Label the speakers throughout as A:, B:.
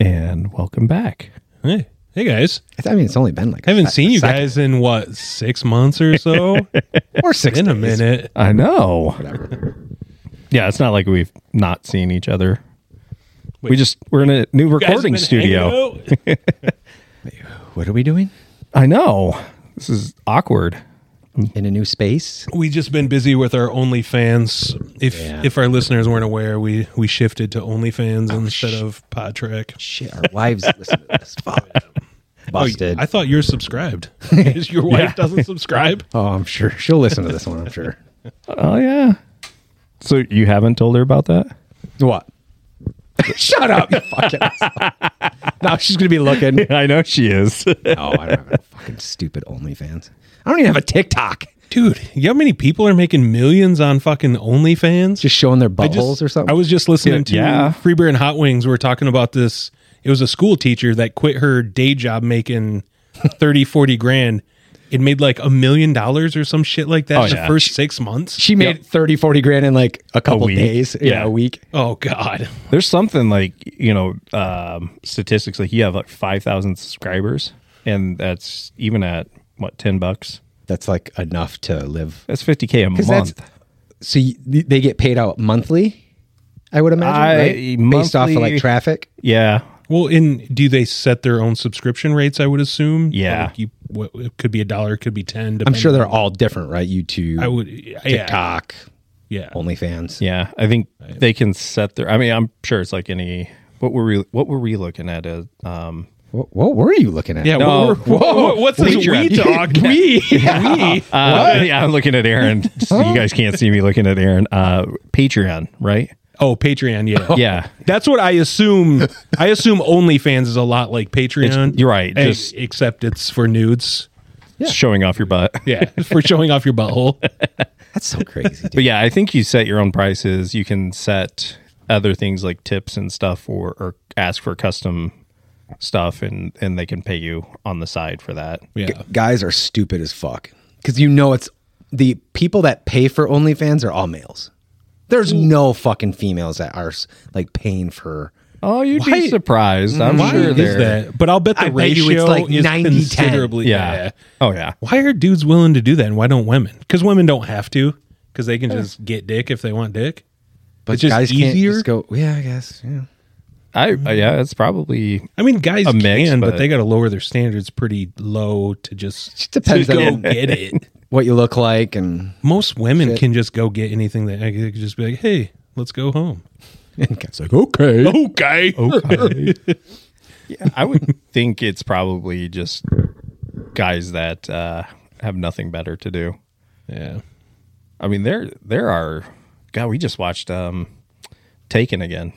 A: And welcome back.
B: Hey, hey guys.
C: I mean, it's only been like
B: I haven't seen you
C: second.
B: guys in what, six months or so?
C: or six
B: in a
C: days.
B: minute.
A: I know.
C: Whatever.
A: Yeah, it's not like we've not seen each other. We
B: Wait.
A: just we're in a new
B: You guys have
A: recording
B: been
A: studio.
B: hanging out?
C: What are we doing
A: I know. This is awkward.
C: in a new space?
B: we just been busy with our OnlyFans. If
C: Yeah.
B: if our listeners weren't aware, we we shifted to OnlyFans instead of Podtrack.
C: Shit, our wives listen to this. Fuck. Busted.
B: Oh, I thought you're subscribed. Is your wife doesn't subscribe?
C: oh, I'm sure she'll listen to this one. I'm sure.
A: Oh yeah. So you haven't told her about that?
C: What? Shut up, you fucking. asshole. now she's gonna be looking. No,
A: I know she is.
C: I don't have a fucking stupid OnlyFans. I don't even have a TikTok.
B: Dude, you know how many people are making millions on fucking OnlyFans?
C: Just showing their
B: I just-
C: buttholes or something.
B: I was just listening to
A: Yeah.
B: Free Beer and Hot Wings. We were talking about this. It was a school teacher that quit her day job making 30, 40 grand. It made like a million dollars or some shit like that
A: Oh,
B: in
A: yeah.
B: the first six months.
C: she made thirty, forty 30, 40 grand in like a couple
A: week.
C: days.
A: Yeah.
C: yeah, a week.
B: Oh, God.
A: There's something like you know um, statistics like you have like five thousand subscribers, and that's even at what ten bucks.
C: That's like enough to live
A: That's fifty k a month.
C: that's- so you, they get paid out monthly i would imagine
A: I-
C: right? based off of
A: monthly-
C: like traffic
A: yeah,
B: Well, and do they set their own subscription rates? I would assume.
A: Yeah.
B: Like you, what, it could be a dollar, it could be 10.
C: i'm
B: depending-
C: sure they're all different right youtube
B: I would. Yeah.
C: tiktok
B: Yeah.
C: onlyfans
A: yeah. I think they can set their. I mean, I'm sure it's like any. What were we? What were we looking at? Uh, um,
C: what, what were you looking at
B: Yeah.
A: No.
B: what we're- what- what's this
A: Patreon.
B: we talk?
C: we
B: we.
A: uh, yeah, I'm looking at Aaron. So you guys can't see me looking at Aaron. Uh, Patreon, right?
B: Oh, Patreon. Yeah.
A: Yeah.
B: That's what I assume. I assume OnlyFans is a lot like Patreon.
A: It's- you're right,
B: Eh,
A: just-
B: except it's for nudes.
A: Showing off your butt.
B: Yeah, for showing off your butthole.
C: that's so crazy dude.
A: But yeah, I think you set your own prices. You can set other things like tips and stuff, or, or ask for custom stuff, and and they can pay you on the side for that.
B: Yeah.
C: guys are stupid as fuck because you know it's the people that pay for onlyfans are all males there's no fucking females that are s- like paying for
A: Oh, you'd
B: Why-
A: be surprised. I'm
B: Why
A: sure
B: is
A: they're
B: that? But I'll bet the
C: I bet
B: ratio
C: you it's like
B: is
C: 90-10.
B: considerably.
A: Yeah. Oh yeah.
B: Why are dudes willing to do that, and why don't women? Because women don't have to. Because they can just get dick if they want dick.
C: but
B: It's just
C: guys
B: easier?
C: can't just go yeah i guess yeah
A: I uh, yeah. It's probably
B: I mean, guys
A: A mix,
B: can, but,
A: but-
B: they got to lower their standards pretty low to just
C: Just depends
B: to go
C: on-
B: get it.
C: what you look like and
B: Most women can just go get anything that I could just be like, hey, let's go home.
C: and guys are like okay
B: Okay.
A: yeah. I would think it's probably just guys that uh, have nothing better to do.
B: Yeah.
A: I mean, there there are. God, we just watched um, Taken again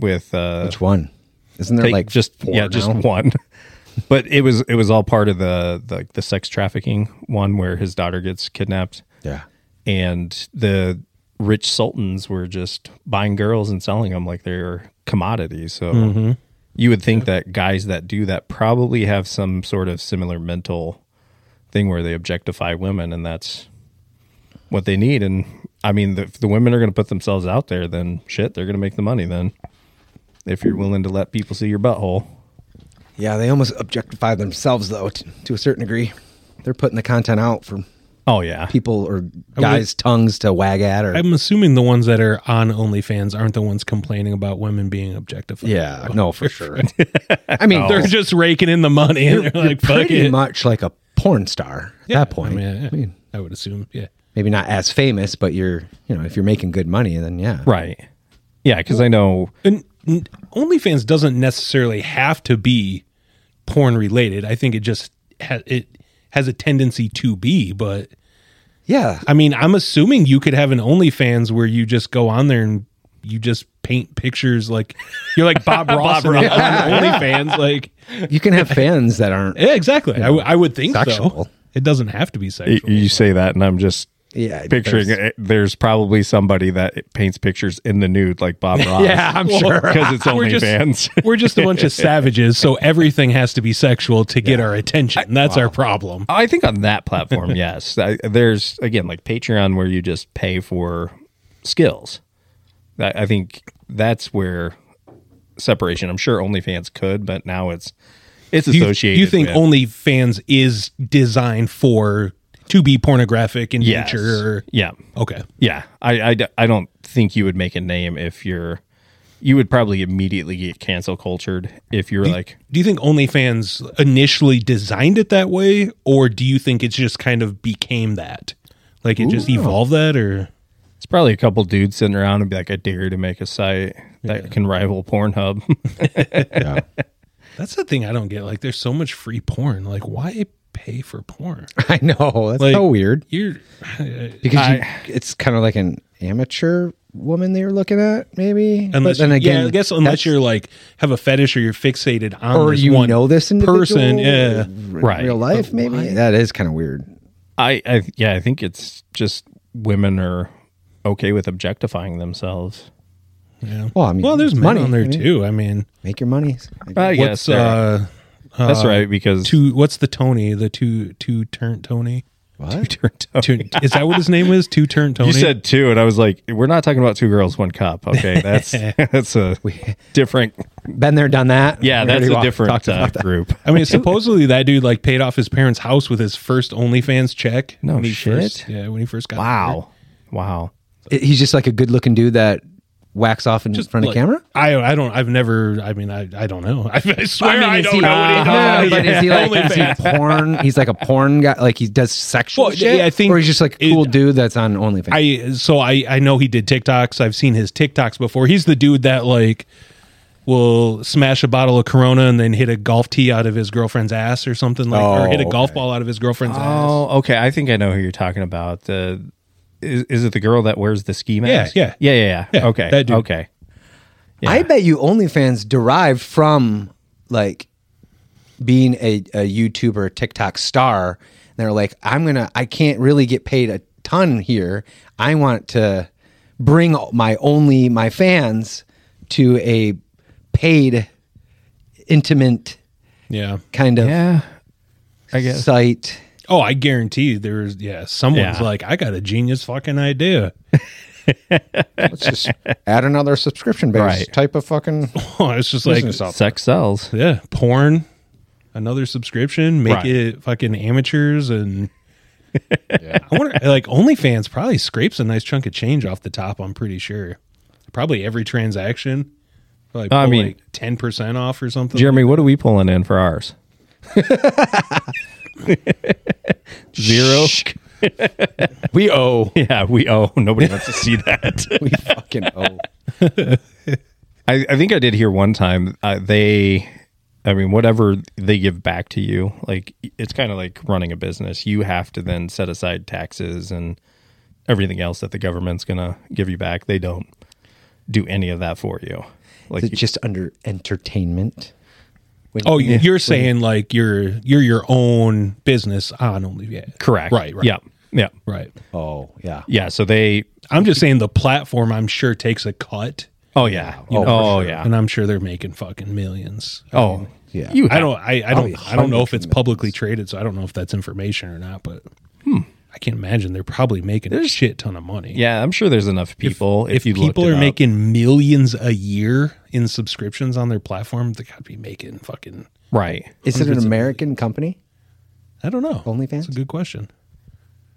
A: with uh,
C: Which one? Isn't there
A: take
C: like
A: just
C: four
A: yeah, just
C: now?
A: one. but it was it was all part of the the, the sex trafficking one where his daughter gets kidnapped
C: Yeah.
A: and the rich sultans were just buying girls and selling them like they're commodities. So you would think that guys that do that probably have some sort of similar mental thing where they objectify women and that's what they need. And I mean, the, if the women are going to put themselves out there, then shit, they're going to make the money then. If you're willing to let people see your butthole,
C: Yeah, they almost objectify themselves though t- to a certain degree. They're putting the content out for
A: oh yeah,
C: people or guys' tongues to wag at or
B: I'm assuming the ones that are on OnlyFans aren't the ones complaining about women being objectified.
C: Yeah, no, for sure. I mean,
B: They're
C: they're
B: just raking in the money and they're like, fuck
C: pretty
B: it.
C: much like a porn star at that point.
B: I mean, yeah, I would assume. Yeah.
C: Maybe not as famous, but you're you know, if you're making good money then yeah.
A: right? Yeah, because I know
B: And n- OnlyFans doesn't necessarily have to be porn related. I think it just ha- it has a tendency to be, but
C: Yeah.
B: I mean, I'm assuming you could have an OnlyFans where you just go on there and you just paint pictures like you're like Bob Ross, on OnlyFans. Like,
C: You can have fans that aren't
B: yeah, exactly. I, w- I would think so.
C: Sexual.
B: It doesn't have to be
A: Y-
B: sexual.
A: you say that, and I'm just
C: Yeah,
A: picturing
C: there's-
A: there's, there's probably somebody that paints pictures in the nude like Bob Ross.
C: Yeah, I'm sure.
A: because it's
B: We're just-
A: OnlyFans.
B: We're just a bunch of savages, so everything has to be sexual to get our attention. That's our problem.
A: I think on that platform, yes. I, there's again like Patreon where you just pay for skills. I, I think that's where separation. I'm sure OnlyFans could, but now it's it's
B: Do you-
A: associated.
B: You, think
A: with-
B: OnlyFans is designed for to be pornographic in
A: Yes.
B: nature? Or,
A: Yeah,
B: okay.
A: yeah. I, I d- I don't think you would make a name if you're. You would probably immediately get cancel cultured if you're like
B: Do you think OnlyFans initially designed it that way, or do you think it just kind of became that? Like it just evolved that, or
A: It's probably a couple dudes sitting around and be like, I dare to make a site that can rival Pornhub.
C: Yeah.
B: that's the thing I don't get. Like, there's so much free porn. Like, why pay for porn?
C: I know. That's
B: Like-
C: so weird.
B: You're
C: Because you, it's kind of like an amateur woman that you're looking at, maybe.
B: unless
C: but then again,
B: yeah, I guess
C: that's-
B: unless you're like have a fetish or you're fixated on
C: or
B: this
C: you
B: one
C: know this individual
B: person, yeah.
C: in
A: Right.
C: real life, maybe that is kind of weird.
A: I, I, yeah, I think it's just women are okay with objectifying themselves.
B: Yeah.
C: Well, I mean,
B: well, there's
C: it's
B: men
C: money,
B: on there
C: I mean.
B: too. I mean,
C: Make your money.
A: I
B: what's
A: guess
B: uh,
A: that's right because
B: two? What's the Tony? The two two turn Tony.
C: What?
B: Two, is that what his name is? Two turn Tony.
A: you said two, and I was like, we're not talking about two girls, one cup. Okay, that's that's a different.
C: Been there, done that.
A: Yeah,
C: We
A: that's
C: already
A: a
C: walked-
A: different
C: talked
A: uh,
C: about that.
A: group.
B: I mean, supposedly that dude like paid off his parents' house with his first OnlyFans check.
A: No
B: when he
A: shit.
B: First, yeah, when he first got there.
A: Wow, wow.
C: It- He's just like a good-looking dude that whacks off in front of
B: Like,
C: camera.
B: I I don't. I've never. I mean, I I don't know. I, swear I,
C: mean, is
B: don't
C: he-
B: know.
C: No,
B: anything about
C: but is he like is
B: OnlyFans.
C: he porn? He's like a porn guy. Like he does sexual
B: Well,
C: shit.
B: yeah, I think
C: or he's just like a cool
B: it-
C: dude that's on OnlyFans.
B: I so I I know he did TikToks. I've seen his TikToks before. He's the dude that like will smash a bottle of Corona and then hit a golf tee out of his girlfriend's ass or something like, or
C: Oh,
B: hit a golf
C: okay.
B: ball out of his girlfriend's ass.
A: Oh, okay. I think I know who you're talking about. The is, is it the girl that wears the ski mask?
B: yeah.
A: yeah, yeah, yeah.
B: Yeah,
A: okay,
B: that dude.
A: okay.
C: I bet you OnlyFans derived from like being a, a YouTuber, a TikTok star. And they're like, I'm gonna, I can't really get paid a ton here. I want to bring my only my fans to a paid, intimate
B: Yeah.
C: kind of
A: Yeah, I guess.
C: site.
B: Oh, I guarantee there's yeah. Someone's
A: Yeah.
B: like, I got a genius fucking idea.
C: Let's just add another subscription base
A: Right.
C: type of fucking.
B: Oh, it's just like
C: Business option.
A: Sex sells.
B: yeah, porn. Another subscription, make
A: Right.
B: it fucking amateurs and. I wonder, like OnlyFans probably scrapes a nice chunk of change off the top. I'm pretty sure, probably every transaction. Probably
A: I
B: pull,
A: mean-
B: like ten percent off or something.
A: Jeremy, what are we pulling in for ours? Zero.
C: We owe.
A: Yeah, we owe. Nobody wants to see that.
C: We fucking owe.
A: I, I think I did hear one time uh, they, I mean, whatever they give back to you, like it's kind of like running a business. You have to then set aside taxes and everything else that the government's gonna give you back. They don't do any of that for you. Like
C: Is it just under entertainment? When
B: Oh, you you're saying like you're you're your own business on only yeah.
A: correct.
B: Right. Right.
A: Yeah. Yeah.
B: Right.
C: Oh, yeah.
A: Yeah. So they.
B: I'm just saying the platform. I'm sure takes a cut,
A: Oh yeah.
C: Oh, for
A: oh
C: sure.
A: yeah.
B: and I'm sure they're making fucking millions.
A: Oh,
C: Yeah.
A: You
B: I don't. I, I don't. I don't know if it's
C: hundreds of millions. Hmm.
B: publicly traded, so I don't know if that's information or not. But I can't imagine they're probably making a shit ton of money.
A: Yeah, I'm sure there's enough people. If,
B: if
A: you
B: people are
A: making,
B: making millions a year in subscriptions on their platform, they gotta be making fucking.
A: right,
C: Is it an American company?
B: I don't know.
C: OnlyFans?
B: That's a good question.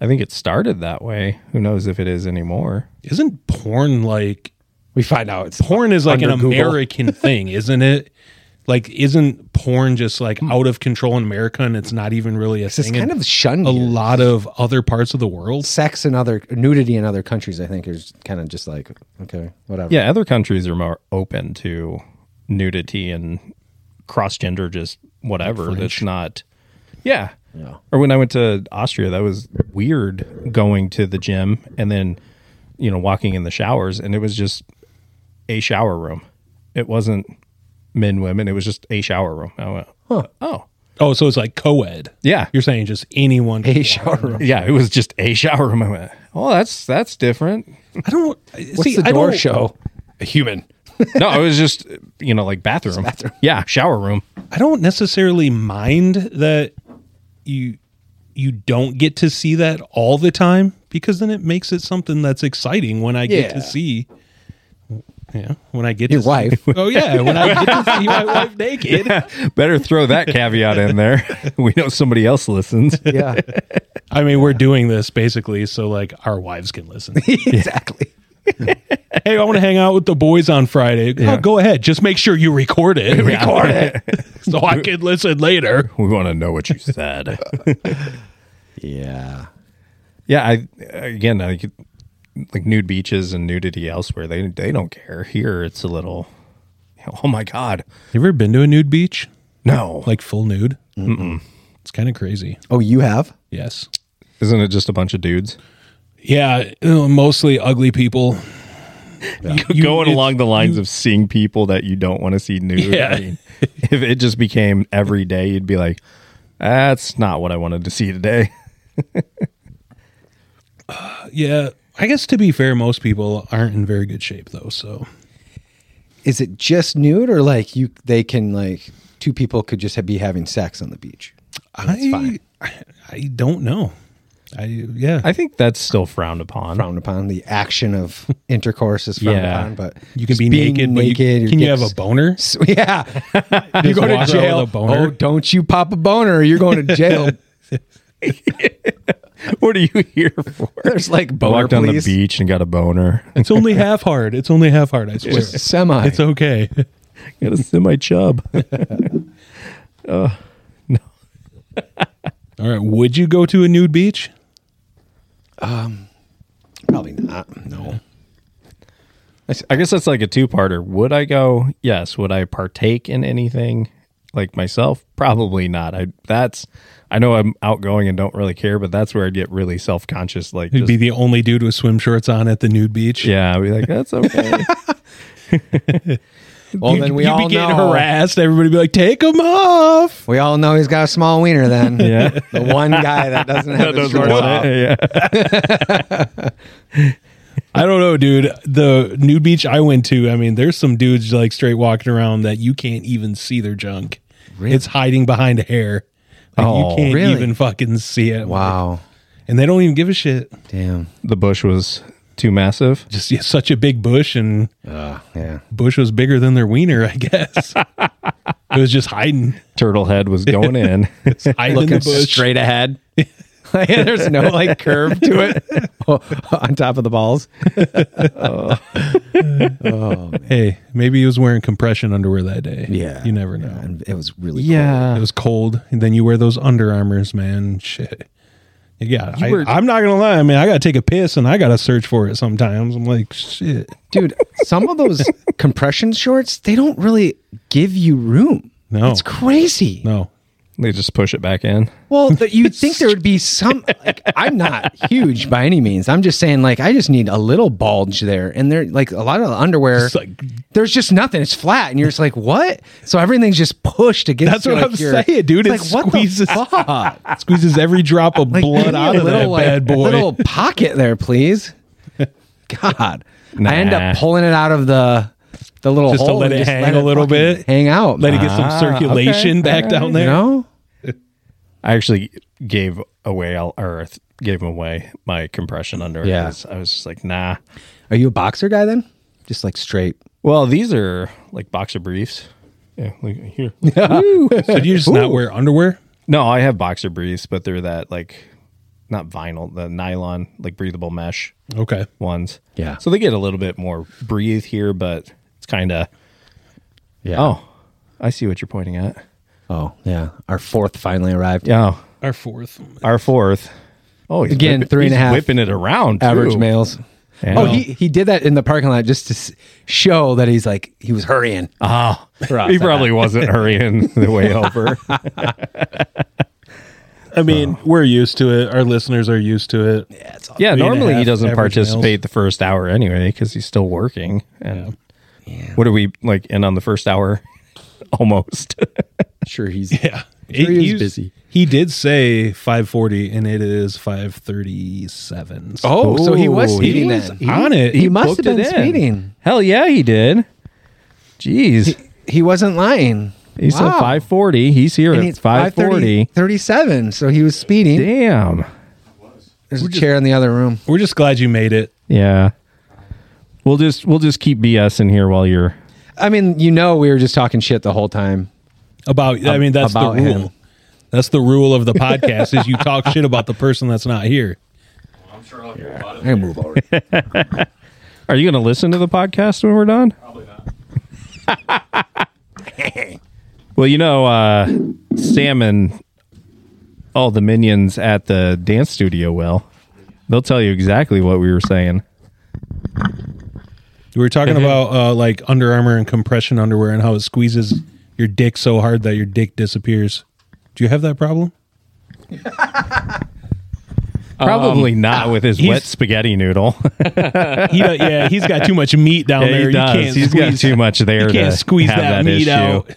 A: I think it started that way. Who knows if it is anymore?
B: Isn't porn like
C: We find out it's
B: porn is like an
C: Under Google.
B: American thing, isn't it? Like, isn't porn just like out of control in America, and it's not even really a
C: Hmm. it's
B: thing? in
C: kind of shunned.
B: a
C: here.
B: lot of other parts of the world.
C: sex and other nudity in other countries. I think is kind of just like okay, whatever.
A: Yeah, other countries are more open to nudity and cross gender, just whatever. That's not. Yeah.
C: Yeah.
A: Or when I went to Austria, that was weird going to the gym and then, you know, walking in the showers, and it was just a shower room. It wasn't men, women. It was just a shower room. I went, oh,
B: Oh, so it's like co-ed.
A: yeah.
B: You're saying just anyone.
C: Hey, shower room.
A: Yeah, it was just a shower room. I went, oh, that's that's different.
B: I don't. What's
C: What's
B: see,
C: the
B: I
C: door
B: don't-
C: show? A human.
A: No, it was just you know like bathroom.
C: bathroom.
A: Yeah, shower room.
B: I don't necessarily mind that you you don't get to see that all the time because then it makes it something that's exciting when I get
C: Yeah.
B: to see Yeah. When I get
C: Your
B: to see-
C: wife.
B: oh yeah. When I get to see my wife naked.
A: Better throw that caveat in there. we know somebody else listens.
C: Yeah,
B: I mean, we're doing this basically so like our wives can listen.
C: exactly.
B: hey, I want to hang out with the boys on Friday. Oh, go ahead. Just make sure you record it. Record it so I can listen later.
A: We want to know what you said.
C: Yeah.
A: yeah, I again, I could, like nude beaches and nudity elsewhere. They they don't care. Here, it's a little. Oh my god,
B: You ever been to a nude beach?
A: no! Like,
B: Like full nude? Mm-mm. It's kind of crazy.
C: Oh, you have?
B: Yes.
A: isn't it just a bunch of dudes
B: Yeah, you know, mostly ugly people. You-
A: going
B: it's-
A: along the lines of seeing people that you don't want to see nude?
B: Yeah.
A: I mean, if it just became every day, you'd be like, "That's not what I wanted to see today."
B: Yeah. I guess to be fair, most people aren't in very good shape though. So
C: Is it just nude or like you? They can like two people could just be having sex on the beach.
B: I,
C: Oh, fine.
B: I I don't know. I yeah.
A: I think that's still frowned upon.
C: Frowned upon the action of intercourse is frowned
A: Yeah.
C: upon, but
B: you can
C: just
B: be
C: being
B: naked. but you-
C: naked,
B: can you have
C: gets-
B: a boner?
C: So, yeah. you go
B: walk around
C: to
B: with
C: jail.
B: a boner?
C: Oh, don't you pop a boner or you're going to jail.
A: What are you here for?
C: There's like
A: I
C: boner
A: walked on the
C: police.
A: beach and got a boner.
B: It's only half hard. It's only half hard. I swear.
C: Just semi.
B: It's okay.
A: got a semi chub.
B: All right. Would you go to a nude beach?
C: Probably not. No.
A: I guess that's like a two parter. Would I go? Yes. Would I partake in anything like myself? Probably not. I that's I know I'm outgoing and don't really care, but that's where I'd get really self conscious. Like,
B: You'd
A: just,
B: be the only dude with swim shorts on at the nude beach.
A: yeah, I'd be like, that's okay.
C: Well,
B: You'd-
C: then we
B: you'd
C: all
B: be getting
C: know.
B: harassed. Everybody be like, "Take them off."
C: We all know he's got a small wiener. Then
A: yeah,
C: the one guy that doesn't have his shorts off.
A: yeah.
B: I don't know, dude. The nude beach I went to, I mean, there's some dudes like straight walking around that you can't even see their junk. It's hiding behind hair. Like,
A: Oh,
B: you can't
C: really?
B: even fucking see it.
C: Wow.
B: And they don't even give a shit.
C: Damn.
A: The bush was too massive.
B: Just yeah, such a big bush, and
C: Yeah.
B: bush was bigger than their wiener, I guess. it was just hiding,
A: Turtle head was going in.
B: It's hiding in the bush.
C: ahead. There's no like curve to it Oh, on top of the balls.
B: Hey, maybe he was wearing compression underwear that day.
C: Yeah.
B: You never know.
C: And it was really
B: It was cold. And then you wear those Under Armours, man. Shit. Yeah. I,
A: were-
B: I'm not going to lie. I mean, I got to take a piss and I got to search for it sometimes. I'm like, shit.
C: cool. dude. Some of those compression shorts they don't really give you room.
B: No.
C: it's crazy.
B: No.
A: They just push it back in.
C: Well, th- you'd think there would be some. Like, I'm not huge by any means. I'm just saying, like, I just need a little bulge there. And there, like, a lot of the underwear,
B: It's like-
C: there's just nothing. It's flat, and you're just like, what? So everything's just pushed against.
B: That's
C: you,
B: what
C: like,
B: I'm
C: you're-
B: saying, dude. It
C: It's like, what the
B: squeezes-
C: fuck?
B: Squeezes every drop of
C: Like, give
B: blood
C: me
B: out
C: a
B: of that
C: like,
B: bad boy.
C: Little pocket there, please. God, I end
A: Nah.
C: up pulling it out of the the little
B: Just to
C: hole
B: let
C: and
B: it
C: just
B: hang a little
C: fucking
B: bit.
C: hang out,
B: Let it get some
C: Ah,
B: circulation back down there.
C: You know,
A: I actually gave away all or th- gave away my compression under.
C: Yeah.
A: I was just like, nah.
C: are you a boxer guy then? Just like straight.
A: Well, these are like boxer briefs. Yeah, look here.
B: So do you just not wear underwear?
A: no, I have boxer briefs, but they're that like not vinyl, the nylon, like breathable mesh
B: Okay.
A: ones.
C: Yeah.
A: So they get a little bit more breathe here, but it's kind of
C: Yeah.
A: oh, I see what you're pointing at.
C: Oh yeah, our fourth finally arrived.
A: Yeah, oh,
B: Our fourth.
A: our fourth. Oh, he's
C: Again,
A: whipping-
C: three and a
A: he's
C: half.
A: whipping it around.
C: Average
A: too.
C: males.
A: Yeah.
C: Oh, he, he did that in the parking lot just to s- show that he's like he was hurrying.
A: Oh,
C: us,
A: he probably wasn't hurrying the way over.
B: I mean, we're used to it. Our listeners are used to it.
C: Yeah, it's all
A: Yeah,
B: Three and a
A: normally he
B: half
A: doesn't
B: average males.
A: participate the first hour anyway because he's still working. And what are we like in on the first hour? Almost.
C: sure he's
B: Yeah.
C: Sure he is
B: he's-
C: busy.
B: He did say 540 and it is 537. So
C: Oh, so he was
A: Ooh,
C: speeding
A: was-
C: then.
A: he-
B: on it.
C: He must
A: booked
C: have
A: it
C: been
A: in.
C: speeding.
A: Hell yeah, he did. Jeez,
C: He wasn't lying.
A: he's at
C: Wow.
A: five forty. He's here
C: And
A: at
C: it's
A: five
C: 5:30,
A: forty.
C: 37. So he was speeding.
A: Damn.
C: There's a chair in the other room.
B: We're just glad you made it.
A: Yeah. We'll just we'll just keep BS in here while you're
C: I mean, you know, we were just talking shit the whole time.
B: About I mean that's
C: about
B: the rule.
C: him.
B: That's the rule of the podcast is you talk shit about the person that's not here.
D: I'm sure I'll hear about
C: I can move over.
A: Are you going to listen to the podcast when we're done?
D: Probably not.
A: Well, you know, uh, Sam and all the minions at the dance studio will. They'll tell you exactly what we were saying.
B: We were talking
A: Mm-hmm.
B: about uh, like Under Armour and compression underwear and how it squeezes your dick so hard that your dick disappears. Do you have that problem?
A: Probably not with his
B: he's-
A: wet spaghetti noodle.
B: He, don't- yeah, he's got too much meat down
A: he
B: there. You
A: does.
B: can't
A: He's got
B: squeeze-
A: too much there
B: You can't
A: to
B: squeeze
A: have
B: that,
A: that,
B: meat
A: issue.
B: out.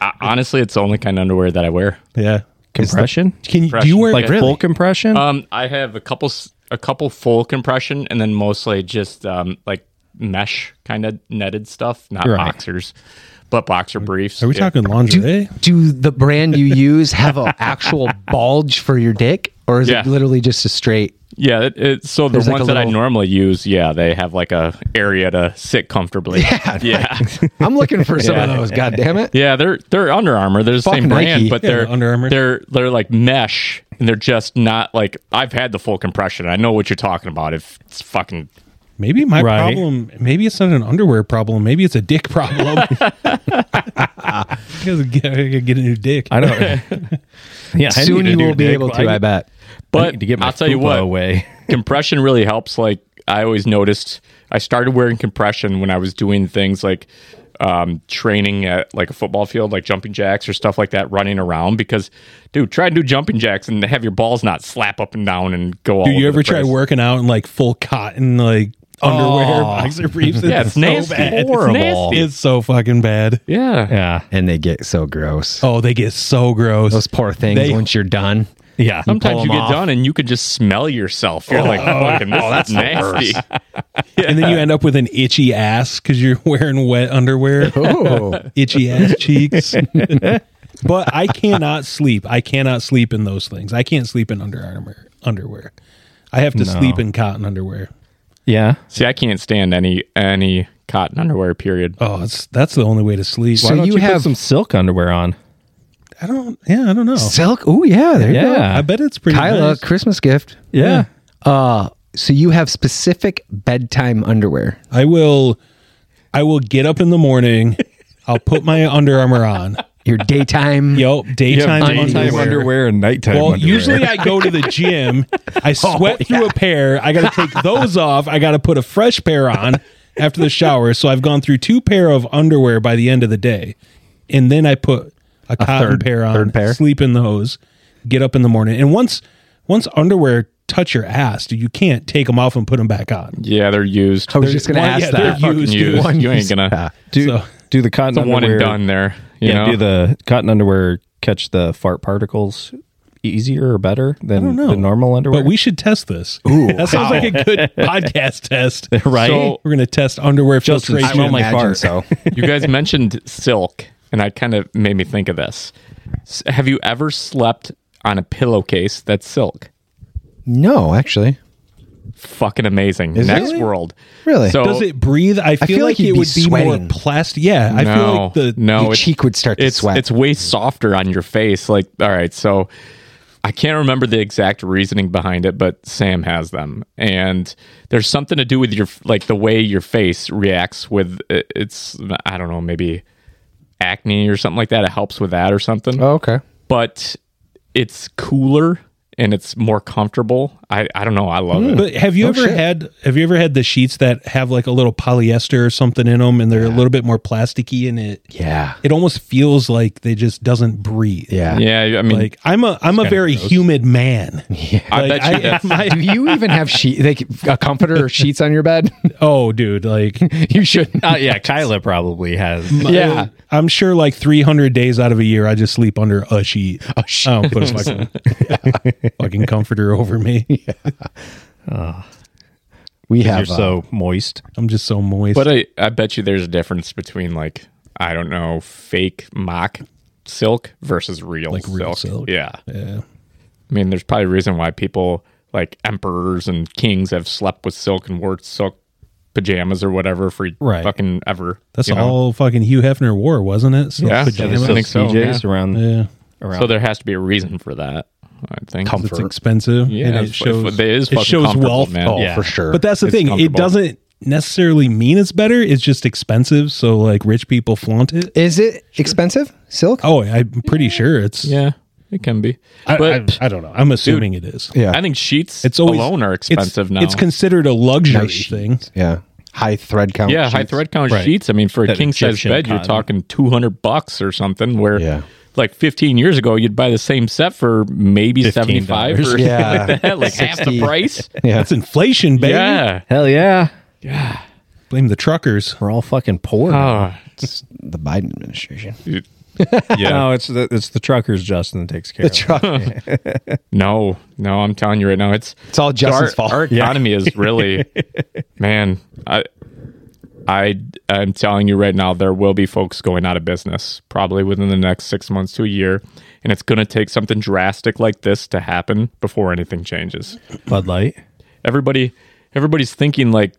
D: I, honestly, it's the only kind of underwear that I wear.
B: Yeah.
A: Compression?
B: Can you do you wear
A: like full compression?
D: Um, I have a couple s- a couple full compression, and then mostly just um like mesh kind of netted stuff, not
A: Right.
D: boxers, but boxer briefs.
B: Are we
D: Yeah.
B: talking
A: eh?
B: lingerie?
C: Do the brand you use have an actual bulge for your dick, or is
D: Yeah.
C: it literally just a straight?
D: Yeah, it, it, so the
C: There's
D: ones
C: like a
D: that I
C: little-
D: normally use, yeah, they have like a area to sit comfortably. Yeah, yeah,
C: I'm looking for some
D: Yeah.
C: of those. God damn it!
D: yeah. They're they're Under Armour. They're the
C: Fuck
D: same brand,
C: Nike.
D: but
B: Yeah,
D: they're
B: the Under Armour.
D: They're they're like mesh, and they're just not like I've had the full compression. I know what you're talking about. If it's fucking
B: Maybe my
A: Right.
B: problem. Maybe it's not an underwear problem. Maybe it's a dick problem. I gotta get, I gotta get a new dick.
A: I don't. yeah, I
C: Soon
A: need a
C: you
A: new
C: will be
A: dick.
C: able to.
A: need-
C: I bet.
A: I
D: But
A: need to get my
D: I'll tell you
A: fupa
D: what,
A: away.
D: compression really helps. Like I always noticed, I started wearing compression when I was doing things like um, training at like a football field, like jumping jacks or stuff like that, running around. Because, dude, try and do jumping jacks and have your balls not slap up and down and go. all
B: Do you
D: over
B: ever
D: the
B: try
D: place.
B: working out in like full cotton like underwear, boxer briefs?
D: Yeah, it's nasty. It's
B: Horrible.
D: nasty.
B: It's so fucking bad.
D: Yeah.
A: Yeah,
C: And they get so gross.
B: Oh, they get so gross.
C: Those poor things.
B: They-
C: once you're done,
A: yeah.
D: Sometimes you
C: them
D: get
C: off.
D: done and you can just smell yourself. You're like, fucking, this that's nasty.
B: And then you end up with an itchy ass because you're wearing wet underwear.
C: oh,
B: itchy ass cheeks. but I cannot sleep. I cannot sleep in those things. I can't sleep in under armor underwear. I have to sleep in cotton underwear.
A: yeah.
D: See, I can't stand any any cotton underwear. Period.
B: Oh, it's, that's the only way to sleep.
A: Why
C: So
A: don't Oh, you,
C: you
A: put
C: have-
A: some silk underwear on?
B: I don't. Yeah, I don't know.
C: silk. Oh yeah, there you go.
A: Yeah,
B: I bet it's pretty.
C: Kyla,
B: nice.
C: Christmas gift.
A: yeah.
C: Uh, so you have specific bedtime underwear.
B: I will. I will get up in the morning. I'll put my Under Armour on.
C: Your daytime.
B: Yo, daytime,
A: Daytime underwear. and nighttime
B: Well,
A: underwear.
B: usually I go to the gym. I sweat through a pair. I got to take those off. I got to put a fresh pair on after the shower. So I've gone through two pair of underwear by the end of the day, and then I put a, cotton
C: third-
B: pair on.
C: third pair?
B: Sleep in those. Get up in the morning, and once once underwear touch your ass, dude, you can't take them off and put them back on.
D: Yeah, they're used.
C: I was just gonna
B: Well,
C: ask
B: yeah,
C: that.
B: they're used, dude.
D: used.
C: One
D: you ain't
C: use-
D: gonna.
C: Yeah.
A: do
B: So-
A: do the cotton
D: the
A: underwear
D: one and done there. You
A: yeah,
D: know?
A: do the cotton underwear catch the fart particles easier or better than
B: don't know.
A: the normal underwear?
B: But we should test this. Ooh, that sounds like a good podcast test.
A: right?
D: So-
B: We're gonna test underwear
A: Justin,
B: filtration.
A: smell my
C: Imagine
A: fart.
C: so.
D: you guys mentioned silk, and I kind of made me think of this. S- Have you ever slept on a pillowcase that's silk?
C: No, actually.
D: Fucking amazing.
C: Is it?
D: Next
C: Really?
D: world.
C: Really?
D: So
B: Does it breathe? I feel,
C: feel
B: like,
C: like you'd
B: it
C: be
B: would be more
C: sweating.
B: plastic. Yeah, I feel
D: no,
B: like the
D: no,
C: your
D: it's-
C: cheek would start to
D: it's,
C: sweat.
D: It's way softer on your face. Like, all right, so I can't remember the exact reasoning behind it, but Sam has them, and there's something to do with your like the way your face reacts with i- it's. I don't know, maybe acne or something like that. It helps with that or something.
C: Oh, okay.
D: but it's cooler and it's more comfortable. I, I don't know. I love it.
B: But have you ever had have you ever had the sheets that have like a little polyester or something in them, and they're a little bit more plasticky, and it
C: Yeah.
B: it almost feels like they just doesn't breathe.
C: Yeah.
D: Yeah, I mean,
B: Hmm. Like I'm a I'm a very humid man.
D: I
B: Like,
D: bet you
B: I,
D: that's
B: my-
C: Do you even have sheet like a comforter or sheets on your bed?
B: oh, dude, like
C: you shouldn't.
A: Uh, yeah, Kyla probably has.
C: Yeah.
B: I'm sure like 300 days out of a year I just sleep under a sheet. I don't put a fucking, fucking comforter over me.
C: We
A: You're
C: have uh,
A: so moist.
B: I'm just so moist.
D: but I, I bet you there's a difference between like I don't know fake mock silk versus real
B: Like
D: silk.
B: real silk.
D: Yeah,
B: yeah.
D: I mean, there's probably a reason why people like emperors and kings have slept with silk and wore silk pajamas or whatever for
B: Right.
D: fucking ever.
B: That's
D: you know?
B: all fucking Hugh Hefner wore, wasn't it? So
D: Yeah.
B: pajamas.
D: Yeah,
A: I
D: I
A: think
D: think so,
A: PJs around
B: Yeah.
A: around.
D: So there has to be a reason for that. I think.
B: It's expensive.
D: Yeah,
B: and it
D: it's-
B: shows,
D: it is
B: it
D: fucking
B: shows
D: comfortable,
B: wealth.
D: man.
C: Oh,
D: Yeah.
C: for sure.
B: But that's the
D: It's
B: thing. It
D: comfortable.
B: doesn't necessarily mean it's better. It's just expensive. So like rich people flaunt it.
C: is it expensive? Silk?
B: Oh, I'm pretty sure it's.
D: Yeah, it can be.
B: I,
D: but
B: I, I don't know. I'm assuming it is.
C: Yeah.
D: I think sheets
B: It's always
D: alone are
B: it's-
D: expensive now.
B: It's considered a luxury
C: Nice
B: thing.
C: Yeah. High thread count.
D: yeah, high
C: sheets.
D: thread count
A: Right.
D: sheets. I mean, for a
A: That
D: king size
A: Egyptian
D: bed, you're
A: cotton.
D: talking two hundred bucks or something. Where,
C: Yeah.
D: like fifteen years ago, you'd buy the same set for maybe seventy five or
C: Yeah.
D: something like that, like half the
C: 60.
D: price.
C: Yeah.
B: That's inflation, baby.
D: Yeah,
A: Hell yeah,
B: Blame the truckers.
A: we're all fucking poor.
D: Ah,
C: It's the Biden administration.
A: yeah, no, it's the it's the truckers. Justin that takes care of. it.
D: no, no, I'm telling you right now, it's
C: It's all
D: our,
C: Justin's fault.
D: our economy is really, man. I, I, I'm telling you right now, there will be folks going out of business probably within the next six months to a year, and it's going to take something drastic like this to happen before anything changes.
A: Bud Light.
D: Everybody, everybody's thinking like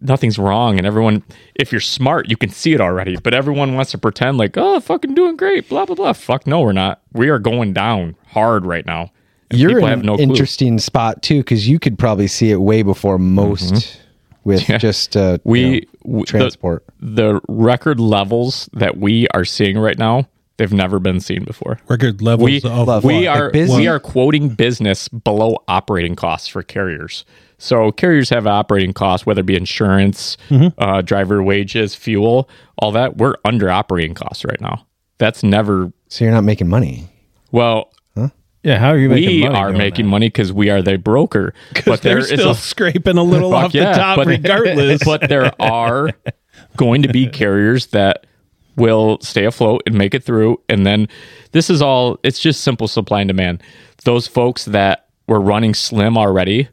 D: nothing's wrong, and everyone, if you're smart, you can see it already. But everyone wants to pretend like, oh, fucking doing great, blah blah blah. Fuck no, we're not. We are going down hard right now. and
C: You're
D: people
C: in
D: have
C: an
D: no clue.
C: interesting spot too, because you could probably see it way before most with just uh, you
D: Mm-hmm. we
C: know,
D: w- the-
C: transport.
D: the, record levels that we are seeing right now they've never been seen before
B: Record levels
D: we,
B: of
D: we
C: Like
D: are
C: business-
D: we are quoting business below operating costs for carriers so carriers have operating costs whether it be insurance uh, driver wages fuel all that we're under operating costs right now that's never
C: so you're not making money.
D: well
A: Yeah, how are you making
D: we
A: money?
D: are
A: doing
D: making money because we are the broker but there
B: they're
D: is
B: still
D: a
B: scraping a little
D: Fuck
B: off
D: yeah,
B: the top
D: but-
B: regardless.
D: but there are going to be carriers that will stay afloat and make it through. And then this is all, it's just simple supply and demand. Those folks that were running slim already,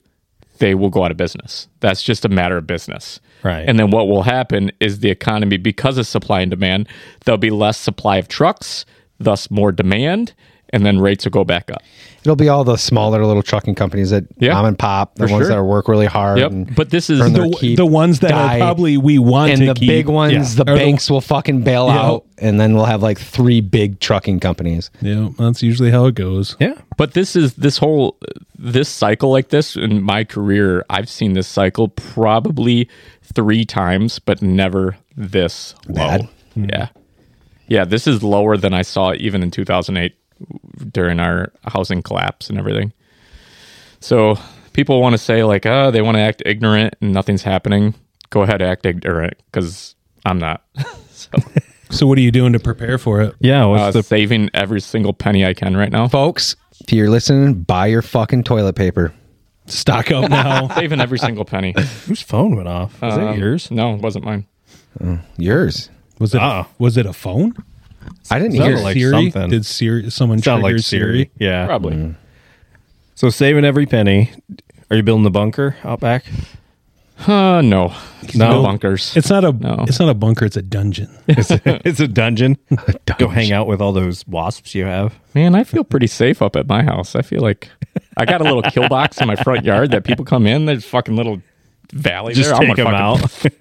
D: they will go out of business. That's just a matter of business.
A: Right.
D: And then what will happen is the economy, because of supply and demand, there'll be less supply of trucks, thus more demand, and then rates will go back up.
C: It'll be all the smaller little trucking companies that
D: Yeah.
C: mom and pop, the
D: For
C: ones
D: sure.
C: that work really hard.
D: Yep.
C: and-
D: But this is
C: earn their
B: the,
C: keep,
B: the ones that
C: die,
B: are probably we want
C: and
B: to
C: the
B: keep.
C: big ones,
B: Yeah.
C: the
B: Or
C: banks will fucking bail out, and then we'll have like three big trucking companies.
B: Yeah, that's usually how it goes.
A: that? Yeah,
D: But this is this whole this cycle like this in my career. I've seen this cycle probably three times, but never this low.
C: Bad.
A: Hmm.
D: Yeah, yeah. This is lower than I saw even in 2008 during our housing collapse and everything. So people want to say like, oh, they want to act ignorant and nothing's happening. Go ahead, act ignorant because I'm not. so
B: So what are you doing to prepare for it?
A: yeah. What's
D: uh,
A: the
D: saving every single penny I can right now.
C: Folks, if you're listening, buy your fucking toilet paper.
B: Stock up now.
D: saving every single penny.
A: whose phone went off? Was
D: Um,
A: it yours?
D: No, it wasn't mine.
C: Yours.
B: Was it?
A: Uh-oh.
B: was it a phone?
C: I
A: Sounded
C: didn't hear.
B: Did
A: like
B: Siri?
A: something.
B: Did Siri? Someone
A: Sound
B: trigger
A: like Siri. Yeah.
D: Probably.
A: So saving every penny. Are you building the bunker out back?
D: Uh, no.
A: No.
D: No bunkers.
B: It's not a.
D: No.
B: It's not a bunker. It's a dungeon.
A: it's a dungeon. Go hang out with all those wasps you have.
D: Man, I feel pretty safe up at my house. I feel like I got a little kill box in my front yard that people come in. There's fucking little valley
A: Just
D: there. I'm
A: take them
D: gonna
A: out.
D: fucking-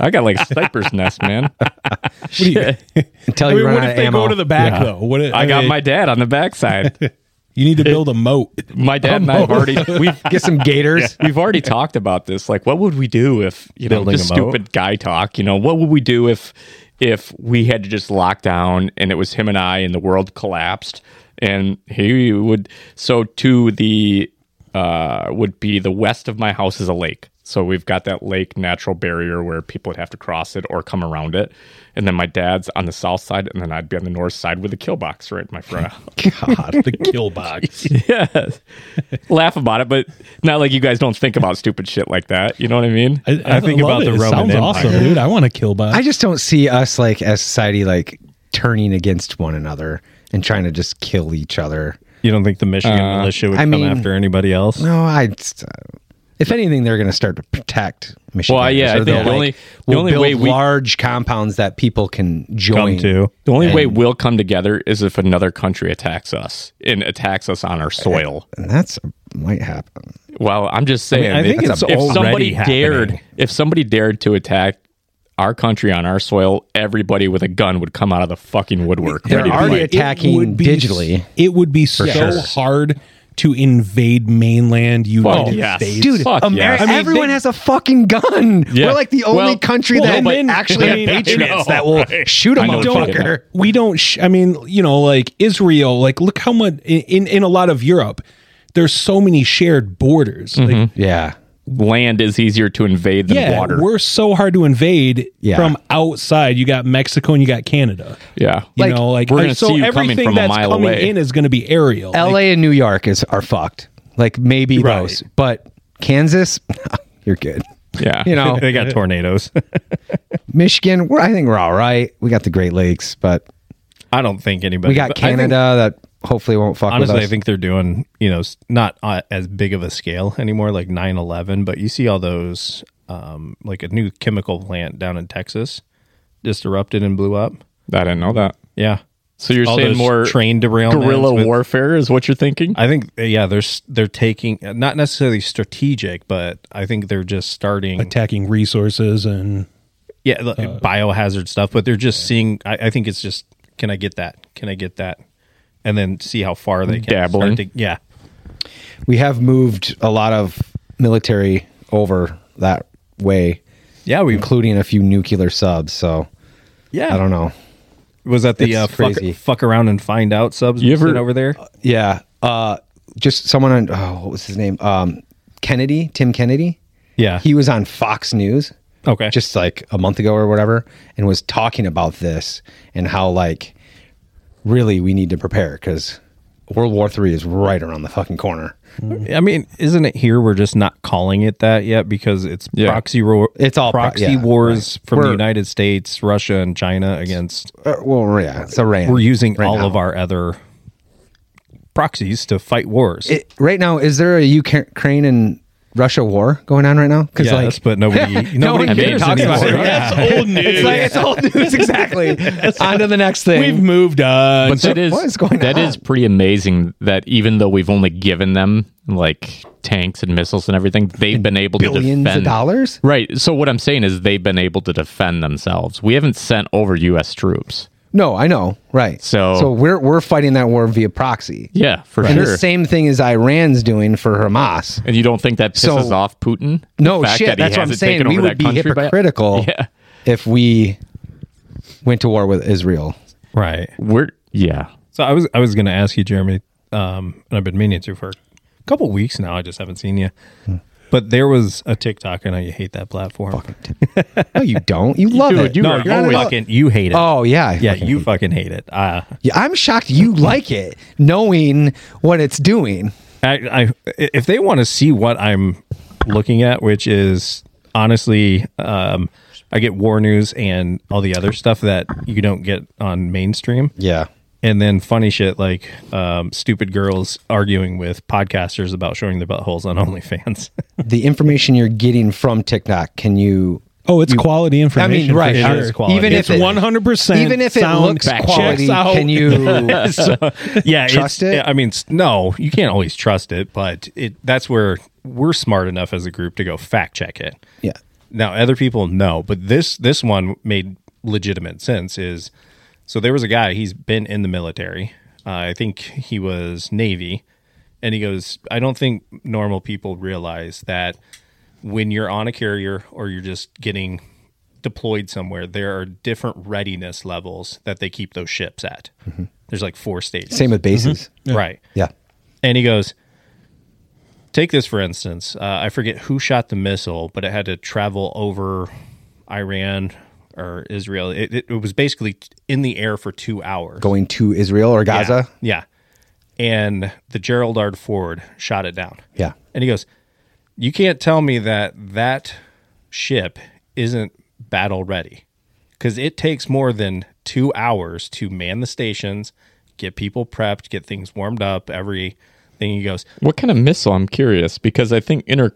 D: I got like a sniper's nest, man.
C: Until
B: I
C: Oh, you
B: mean,
C: run
B: what
C: out
B: if
C: of
B: they
C: ammo.
B: go to the back though? What? If,
D: I got
B: mean,
D: my dad on the backside.
B: You need to build a moat.
D: My dad and I
A: Oh,
D: have already we've
C: Get some gators.
D: we've already talked about this. Like, what would we do if you know
A: Building
D: just
A: a moat?
D: stupid guy talk? You know, what would we do if if we had to just lock down and it was him and I and the world collapsed and he would so to the uh would be the west of my house is a lake. So we've got that lake natural barrier where people would have to cross it or come around it. And then my dad's on the south side and then I'd be on the north side with a kill box right in my front
B: God, the kill box.
D: yeah. Laugh about it, but not like you guys don't think about stupid shit like that. You know what I mean?
B: I, I,
A: think about
B: love it.
A: the
B: It
A: Roman
B: sounds
A: Empire.
B: awesome, dude. I want a kill box.
C: I just don't see us like as society like turning against one another and trying to just kill each other.
D: Uh,
A: You don't think the Michigan militia would
C: I
A: come
C: mean-
A: after anybody else?
C: No, I. If anything, they're going to start to protect Michigan.
D: Well, yeah, I think the only- the only
C: build
D: way we-
C: large compounds that people can
A: Come
C: join
A: to.
D: The only way we'll come together is if another country attacks us and attacks us on our soil.
C: and that's might happen.
D: Well, I'm just saying.
A: I think
D: if-
A: it's
D: if somebody
A: already happening.
D: dared, if somebody dared to attack our country on our soil, everybody with a gun would come out of the fucking woodwork.
C: They're
D: ready to
C: already
D: fight.
C: attacking digitally.
B: It would be so
C: sure.
B: hard to invade mainland United
D: Fuck yes.
B: States.
C: Dude,
D: Fuck
C: Ameri-
D: yes. I
B: mean,
C: everyone
B: they-
C: has a fucking gun.
D: Yeah.
C: We're like the only
D: Well,
C: country
B: well,
C: that
B: no, but-
C: actually
B: I mean,
C: have patriots
D: I know,
C: that will
D: right?
C: shoot a
D: I know,
C: motherfucker.
B: we don't sh- i mean you know like israel like look how much in in a lot of europe there's so many shared borders
D: Mm-hmm.
B: like
C: Yeah.
D: Land is easier to invade than
B: yeah
D: water.
B: we're so hard to invade
C: Yeah.
B: from outside you got mexico and you got canada
D: Yeah.
B: you
C: Like,
B: know like
D: we're gonna
B: so
D: see you coming
B: everything
D: from a
B: that's
D: mile
B: coming
D: away.
B: in is going to be aerial
C: LA
B: Like,
C: and New York is are fucked. Like maybe
B: Right.
C: those, but Kansas, you're good.
D: yeah.
C: You know,
A: they got tornadoes.
C: Michigan, we're, I think we're all right. We got the Great Lakes, but
A: I don't think anybody.
C: we got
A: but I think-
C: Canada that hopefully won't fuck
A: honestly,
C: with
A: I
C: us.
A: think they're doing you know s- not uh, as big of a scale anymore, like 9-11, But you see all those um, like a new chemical plant down in Texas just erupted and blew up.
D: I didn't know that.
A: Yeah,
D: So you're
A: All
D: saying
A: those
D: more
A: train derailments
D: guerrilla
A: with-
D: warfare is what you're thinking?
A: I think uh, yeah, they're s- they're taking uh, not necessarily strategic, but I think they're just starting
B: attacking resources and
A: yeah the
C: uh,
A: biohazard stuff. But they're just seeing. I, I think it's just can I get that? Can I get that? And then see how far they can
D: Dabbling.
A: Start to, yeah,
C: we have moved a lot of military over that way,
A: yeah. We
C: including a few nuclear subs. So
A: yeah.
C: I don't know.
A: Was that the
C: It's
A: uh, fuck,
C: crazy.
A: fuck around and find out subs
D: You
A: you
D: ever-
A: over there?
C: Yeah. Uh, just someone on, oh, what was his name? Um, Kennedy, Tim Kennedy.
A: Yeah.
C: He was on Fox News.
A: Okay.
C: Just like a month ago or whatever, and was talking about this and how, like, really we need to prepare because World War Three is right around the fucking corner.
A: I mean, isn't it here? We're just not calling it that yet because it's
D: Yeah.
A: proxy ro-
C: It's all pro-
A: proxy
C: yeah,
A: wars from
C: We're-
A: the United States, Russia, and China against.
C: Uh, well, yeah, it's Iran.
A: We're using
C: right
A: all
C: now.
A: of our other proxies to fight wars.
C: It, right now, is there a Ukraine and Russia war going on right now? Because
A: yes, but nobody, nobody
C: one
A: cares
C: talks about
A: anymore.
C: it.
A: Yeah.
B: that's old news
C: it's like it's old news. Exactly. on to the next thing.
B: we've moved on
D: But that is
C: what is going
D: that
C: on?
D: is pretty amazing that even though we've only given them like tanks and missiles and everything, they've been able to
C: billions
D: defend
C: of dollars.
D: Right. So what I'm saying is they've been able to defend themselves. We haven't sent over US troops.
C: No, I know. Right.
D: So-
C: so we're we're fighting that war via proxy.
D: Yeah, for
C: And
D: sure.
C: the same thing as Iran's doing for Hamas.
D: and you don't think that
C: So-
D: pisses off Putin? The
C: No
D: fact
C: shit.
D: that he
C: That's what I'm
D: hasn't
C: saying.
D: taken
C: We
D: over
C: would
D: that
C: be
D: country by-
C: hypocritical
D: Yeah.
C: if we went to war with Israel.
A: Right.
D: We're yeah.
A: So I was I was going to ask you, Jeremy, um, and I've been meaning to for a couple weeks now. I just haven't seen you. But there was a TikTok. I know you hate that platform.
C: No, you don't. You love
D: Dude,
C: it.
D: you
A: no,
D: are
A: you're
D: always-
A: fucking. You hate it.
C: oh yeah, I
A: yeah,
C: fucking
A: you
C: hate
A: fucking hate it. Uh,
C: it. Yeah, I'm shocked you like it, knowing what it's doing.
A: I, I, if they want to see what I'm looking at, which is honestly, um, I get war news and all the other stuff that you don't get on mainstream.
C: Yeah.
A: and then funny shit like um, stupid girls arguing with podcasters about showing their buttholes on OnlyFans.
C: The information you're getting from TikTok, can you?
B: Oh, it's quality
C: I
B: information.
C: mean, right?
B: for
A: sure.
C: I'm-
A: It is quality.
C: Even
B: It's
C: if it-
B: 100%
C: Even if it
B: sound
C: looks
B: fact
C: quality,
B: checks out.
C: can you?
A: yeah, it's-
C: Trust it?
A: yeah, I mean, s- no, you can't always trust it, but it that's where we're smart enough as a group to go fact check it.
C: yeah.
A: Now, other people know, but this this one made legitimate sense. Is so there was a guy. He's been in the military. Uh, I think he was Navy, and he goes, "I don't think normal people realize that when you're on a carrier or you're just getting deployed somewhere, there are different readiness levels that they keep those ships at. There's like four stages,
C: Same with bases.
A: right?
C: Yeah.
A: And he goes, Take this for instance. Uh, I forget who shot the missile, but it had to travel over Iran or Israel. It, it, it was basically in the air for two hours.
C: Going to Israel or Gaza.
A: Yeah. yeah. And the Gerald R. Ford shot it down.
C: Yeah.
A: And he goes, You can't tell me that that ship isn't battle ready because it takes more than two hours to man the stations, get people prepped, get things warmed up, everything. He goes,
D: What kind of missile? I'm curious because I think inter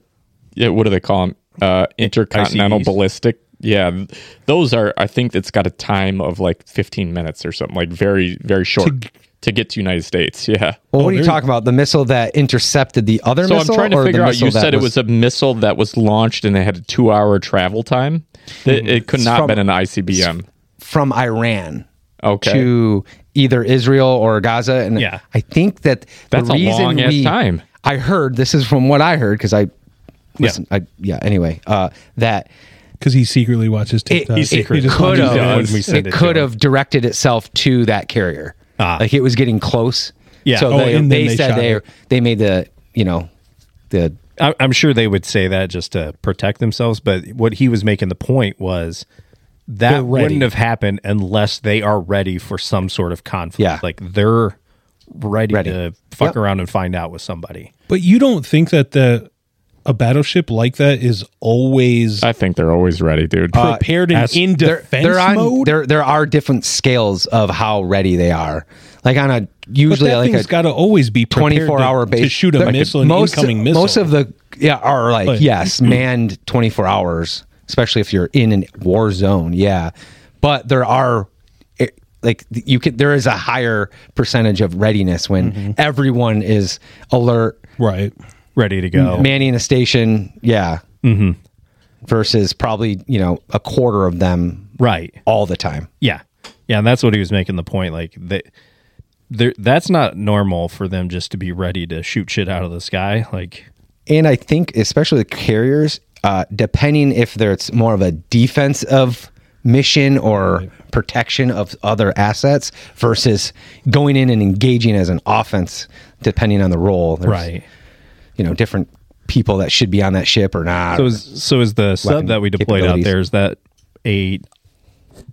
D: yeah, what do they call them? Uh, intercontinental
A: ICEs.
D: ballistic. Yeah, th- those are. I think it's got a time of like 15 minutes or something, like very very short to, get to United States. Yeah.
C: Well, what are you talking about? The missile that intercepted the other
D: So I'm
C: missile?
D: trying to
C: or the
D: figure out. You
C: missile that
D: said it was a missile that was launched and they had a two hour travel time. Th- It, could not have
C: Mm-hmm. from-
D: been an ICBM.
C: from Iran
D: Okay.
C: to either Israel or Gaza. And
A: Yeah.
C: I think that
D: That's
C: the
D: a
C: reason
D: long ass
C: we,
D: time.
C: I heard this is from what I heard because I listen. I yeah. Anyway, uh, that
B: because he secretly watches
C: it,
B: TikTok.
A: He's
C: it
A: secret.
B: He just
C: could
B: watches
A: He
C: have
A: does. We
C: it,
A: send it to
C: could
A: him.
C: have directed itself to that carrier.
A: Ah.
C: Like it was getting close.
A: Yeah.
C: So
A: Oh,
C: they,
B: and then
C: they,
B: they
C: said
B: shot
C: they
B: it.
C: they made the you know the
A: I- I'm sure they would say that just to protect themselves, but what he was making the point was
B: They're
A: that
B: ready.
A: wouldn't have happened unless they are ready for some sort of conflict.
C: Yeah.
A: Like they're ready,
C: Ready.
A: to fuck
C: Yep.
A: around and find out with somebody.
B: But you don't think that the a battleship like that is always
D: I think they're always ready, dude.
C: Uh,
B: prepared and
A: as-
B: in
C: there,
B: defense
C: there on-
B: mode?
C: there there are different scales of how ready they are. Like on a
B: but
C: usually
B: that
C: like
B: thing's
C: a
B: got to always be prepared
C: 24
B: to-
C: hour base
B: to shoot a
C: They're-
B: missile, an
C: most,
B: incoming missile. Mm-hmm.
C: Most of the yeah are like
B: But-
C: yes, manned 24 hours, especially if you're in a war zone. Yeah, but there are it- like you could there is a higher percentage of readiness when
B: Mm-hmm.
C: everyone is alert,
B: right.
A: Ready to
B: Oh.
A: go.
C: manning a station. Yeah,
B: Mm-hmm.
C: versus probably you know a quarter of them
A: Right.
C: all the time.
A: Yeah. Yeah. And that's what he was making the point. Like that there that's not normal for them just to be ready to shoot shit out of the sky. Like
C: and I think especially the carriers, uh, depending if there- it's more of a defense of mission or protection of other assets versus going in and engaging as an offense, depending on the role. There's, You know, different people that should be on that ship or not.
A: So is so is the sub
C: Weapon
A: that we deployed out
C: capabilities.
A: there is that a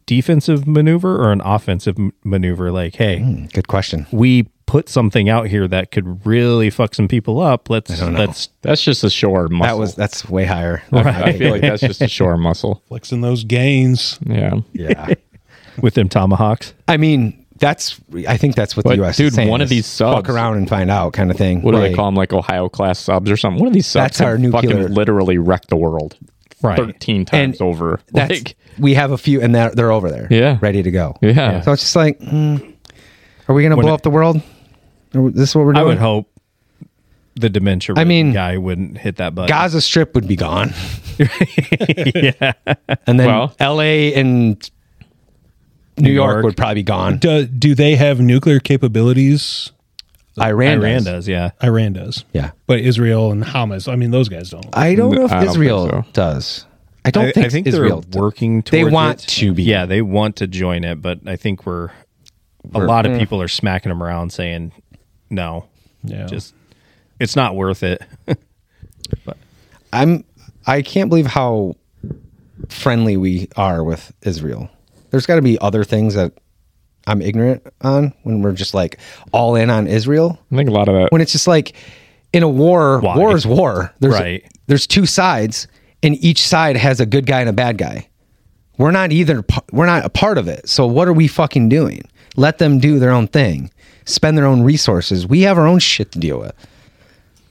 A: defensive maneuver or an offensive m- maneuver? Like, hey,
C: Good question.
A: we put something out here that could really fuck some people up. Let's let's
D: that's just a shore muscle.
C: That was that's way higher.
D: I feel like that's just a shore muscle.
B: Flexing those gains.
D: Yeah.
C: yeah.
A: with them tomahawks.
C: I mean, that's I think that's what
D: But,
C: the U.S.
D: dude,
C: is saying
D: one of
C: is
D: these
C: fuck
D: subs-
C: around and find out kind of thing.
D: What do they
C: Like,
D: call them? Like Ohio class subs or something? One of these subs
C: That's
D: can
C: our nuclear-
D: fucking literally wreck the world.
A: Right.
D: 13
C: And
D: times over.
C: That's,
D: Like,
C: we have a few, and they're, they're over there.
D: Yeah.
C: Ready to go.
D: Yeah.
C: So it's just like, mm, are we going to blow
A: it-
C: up the world? Are- This is what we're
A: I
C: doing.
A: would hope the dementia
C: I mean-
A: guy wouldn't hit that button.
C: Gaza Strip would be gone. And then
D: Well-
C: LA and New York,
A: York.
C: would probably be gone.
B: Do, do they have nuclear capabilities?
C: Iran,
A: Iran
C: does.
A: does, yeah.
B: Iran does.
C: Yeah.
B: But Israel and Hamas, I mean, those guys don't.
C: I don't know if
D: I don't think
C: Israel
D: so.
C: does. I don't
A: I,
C: think,
A: I think
C: Israel
A: they're working towards
C: They want
A: it.
C: to be.
A: Yeah, they want to join it, but I think we're, a lot
C: Hmm.
A: of people are smacking them around saying no.
B: Yeah.
A: Just it's not worth it.
C: I'm. I can't believe how friendly we are with Israel. There's got to be other things that I'm ignorant on when we're just like all in on Israel.
D: I think a lot of that.
C: when it's just like in a war,
A: Why?
C: war is war. There's
A: Right.
C: there's two sides, and each side has a good guy and a bad guy. We're not either. p- We're not a part of it. So what are we fucking doing? Let them do their own thing, spend their own resources. We have our own shit to deal with.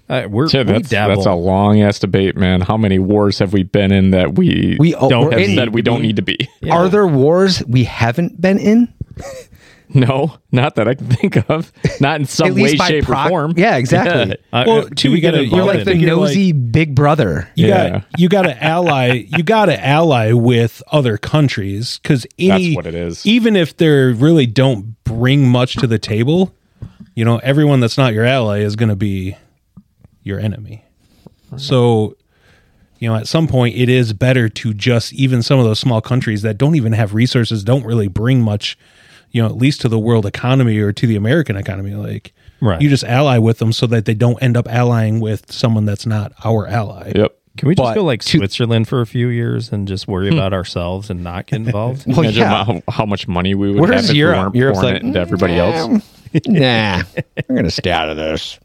A: Uh, we're
D: Yeah,
A: we
D: that's,
A: dabble.
D: that's a long ass debate, man. How many wars have we been in that we,
C: We oh,
A: Don't
C: we're
D: have
C: in-
D: said we don't need to be?
C: Are there wars we haven't been in?
D: No, not that I can think of. Not in some way, shape,
C: proc-
D: or form.
C: Yeah, exactly.
A: Uh,
B: Well,
A: uh, do
B: too,
A: we
B: you
A: get
B: gotta-
A: involved
B: you're
A: in
B: like
A: it?
B: the
C: The
B: Think you're
C: nosy big brother.
B: You
D: Yeah.
B: got you got to ally you got to ally with other countries because any
D: That's what it is.
B: Even if they really don't bring much to the table, you know, everyone that's not your ally is going to be your enemy. So, you know, at some point, it is better to just even some of those small countries that don't even have resources don't really bring much, you know, at least to the world economy or to the American economy. Like,
A: Right.
B: you just ally with them so that they don't end up allying with someone that's not our ally.
D: Yep.
A: Can we just
C: But
A: go like
C: to-
A: Switzerland for a few years and just worry about ourselves and not get involved?
C: Well,
D: Imagine
C: yeah.
D: how, how much money we would
C: Where
D: have
C: is
D: if
C: Europe?
D: we weren't
C: Europe's
D: pouring
C: like,
D: it into everybody else.
C: nah, we're gonna stay out of this.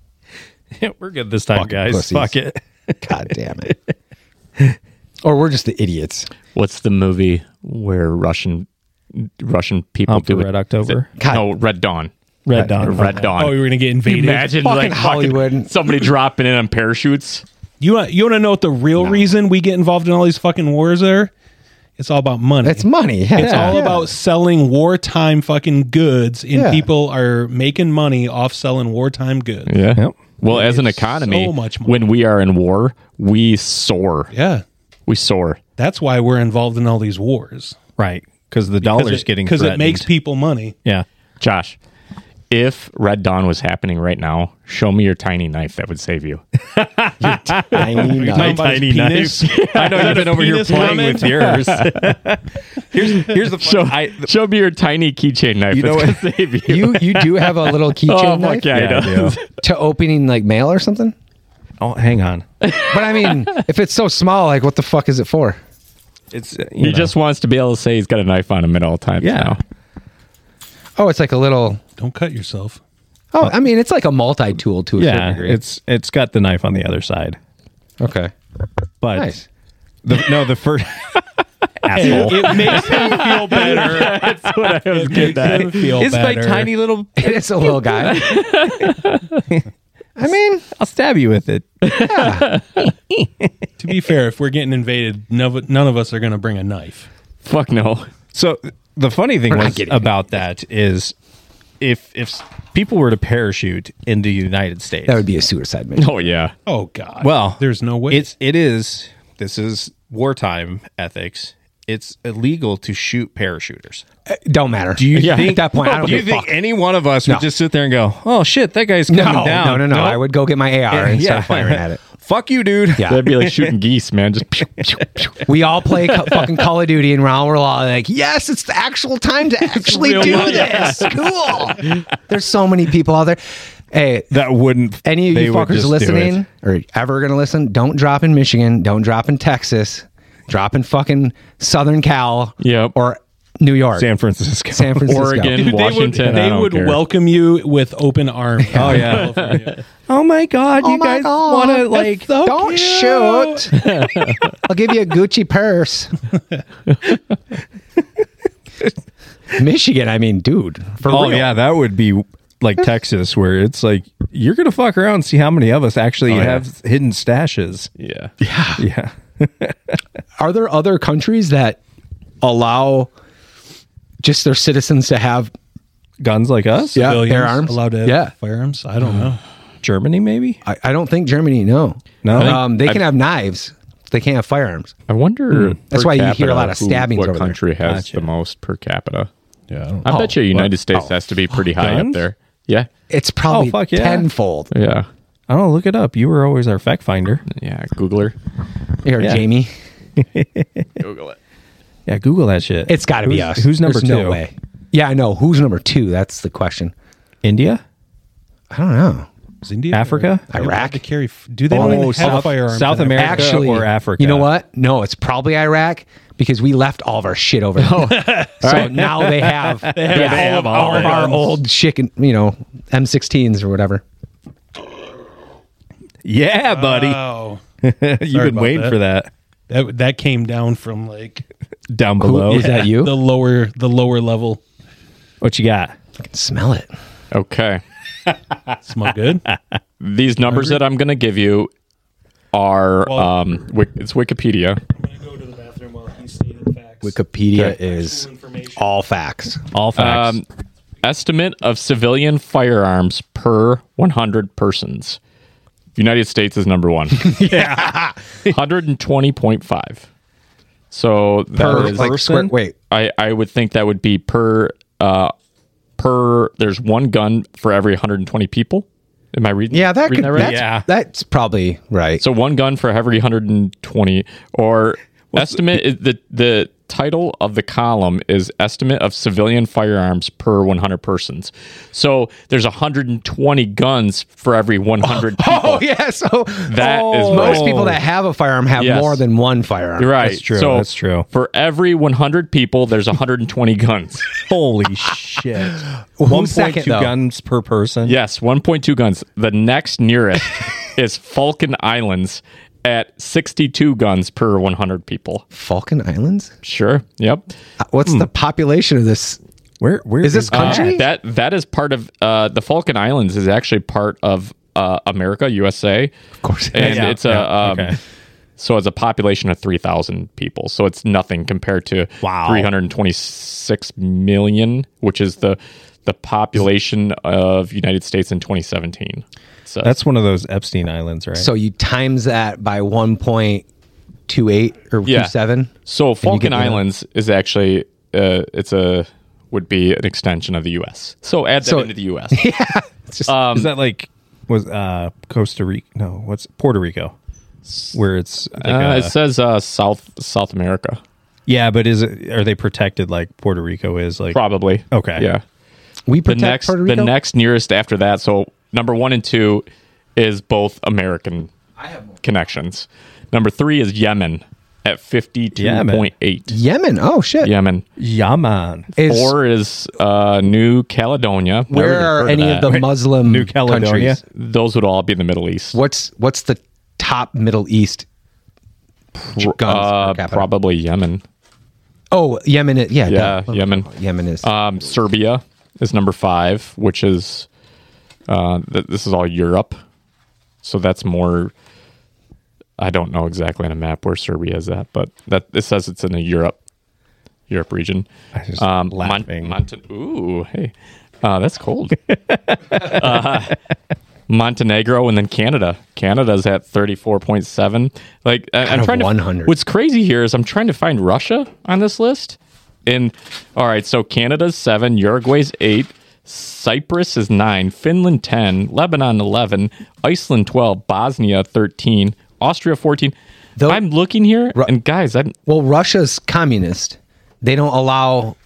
A: We're good this time,
C: Fucking
A: guys.
C: pussies.
A: Fuck it.
C: God damn it. or we're just the idiots.
D: What's the movie where Russian Russian people
A: Um, for
D: do it?
A: Red October?
D: Is it- No, Red Dawn.
A: Red Dawn.
D: Red Dawn.
B: Oh, we Oh, were going to get invaded.
D: Imagine
C: Fucking
D: like fucking
C: Hollywood.
D: somebody dropping in on parachutes.
B: You want you want to know what the real reason we get involved in all these fucking wars are? It's all about money.
C: It's money. Yeah.
B: It's all about selling wartime fucking goods, and
C: Yeah.
B: people are making money off selling wartime goods.
D: Yeah.
A: Yep.
D: Well, as an economy,
B: so much money.
D: when we are in war, we soar.
B: Yeah.
D: We soar.
B: That's why we're involved in all these wars.
A: Right. Because the dollar's getting
B: because it makes
A: threatened.
B: people money.
A: yeah.
D: Josh, if Red Dawn was happening right now, show me your tiny knife that would save you.
C: Tiny
B: Talking
C: knife.
B: about his
A: tiny
B: penis.
D: I know you've been over here
B: penis
D: playing
B: comment?
D: with yours.
A: Here's here's the fun,
D: Show,
A: I,
D: show me your tiny keychain knife
A: You know
D: that's going to save you.
C: You you do have a little keychain
D: oh,
C: knife
D: fuck yeah,
A: Yeah,
D: I
A: I
D: know.
C: to opening like mail or something.
A: oh, hang on.
C: But I mean, if it's so small, like what the fuck is it for?
A: It's uh, you know.
D: He just wants to be able to say he's got a knife on him at all times
A: Yeah.
D: now.
C: Oh, it's like a little.
B: Don't cut yourself.
C: Oh, I mean, it's like a multi tool to a certain
A: yeah.
C: degree.
A: It's it's got the knife on the other side,
C: okay.
A: but
C: Nice.
A: the, no the first
B: It,
A: asshole.
B: it makes him feel better. That's what I was getting at. Feel
A: it's my
B: better.
A: tiny little.
C: It is a little guy. I mean,
A: I'll stab you with it.
B: To be fair, if we're getting invaded, none, none of us are going to bring a knife.
D: Fuck no.
A: So the funny thing
C: not
A: was
C: getting
A: about that is if if s- people were to parachute into the United States,
C: that would be a suicide mission.
D: Oh, yeah.
B: Oh God.
A: well,
B: there's no way.
A: It's it is this is wartime ethics. It's illegal to shoot parachuters.
C: Don't matter. Do
A: you
C: at that point? I don't
A: Do you
C: give a
A: think
C: fuck.
A: any one of us
C: No.
A: would just sit there and go, "Oh shit, that guy's coming
C: No,
A: down"?
C: no, no, no, I would go get my AR and
A: Yeah.
C: start firing at it.
A: Fuck you, dude.
C: Yeah.
D: That'd be like shooting geese, man. Just pew, pew, pew.
C: We all play co- fucking Call of Duty, and we're all, we're all like, "Yes, it's the actual time to actually
B: real
C: do
B: life.
C: this." Cool. There's so many people out there. Hey,
A: That wouldn't.
C: any of
A: they
C: you
A: would
C: fuckers
A: just do
C: listening
A: it.
C: or ever gonna listen, don't drop in Michigan, don't drop in Texas, drop in fucking Southern Cal,
D: Yep.
C: or New York,
A: San Francisco,
C: San Francisco,
D: Oregon.
B: Dude,
D: Washington,
B: They
D: I
B: would,
D: don't
B: they would
D: care.
B: welcome you with open arms. oh
A: yeah. Oh my god,
C: Oh
A: you
C: my
A: guys
C: God.
A: want to
C: That's
A: like?
C: Don't shoot. I'll give you a Gucci purse. Michigan, I mean, dude. For
A: oh
C: real.
A: yeah, that would be like Texas, where it's like you're gonna fuck around and see how many of us
C: Oh,
A: actually
D: yeah.
A: have hidden stashes.
D: Yeah.
A: Yeah,
C: Are there other countries that allow just their citizens to have
A: guns like us.
C: Yeah. Their arms?
B: allowed to have
C: Yeah.
B: firearms. I don't know.
A: Germany maybe.
C: I, I don't think Germany. No,
A: No?
C: Um, they can have knives. They can't have firearms.
D: I wonder.
C: Hmm. That's
D: per
C: why you hear a
D: capita
C: lot of
D: who-
C: stabbings
D: What
C: over there.
D: country has
A: Gotcha.
D: the most per capita?
B: Yeah, I don't
D: I
B: know.
D: bet you United States has to be pretty high up
A: Guns?
D: there. Yeah.
C: It's probably
A: Oh, fuck yeah.
C: tenfold.
D: Yeah.
A: I don't know, look it up. You were always our fact finder.
D: Yeah. Googler.
C: Here,
A: Yeah.
C: Jamie,
D: Google it.
A: Yeah, Google that shit.
C: it's got to be
A: Who's-
C: us.
A: Who's number
C: There's
A: two?
C: No way. Yeah, I know. Who's number two? That's the question.
A: India,
C: I don't know.
B: Is India
A: Africa?
B: or-
C: Iraq?
B: to carry. f- Do they
A: Oh,
B: even have
A: South-
B: firearms?
A: South
B: in
A: America.
C: Actually,
A: or Africa?
C: You know what? No, it's probably Iraq because we left all of our shit over there. so now they have, they
B: they have all
C: all of
B: our
C: our
B: guns.
C: old chicken, you know, M16s or whatever.
A: Yeah,
C: Uh,
A: buddy.
B: Oh,
A: You've been
B: about
A: waiting
B: that.
A: for that
B: that that came down from like
A: down
C: Who-
A: below.
C: Is that you?
B: the lower the lower level.
A: What you got?
C: I can smell it.
D: Okay.
B: Smell good.
D: These numbers that I'm going to give you are um, Wik- it's Wikipedia.
B: go to the bathroom while he stated facts.
C: Wikipedia
D: Okay.
C: is
B: information.
C: all facts.
A: All facts.
D: Um, estimate of civilian firearms per 100 persons. United States is number one. yeah. 120.5. So that
C: Per,
D: is-
C: like, square, wait,
D: I, I would think that would be per uh per there's one gun for every 120 people. Am I reading?
C: yeah, that
D: reading
C: could
D: right?
C: that's,
A: Yeah.
C: that's probably right.
D: So one gun for every 120 or estimate is the the title of the column is estimate of civilian firearms per 100 persons. So there's 120 guns for every 100 people.
C: oh yeah, so oh,
D: That is
C: most
D: right.
C: people that have a firearm have
D: Yes.
C: more than one firearm.
D: You're right.
A: That's true,
D: So
A: that's true.
D: For every 100 people, there's 120 guns.
A: Holy shit! One
C: Who's
A: point
C: second,
A: two
C: though?
A: guns per person.
D: Yes, 1.2 guns. The next nearest is Falcon Islands at 62 guns per 100 people.
C: Falcon Islands? Uh,
D: Sure. Yep.
C: What's the population of this?
A: Where? Where
C: Is this
A: that?
C: country?
D: uh, That that is part of uh, the Falcon Islands is actually part of uh, America, USA. Of course, and
A: Yeah,
D: it's a
A: yeah,
D: um,
A: okay.
D: so it's a population of three thousand people. So it's nothing compared to
A: Wow.
D: three hundred twenty six million, which is the the population of United States in twenty seventeen. So
A: That's one of those Epstein Islands, right?
C: So you times that by 1.28 or
D: Yeah.
C: 27.
D: So Falcon
C: the-
D: Islands is actually uh, it's a would be an extension of the U.S. So add that
C: So-
D: into the U.S.
A: is
D: Um,
A: that like was uh Costa Rica? No, what's Puerto Rico? Where it's, like
D: Uh,
A: a-
D: it says uh, South South America
A: yeah, but is it are they protected like Puerto Rico is like
D: probably.
A: Okay.
D: yeah.
C: We
D: The
C: protect
D: next
C: Puerto Rico.
D: the next nearest after that. So number one and two is both American connections. Number three is Yemen at fifty two point eight.
C: Yemen. Oh shit.
D: Yemen.
A: Yaman,
C: Is-
D: Four is uh, New Caledonia. Never
C: where
D: even heard
C: are any of
D: that.
C: the Muslim
A: New Caledonia.
C: countries?
D: Those would all be in the Middle East.
C: What's what's the top Middle East guns per
D: Uh,
C: capita?
D: probably Yemen.
C: Oh, Yemen. Is, yeah,
D: Yeah,
C: duh.
D: Yemen.
C: Yemen is.
D: Um, Serbia is number five, which is uh, th- this is all Europe, so that's more. I don't know exactly on a map where Serbia is at, but that it says it's in the Europe, Europe region. Um,
A: I just
D: Mon-
A: laughing.
D: Monte- Ooh, hey, uh, that's cold. Uh, Montenegro and then Canada. Canada's at thirty four point seven. Like I, I'm
C: of
D: trying to.
C: 100.
D: What's crazy here is I'm trying to find Russia on this list. And all right, so Canada's seven, Uruguay's eight, Cyprus is nine, Finland ten, Lebanon eleven, Iceland twelve, Bosnia thirteen, Austria fourteen.
C: Though-
D: I'm looking here, and guys, I'm
C: well, Russia's communist. They don't allow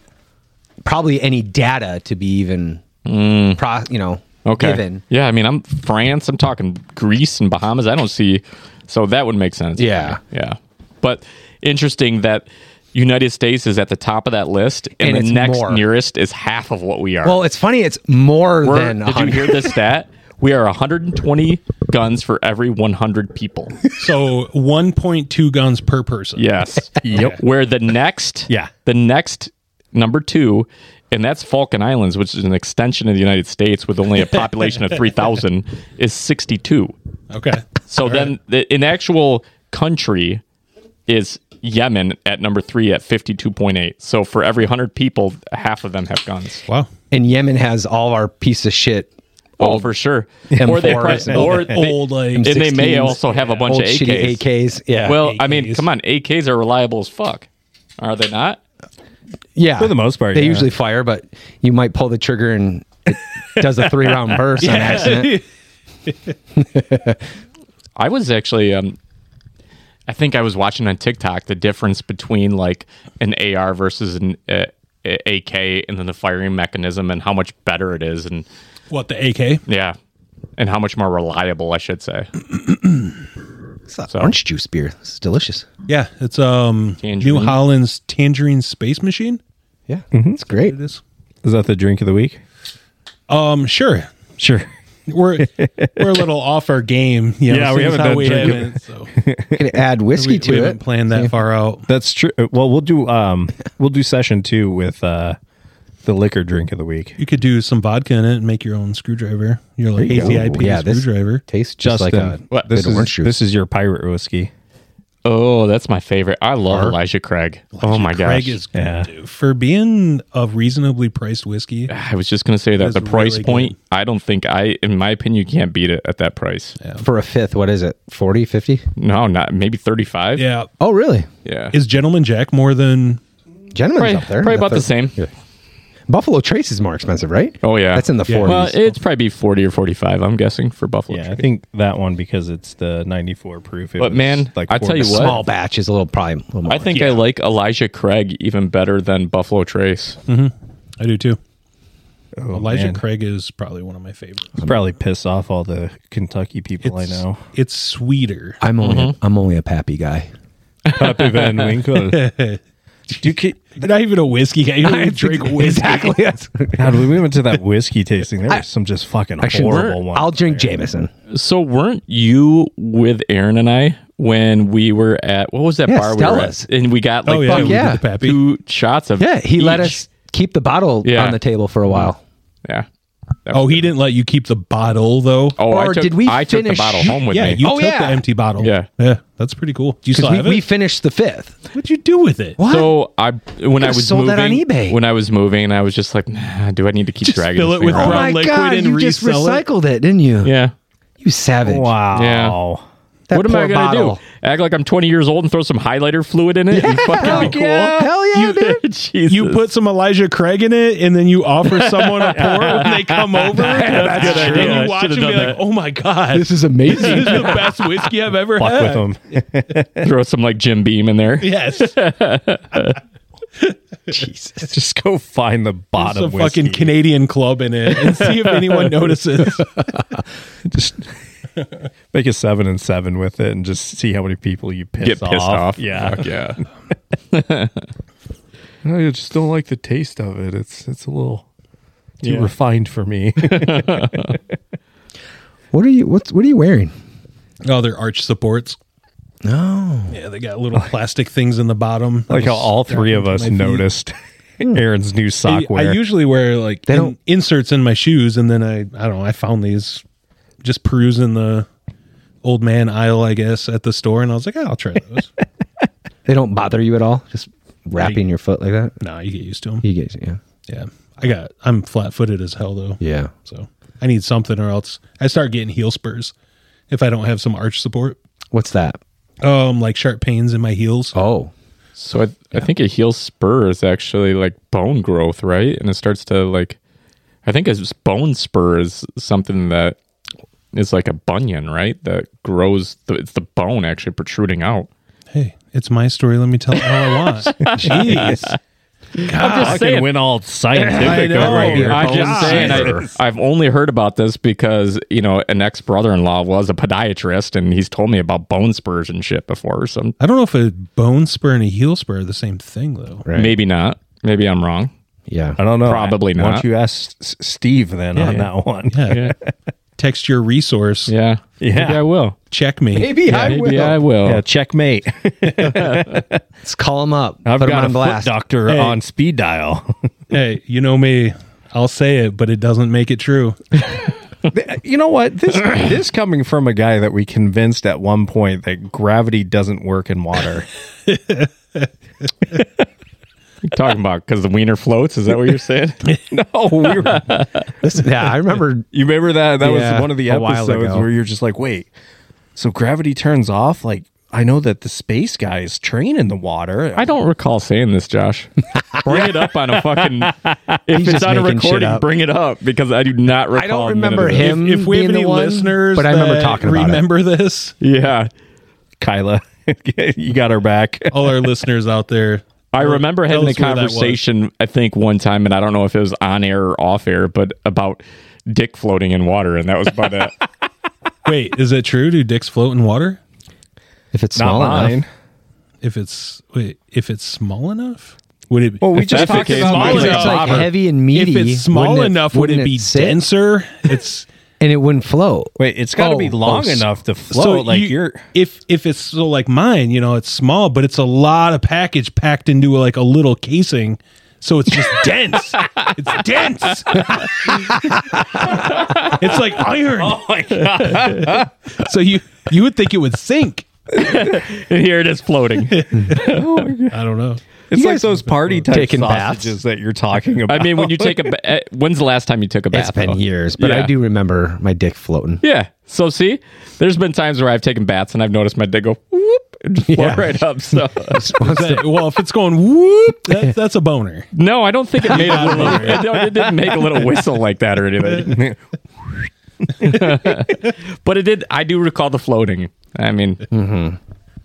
C: probably any data to be even pro, you know
D: Hmm. Okay.
C: given.
D: Yeah, I mean, I'm France. I'm talking Greece and Bahamas. I don't see, so that would make sense.
C: Yeah.
D: yeah. But interesting that United States is at the top of that list, and,
C: And
D: the
C: it's
D: next
C: more.
D: nearest is half of what we are.
C: Well, it's funny. It's more
D: We're-
C: than
D: did you
C: 100.
D: hear this stat? We are 120 guns for every 100 people.
B: So 1.2 guns per person.
D: Yes.
A: Yep.
D: Where the next,
A: Yeah.
D: the next number two, and that's Falcon Islands, which is an extension of the United States with only a population of 3,000, is 62.
B: Okay.
D: So then, the, in actual country, is Yemen at number three at fifty-two point eight. So for every hundred people, half of them have guns.
B: Wow.
C: and Yemen has all our piece of shit.
D: Oh, for sure. or they,
C: M4s
D: pri-
C: and
D: or they,
B: Old like
D: and they may
C: 16s,
D: also have a bunch
C: old
D: of
C: shitty
D: AKs.
C: AKs. Yeah.
D: Well, I mean,
B: AKs.
D: come on, AKs are reliable as fuck, are they not?
C: yeah.
A: For the most part,
C: they
A: yeah.
C: usually fire, but you might pull the trigger and it does a three round burst on accident.
D: I was actually, um, I think I was watching on TikTok the difference between like an AR versus an uh, AK, and then the firing mechanism and how much better it is, and
B: What the AK?
D: Yeah. And how much more reliable, I should say.
C: It's that orange juice beer. This is delicious.
B: Yeah, it's um
D: Tangerine.
B: New Holland's Tangerine Space Machine.
C: Yeah, Mm-hmm. it's great.
B: It is.
A: is that the drink of the week?
B: Um, sure.
A: Sure.
B: We're we're a little off our game. You know,
A: Yeah, we
B: seeing
A: haven't
B: how
A: done
B: we
A: drinking.
B: haven't, so.
C: You can add whiskey
B: we,
C: to
B: we
C: it.
B: haven't planned that far out.
A: That's true. Uh, Well, we'll do um we'll do session two with uh the liquor drink of the week.
B: You could do some vodka in it and make your own screwdriver. Your like
C: There you go.
B: hazy IPA
C: Yeah, this-
B: screwdriver.
C: Tastes just
A: Justin,
C: like a
D: What?
A: this
C: good
A: is
C: orange juice.
A: this is your pirate whiskey.
D: Oh, that's my favorite. I love Elijah Craig. oh my
B: Craig
D: gosh.
B: is good,
A: Yeah.
B: dude. for being a reasonably priced whiskey.
D: I was just going to say that
B: is
D: the price
B: really
D: point, I don't think I in my opinion you can't beat it at that price.
C: for a fifth, what is it? 40, 50?
D: No, not maybe 35.
B: Yeah,
C: Oh, really?
D: Yeah.
B: is Gentleman Jack more than?
C: Gentleman's
D: Probably-
C: up there.
D: probably
C: In
D: about the
C: third-
D: same.
C: Yeah. Buffalo Trace is more expensive, right?
D: Oh yeah.
C: That's in the
B: Yeah.
C: 40s.
D: Well, it's probably 40 or 45, I'm guessing for Buffalo.
A: Yeah, I
D: Trace.
A: think that one because it's the 94 proof. It
D: But
A: was
D: man, I tell you
A: 40.
D: what,
C: Small batch is a little probably a little more.
D: I think I like Elijah Craig even better than Buffalo Trace.
B: I do too.
A: Oh,
B: Elijah
A: man.
B: Craig is probably one of my favorites.
A: probably piss off all the Kentucky people I know.
B: It's sweeter.
C: I'm only
D: Mm-hmm.
C: I'm only a pappy guy.
A: Pappy Van Winkle. Do ki-
B: You're not even a whiskey guy. You don't even drink whiskey.
C: Exactly. That's-
A: God, when we went to that whiskey tasting, there was some just fucking
C: Actually,
A: horrible ones.
C: I'll drink Jameson.
D: So weren't you with Aaron and I when we were at what was that
C: Yeah,
D: bar
C: Stella's.
D: we were at? And we got like
B: Oh yeah,
D: two-
B: we did
C: yeah.
B: the pappy.
D: two shots of
C: Yeah, he let
D: each.
C: us keep the bottle
D: Yeah.
C: on the table for a while.
D: Yeah. That
B: Oh,
D: was
B: he didn't let you keep the bottle though.
D: good. Oh, I
C: or
D: took,
C: did we
D: I took the
C: finish-
D: bottle home with
B: yeah,
D: me.
B: you
C: Oh,
B: took
C: yeah.
B: the empty bottle.
D: Yeah.
B: yeah, that's pretty cool. Do you still
C: because we,
B: have
C: we
B: it?
C: finished the fifth.
B: What'd you do with it?
C: What?
D: So I when I was
C: sold
D: moving
C: that on eBay.
D: when I was moving, I was just like, nah, do I need to keep
B: Just
D: dragging
B: fill
D: this
B: it
D: thing
B: with
C: oh
D: around?
B: brown
C: my
B: liquid
C: god!
B: and
C: You just
B: resell it?
C: recycled it. didn't you?
D: Yeah.
C: You savage.
A: Wow.
C: That
D: what am I
C: poor
D: gonna
C: bottle.
D: do? Act like I'm 20 years old and throw some highlighter fluid in it? and fucking be cool.
C: yeah. Hell yeah,
D: you,
C: dude.
D: Jesus.
B: You put some Elijah Craig in it, and then you offer someone a pour when they come over.
D: That's
B: And
D: a good idea.
B: You watch
D: Should've
B: them be
D: done
B: like,
D: that.
B: "Oh my god,
C: This
B: this is,
C: is amazing.
B: the best whiskey I've ever
A: Fuck
B: had."
A: with them.
D: throw some like Jim Beam in there.
B: Yes,
A: just go find the bottom
B: some
A: whiskey.
B: fucking Canadian club in it, and see if anyone notices.
A: just make a seven and seven with it, and just see how many people you piss
D: Get pissed off.
A: Yeah,
D: Fuck yeah.
A: I just don't like the taste of it. It's it's a little too refined for me.
C: What are you? What's what are you wearing?
B: Oh, they're arch supports.
C: No.
B: Oh. Yeah, they got little plastic things in the bottom.
A: like how all three of
B: to
A: us
B: my feet.
A: noticed Aaron's new sock
B: I,
A: wear.
B: usually wear like
C: They
B: in-
C: don't-
B: inserts in my shoes, and then I I don't know. I found these just perusing the old man aisle, I guess, at the store, and I was like, "Ah, I'll try those.
C: They don't bother you at all. Just wrapping your foot like that.
B: nah, you get used to them.
C: You get yeah.
B: Yeah, I got. I'm flat footed as hell though.
C: Yeah.
B: So I need something, or else I start getting heel spurs if I don't have some arch support.
C: What's that?
B: Um, like sharp pains in my heels.
C: Oh.
D: So I, I think a heel spur is actually like bone growth, right? And it starts to like, I think a s- bone spur is something that is like a bunion, right? That grows. The, it's the bone actually protruding out.
B: Hey, it's my story. Let me tell it all I want. Jeez.
D: I'm
A: I can win all
B: I
A: scientific
B: know.
A: over here.
B: I
D: I'm just
B: God.
D: saying. I, I've only heard about this because you know an ex brother-in-law was a podiatrist, and he's told me about bone spurs and shit before. So I'm-
B: I don't know if a bone spur and a heel spur are the same thing though.
C: Right.
D: maybe not. Maybe I'm wrong.
C: Yeah.
A: I don't know.
D: Probably
A: Why
D: not.
A: don't you ask S- Steve then on that one?
B: Yeah.
D: Yeah.
B: Text your resource.
D: Yeah.
A: Yeah.
D: Maybe I will.
B: Check me.
C: Maybe I
D: Maybe
C: will.
D: I will.
A: Yeah, checkmate.
C: Let's call him up.
A: I've
C: Put
A: got
C: him
A: a
C: on blast.
A: foot doctor
B: Hey.
A: on speed dial.
B: Hey, you know me. I'll say it, but it doesn't make it true.
A: you know what? This this coming from a guy that we convinced at one point that gravity doesn't work in water.
D: talking about because the wiener floats. Is that what you're saying?
A: no, we were
C: This- yeah, I remember.
A: You remember that? That
C: Yeah,
A: was one of the
C: a while
A: episodes
C: ago.
A: where you're just like, wait, so gravity turns off? Like, I know that the space guy is training the water.
D: I don't recall saying this, Josh. bring it up on a fucking. If
C: He's
D: it's
C: just
D: on a
C: making shit
D: recording,
C: up.
D: bring it up because I do not recall.
C: I
D: none
C: don't
D: of
C: remember
D: this.
C: him.
B: if we have
C: being the
B: any
C: one,
B: listeners,
C: but I remember
B: that
C: talking about it.
B: remember this.
D: Yeah,
A: Kyla, you got her back.
B: All our listeners out there,
D: I remember
B: Tell
D: having a
B: us where that was.
D: conversation. I think one time, and I don't know if it was on air or off air, but about dick floating in water, and that was about it.
B: Wait, is it true? Do dicks float in water?
C: If it's
A: Not
C: small
A: mine.
C: enough,
B: If it's wait, if it's small enough, would it?
A: Well, we
B: if
A: just
B: that's
A: talked
B: the case,
A: about Mine
B: mine's
C: if
B: a
A: is
C: it's like
B: popper.
C: heavy and meaty,
B: If it's small
C: wouldn't
B: enough, would it
C: wouldn't
B: be
C: sit?
B: denser? It's
C: And it wouldn't float.
A: Wait, it's got to
C: Oh,
A: be long
C: oh, s-
A: enough to float. like
B: you-
A: you, are
B: if if it's so like mine, you know, it's small, but it's a lot of package packed into like a little casing. So it's just dense. It's dense. it's like iron. Oh my god! so you you would think it would sink.
D: and here it is floating.
B: I don't know.
A: it's like those party type
C: taking baths?
A: sausages that you're talking about.
D: I mean, when you take a, ba- eh, when's the last time you took a bath?
C: It's been
D: though?
C: years, but
D: Yeah.
C: I do remember my dick floating.
D: Yeah. So see, there's been times where I've taken baths and I've noticed my dick go whoop and just float right up. So
B: That- well, if it's going whoop, that, that's a boner.
D: no, I don't think it made a little. It, don't- it didn't make a little whistle like that or anything. but it did. I do recall the floating. I mean,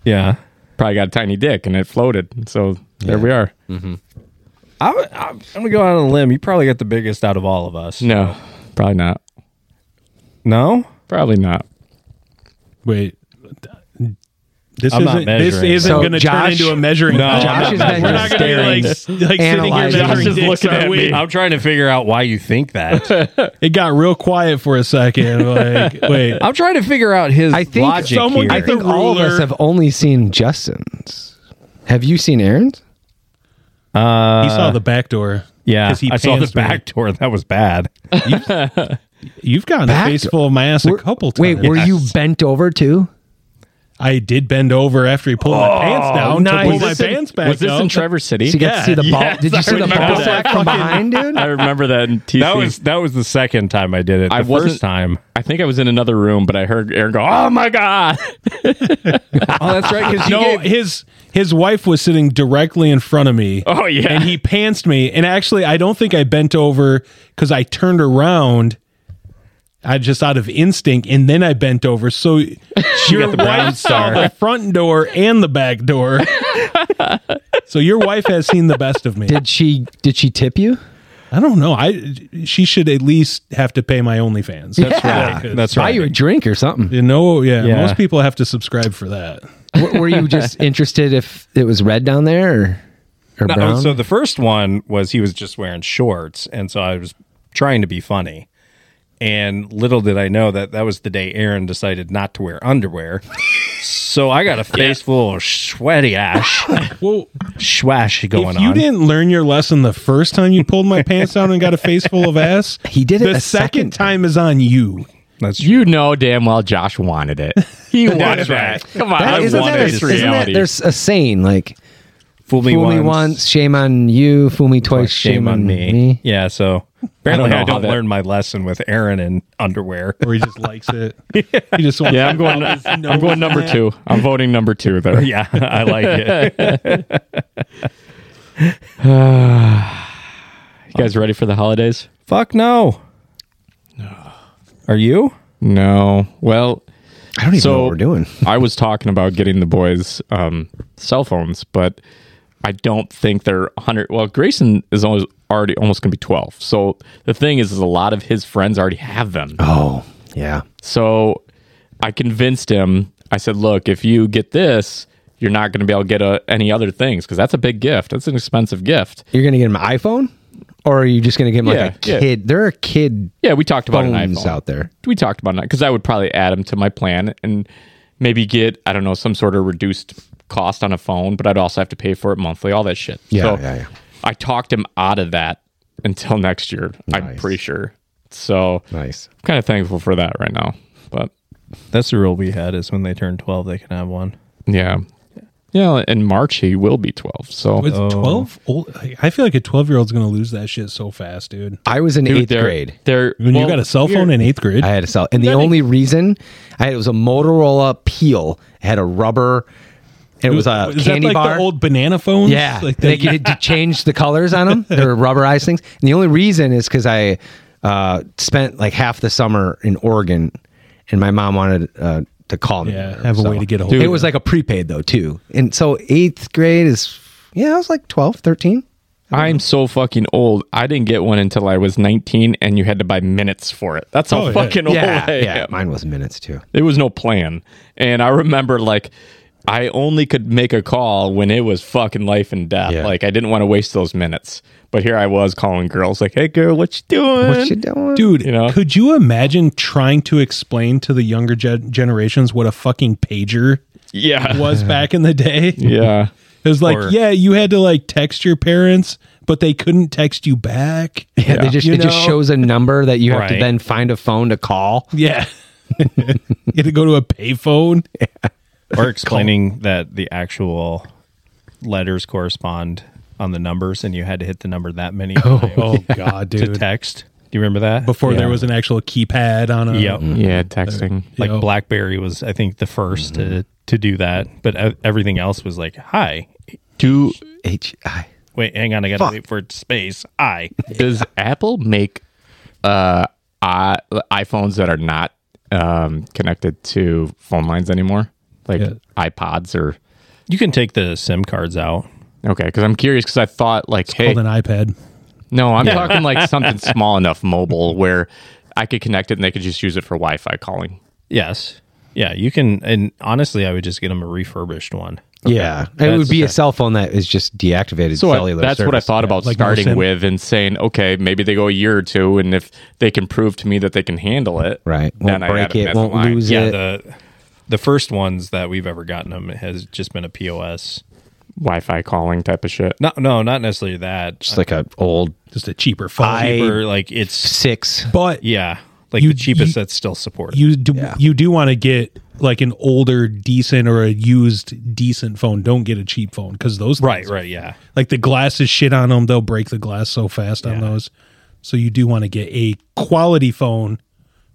A: yeah.
D: probably got a tiny dick and it floated. So there we are.
A: I'm, I'm, I'm going to go out on a limb. You probably got the biggest out of all of us.
D: No, probably not.
A: No?
D: Probably not.
B: Wait. This
A: I'm not
B: isn't, this
A: measuring.
B: isn't
C: So
B: going to turn
C: Josh-
B: into a measuring.
A: No,
B: contest.
A: Josh
C: is
B: We're not going to be
C: staring,
B: like, s- like sitting here
C: analyzing.
B: measuring
C: Josh is
B: dicks,
D: looking
B: are
D: at
B: we?
D: me.
A: I'm trying to figure out why you think that.
B: It got real quiet for a second. Like, wait,
A: I'm trying to figure out his
C: I think
A: logic
B: someone-
A: here.
C: I
B: The
C: think all of
B: ruler-
C: us have only seen Justin's. Have you seen Aaron's?
B: he saw the back door.
A: Yeah,
B: 'Cause he
A: I saw the
B: pans me.
A: back door. That was bad.
B: You've gotten a
C: Back-
B: face full of my ass a couple times.
C: Wait, were you bent over too?
B: I did bend over after he pulled my pants down to pull my
D: this in-
B: pants back.
D: was this
B: up.
D: in Traverse City?
C: So you got to see the ball.
D: yes,
C: did you
D: I
C: see the
D: remember
C: ball
D: that.
C: sack from behind, dude?
D: I remember that in TC.
A: That was that was the second time I did it. The
D: I wasn't-
A: first time.
D: I think I was in another room, but I heard Aaron go, "Oh my god!"
A: Oh, that's right. Because
B: no, his his wife was sitting directly in front of me.
D: Oh, yeah.
B: and he pantsed me. And actually, I don't think I bent over because I turned around. I just out of instinct, and then I bent over. So your
A: got the brown
B: wife saw the front door and the back door. so your wife has seen the best of me.
C: did she did she tip you?
B: I don't know. I she should at least have to pay my OnlyFans. That's
A: Yeah,
B: right.
A: that's
C: Buy
A: right.
C: you a drink or something.
B: You know, yeah,
A: Yeah.
B: Most people have to subscribe for that.
C: W- were you just interested if it was red down there or, or
A: No,
C: brown?
A: so the first one was he was just wearing shorts, and so I was trying to be funny. And little did I know that that was the day Aaron decided not to wear underwear. so I got a face full of sweaty ash,
B: Well,
A: swash going
B: if you
A: on.
B: didn't learn your lesson the first time you pulled my pants down and got a face full of ass,
C: He did it
B: The
C: a
B: second
C: second
B: time is on you.
A: That's
D: You know damn well Josh wanted it. He wanted
A: That's right.
D: that. Come on,
C: That-
D: I
C: isn't that
D: wanted
C: a-
D: his
C: isn't that-
D: reality.
C: there's a saying like
A: fool me
C: fool
A: once,
C: me once, shame on you, fool me twice,
A: shame, on me. Yeah, so apparently
D: know
A: I
D: how
A: don't,
D: that-
A: learn my lesson with Aaron in underwear.
B: Or he just likes it. He just wants
D: yeah, I'm going. I'm going number two. I'm voting number two there.
A: yeah, I like it.
D: You guys ready for the holidays?
A: Fuck no. No. Are you?
D: No. Well,
C: I don't even
D: So-
C: know what we're doing.
D: I was talking about getting the boys um, cell phones, but I don't think they're 100. Well, Grayson is always already almost going to be 12. So the thing is, is a lot of his friends already have them.
C: Oh, yeah.
D: So I convinced him. I said, "Look, if you get this, you're not going to be able to get uh any other things because that's a big gift. That's an expensive gift."
C: You're gonna get him an iPhone, or are you just gonna give him like a
D: Yeah, yeah.
C: kid? There are kid
D: Yeah, we talked about an
C: phones
D: iPhone.
C: out there.
D: We talked about that because I would probably add them to my plan and maybe get I don't know some sort of reduced cost on a phone, but I'd also have to pay for it monthly, all that shit.
C: Yeah, yeah, yeah.
D: I talked him out of that until next year. I'm
C: Nice.
D: pretty sure. So
C: Nice.
D: I'm kind of thankful for that right now. But
A: That's the rule we had is when they turn 12, they can have one.
D: yeah, yeah. In March he will be 12. So
B: Was twelve old? I feel like a twelve year old's gonna lose that shit so fast, dude.
C: I was in
D: Dude,
C: eighth
D: they're-
C: grade.
D: They're
B: When you
D: well,
B: got a cell phone in eighth grade,
C: I had to sell, and the only reason I had it was a Motorola Peel. It had a rubber. It was a
B: is
C: candy
B: that like
C: bar.
B: the old banana phones?
C: yeah,
B: like
C: they
B: that. you-
C: could to change the colors on them. They're rubberized things, and the only reason is because I uh, spent like half the summer in Oregon, and my mom wanted uh, to call me.
B: Yeah,
C: there,
B: have a way to get a hold
C: It
B: of
C: was like a prepaid though too, and so eighth grade is yeah, I was like 12, 13.
D: I'm so fucking old. I didn't get one until I was 19, and you had to buy minutes for it. That's how
B: Oh, yeah.
D: fucking old
C: Yeah,
D: I
C: yeah,
D: am.
C: mine was minutes too.
D: There was no plan. And I remember like I only could make a call when it was fucking life and death.
C: Yeah.
D: Like I didn't want to waste those minutes. But here I was calling girls like, "Hey girl, what you doing?"
C: What you doing?
B: dude.
D: you know?
B: Could you imagine trying to explain to the younger gen- generations what a fucking pager
D: yeah.
B: was back in the day?
D: Yeah.
B: It was like,
A: Or-
B: yeah, you had to like text your parents, but they couldn't text you back.
C: Yeah, they just
B: You
C: it just
B: know?
C: shows a number that you have to
A: Right.
C: then find a phone to call.
B: Yeah. you had to go to a payphone.
A: Or explaining that the actual letters correspond on the numbers and you had to hit the number that many times
B: Oh god,
A: to text. Do you remember that?
B: Before
A: Yeah.
B: there was an actual keypad on a Mm-hmm.
A: Yep.
D: Yeah, texting.
A: Like
B: Yep. Mm-hmm.
A: Blackberry was, I think, the 1st to, to do that. But uh, everything else was like, hi.
D: Do
C: H I.
A: Wait, hang on. I got to
C: Fuck.
A: wait for space. I.
D: does Apple make uh I, iPhones that are not um connected to phone lines anymore? Like
B: Yeah.
D: iPods or
A: You can take the SIM cards out.
D: Okay, because I'm curious because I thought like, hey,
B: called an iPad.
D: No, I'm talking like something small enough mobile where I could connect it and they could just use it for Wi-Fi calling.
A: Yes. Yeah, you can. And honestly, I would just get them a refurbished one.
C: Yeah, it would be a cell phone that is just deactivated
D: So I-
C: cellular.
D: that's what I
C: service.
D: thought about
B: Like
D: starting
B: Molson.
D: with and saying, okay, maybe they go a year or two, and if they can prove to me that they can handle it,
C: Right,
D: then
C: won't
D: I
C: break
D: add 'em
C: it,
D: as a
C: won't
D: line.
C: lose
A: yeah
C: it.
A: the the first ones that we've ever gotten them has just been a pos
D: Wi-Fi calling type of shit.
A: No, no, not necessarily that.
E: Just like an old
B: Just a cheaper phone.
A: Cheaper, like it's
C: Six.
B: but
A: yeah, like
B: You-
A: the cheapest
B: you-
A: that's still supported.
B: you do you do want to get like an older decent or a used decent phone. Don't get a cheap phone because those
A: right,
B: things-
A: right, yeah,
B: like the glass is shit on them. They'll break the glass so fast on those. So you do want to get a quality phone.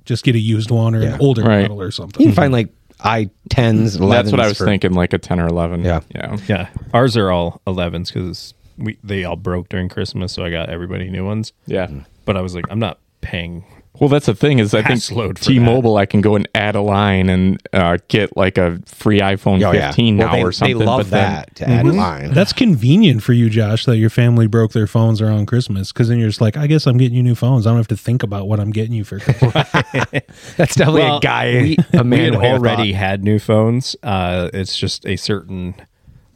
B: Just get a used one or an older
D: Right.
B: model or
C: You
B: something.
C: can find like i tens, 11s.
D: That's what I was
C: for-
D: thinking, like a ten or eleven.
C: Yeah.
D: yeah.
A: yeah. Ours are all 11s because we they all broke during Christmas, so I got everybody new ones.
D: Yeah.
A: But I was like, I'm not paying.
D: Well, that's the thing is I think
A: Pass load for
D: T-Mobile, I can go and add a line and uh, get like a free iPhone
C: Oh, yeah.
D: 15
C: Well,
D: now
C: they,
D: or something.
C: They love
D: but then-
C: that to add a line.
B: That's convenient for you, Josh, that your family broke their phones around Christmas because then you're just like, I guess I'm getting you new phones. I don't have to think about what I'm getting you for. Christmas."
C: That's definitely a guy,
A: We
C: a man
A: had
C: way of
A: already had new phones. Uh, it's just a certain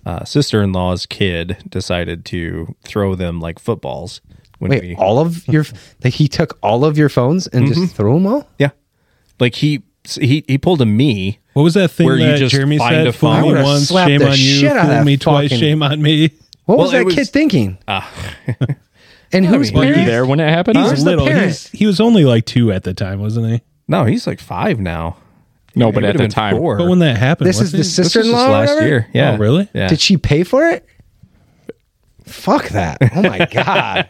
A: uh, sister-in-law's kid decided to throw them like footballs when
C: Wait,
A: we
C: all of your like he took all of your phones and just threw them all?
A: yeah, like he he he pulled a me.
B: what was that thing
A: Where you
B: that
A: just
B: Jeremy
A: find a
B: said?
A: phone.
B: Fool
A: I
B: me
A: would've
B: once,
C: slapped
B: shame
C: the
B: on you.
C: shit out of
B: Fool
C: that
B: me twice,
C: fucking-
B: shame on me.
C: What was
A: Well, it
C: that
A: was-
C: kid thinking? and who's
D: Were you
C: parents?
D: there when it happened?
C: He's
D: Huh?
B: He's
C: Where's the
B: little.
C: parents?
B: He's, he was only like two at the time, wasn't he?
A: No, he's like five now.
D: No,
A: He
D: but
A: would've
D: at the
A: been
D: time,
A: four.
B: But when that happened,
C: This is
B: wasn't
C: the
A: This was just
C: sister-in-law. or
A: last
C: whatever?
A: year. Yeah,
B: Oh, really?
A: Yeah.
C: Did she pay for it? Fuck that! Oh my god!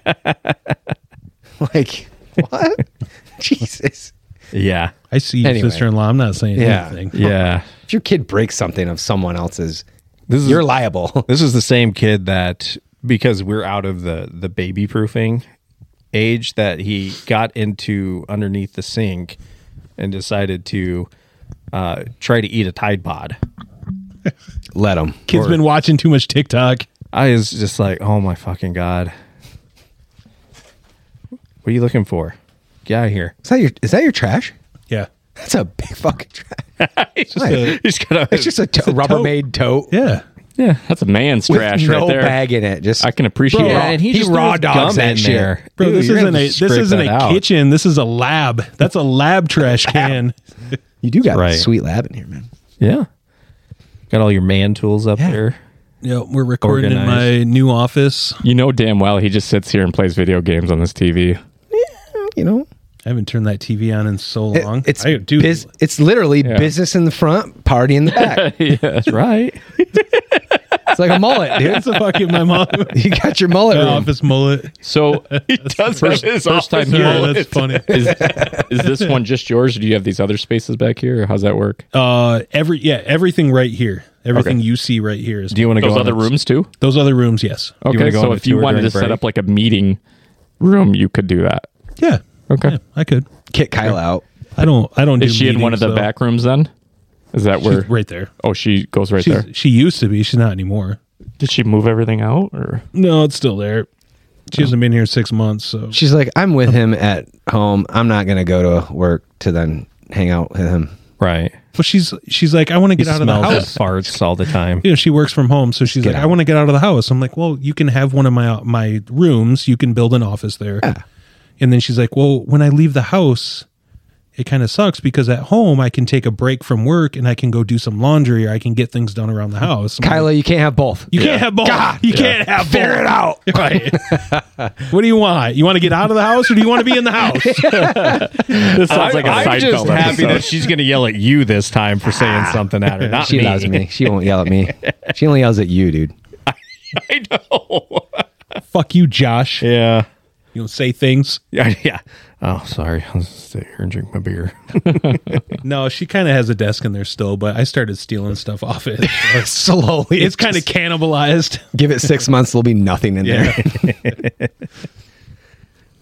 C: like what? Jesus!
A: yeah.
B: I see your
C: Anyway.
B: sister-in-law. I'm not saying
C: Yeah.
B: anything.
A: Yeah.
C: If your kid breaks something of someone else's,
A: This is
C: you're liable.
A: this is the same kid that because we're out of the the baby proofing age that he got into underneath the sink and decided to uh, try to eat a Tide Pod.
C: Let them.
B: Kid's been watching too much TikTok.
A: I was just like, oh my fucking god. What are you looking for? Get out of here.
C: Is that your? Is that your trash?
B: Yeah.
C: That's a big fucking trash.
A: He's just,
C: a- It's just a, to- Rubbermaid tote.
B: Yeah.
D: yeah, that's a man's
C: with
D: trash
C: no
D: right there.
C: bag in it. Just
D: I can appreciate
C: Bro,
D: it.
A: yeah,
C: Raw-
A: and Oh, he,
C: he
A: just
C: raw
A: threw
C: dogs
A: gum
C: that
A: in
C: shit.
A: there.
B: Bro,
A: Dude,
B: this
A: you're gonna
B: isn't a
A: have
B: this
A: to scrape
B: isn't a
A: that out.
B: kitchen. This is a lab. That's a lab trash can.
C: you do got
A: Right.
C: a sweet lab in here, man.
A: Yeah. Got all your man tools up there.
B: yeah, we're recording
A: Organized.
B: in my new office.
D: You know damn well he just sits here and plays video games on this TV.
C: You know,
B: I haven't turned that TV on in so
C: It-
B: long.
C: it's
B: I do.
C: bus- it's literally business in the front, party in the back.
A: That's right.
C: it's like a mullet, dude.
B: it's a fucking my mom
C: You got your mullet
B: my
C: room.
B: office mullet.
D: So he does first, first time
B: Yeah,
D: here.
B: that's funny.
D: Is, is this one just yours, or do you have these other spaces back here? Or how's that work?
B: Uh, every yeah, everything right here. Everything you see right here is
A: Do you want to go
D: Those
A: on
D: other
A: a-
D: rooms too.
B: those other rooms. Yes.
D: Okay,
A: wanna go
D: so
A: on a
D: if you
A: tour
D: wanted
A: during
D: to set
A: break?
D: up like a meeting room, you could do that.
B: Yeah.
D: Okay.
B: Yeah, I could.
C: Kick Kyle out.
B: I don't. I don't.
D: Is
B: do
D: she in one
B: meetings,
D: of
B: though.
D: the back rooms then? Is that
B: She's
D: where?
B: right there.
D: Oh, she goes right
B: She's,
D: there.
B: she used to be. She's not anymore.
D: Did she move everything out or?
B: No, it's still there. She hasn't been here in six months. So
C: She's like, I'm with him at home. I'm not gonna go to work to then hang out with him.
A: Right.
B: well, she's she's like, I want to get
A: He
B: out of the
A: smells
B: house.
A: farts all the time.
B: You know, she works from home, so she's like,
C: out.
B: I want to get out of the house. I'm like, well, you can have one of my my rooms. You can build an office there. And then she's like, well, when I leave the house, it kind of sucks because at home I can take a break from work and I can go do some laundry or I can get things done around the house. I'm like,
C: Kyla, you can't have both.
B: you can't have both. you can't have both.
C: Figure it out.
B: Right. what do you want? You want to get out of the house or do you want to be in the house?
D: This sounds like a
A: I'm just
D: Seinfeld
A: happy
D: episode.
A: that she's going to yell at you this time for saying something at her, Ah. not
C: She
A: me.
C: loves me. She won't yell at me. She only yells at you, dude.
A: I know.
B: Fuck you, Josh.
A: Yeah.
B: You don't say things.
A: Yeah. Yeah. Oh, sorry. I'll just stay here and drink my beer.
B: No, she kind of has a desk in there still, but I started stealing stuff off it. So it's-
C: Slowly,
B: it's kind of cannibalized.
C: give it six months. There'll be nothing in there.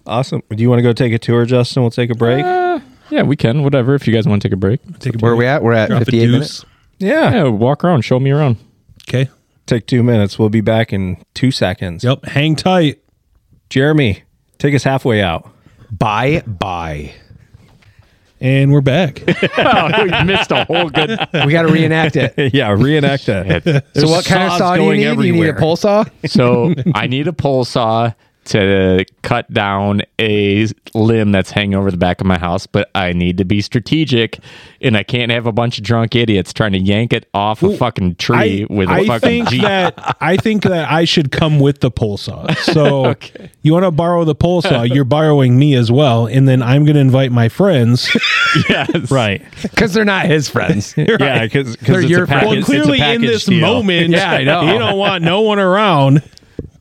A: Awesome. Do you want to go take a tour, Justin? We'll take a break.
D: yeah, we can. Whatever. If you guys want to take a break,
B: Take a
C: Where are
B: break.
C: we at? We're at
B: Drop a
C: 58
B: deuce.
C: minutes.
A: yeah.
D: yeah, walk around, show me around.
B: Okay.
A: Take two minutes. We'll be back in two seconds.
B: Yep. Hang tight.
A: Jeremy, take us halfway out.
C: Bye bye.
B: And we're back.
D: Oh, we missed a whole good.
C: We got to reenact it.
A: yeah. Reenact that.
C: so what kind of saw do you need? You need a pole saw?
D: So I need a pole saw. to cut down a limb that's hanging over the back of my house, but I need to be strategic, and I can't have a bunch of drunk idiots trying to yank it off a fucking tree with a
B: I
D: fucking
B: think
D: jeep.
B: that I think that I should come with the pole saw. So you want to borrow the pole saw, you're borrowing me as well, and then I'm going to invite my friends.
D: yes.
A: Right.
C: because they're not his friends.
A: Yeah, because
C: They're
A: it's,
C: your
A: a package-
B: well,
A: it's a
B: clearly in
A: package
B: this
A: deal.
B: moment,
C: Yeah, I know.
B: you don't want no one around.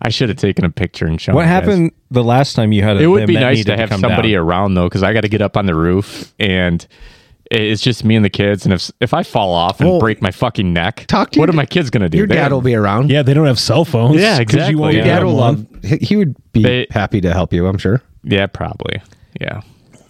D: I should have taken a picture and shown.
A: What
D: you guys.
A: happened the last time you had a
D: It would
A: limb
D: be
A: that
D: nice
A: needed
D: to have
A: come
D: somebody
A: down?
D: around though, because I got to get up on the roof, and it's just me and the kids. And if if I fall off and
C: Well,
D: break my fucking neck,
C: talk to
D: what
C: your-
D: are my kids gonna do?
C: Your
D: They're-
C: dad will be around.
B: Yeah, they don't have cell phones.
D: Yeah,
B: 'cause
D: exactly.
B: You won't
D: Your
B: get
C: dad will
B: them one.
C: love. He he would be
D: They-
C: happy to help you. I'm sure.
D: Yeah, probably. Yeah,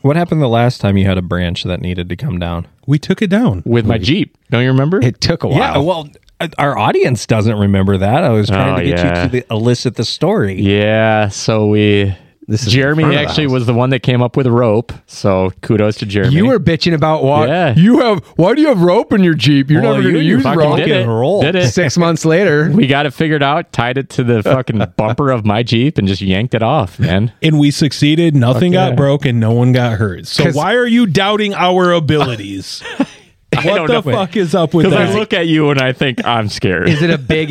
A: What happened the last time you had a branch that needed to come down?
B: We took it down.
D: with my jeep. Don't you remember?
C: It took a while.
A: Yeah, well, uh, our audience doesn't remember that. I was trying
D: Oh,
A: to get
D: yeah.
A: you to the, elicit the story.
D: yeah. So we.
C: This is in
D: Jeremy
C: front of the
D: actually
C: house.
D: was the one that came up with a rope. So kudos to Jeremy.
C: You were bitching about why
D: Yeah.
C: you have. Why do you have rope in your Jeep? You're
A: Well,
C: never going
A: you-
C: to
A: you
C: use
A: fucking
C: rope.
D: did it.
A: roll.
D: Did it.
C: Six months later,
D: We got it figured out, tied it to the fucking bumper of my Jeep and just yanked it off, man.
B: and we succeeded. Nothing got
D: Fuck yeah.
B: broken. No one got hurt. So
C: 'Cause-
B: why are you doubting our abilities?
D: don't
B: what the
D: know.
B: fuck is up with
D: Because I
B: that?
D: look at you and I think I'm scared.
C: is it a big,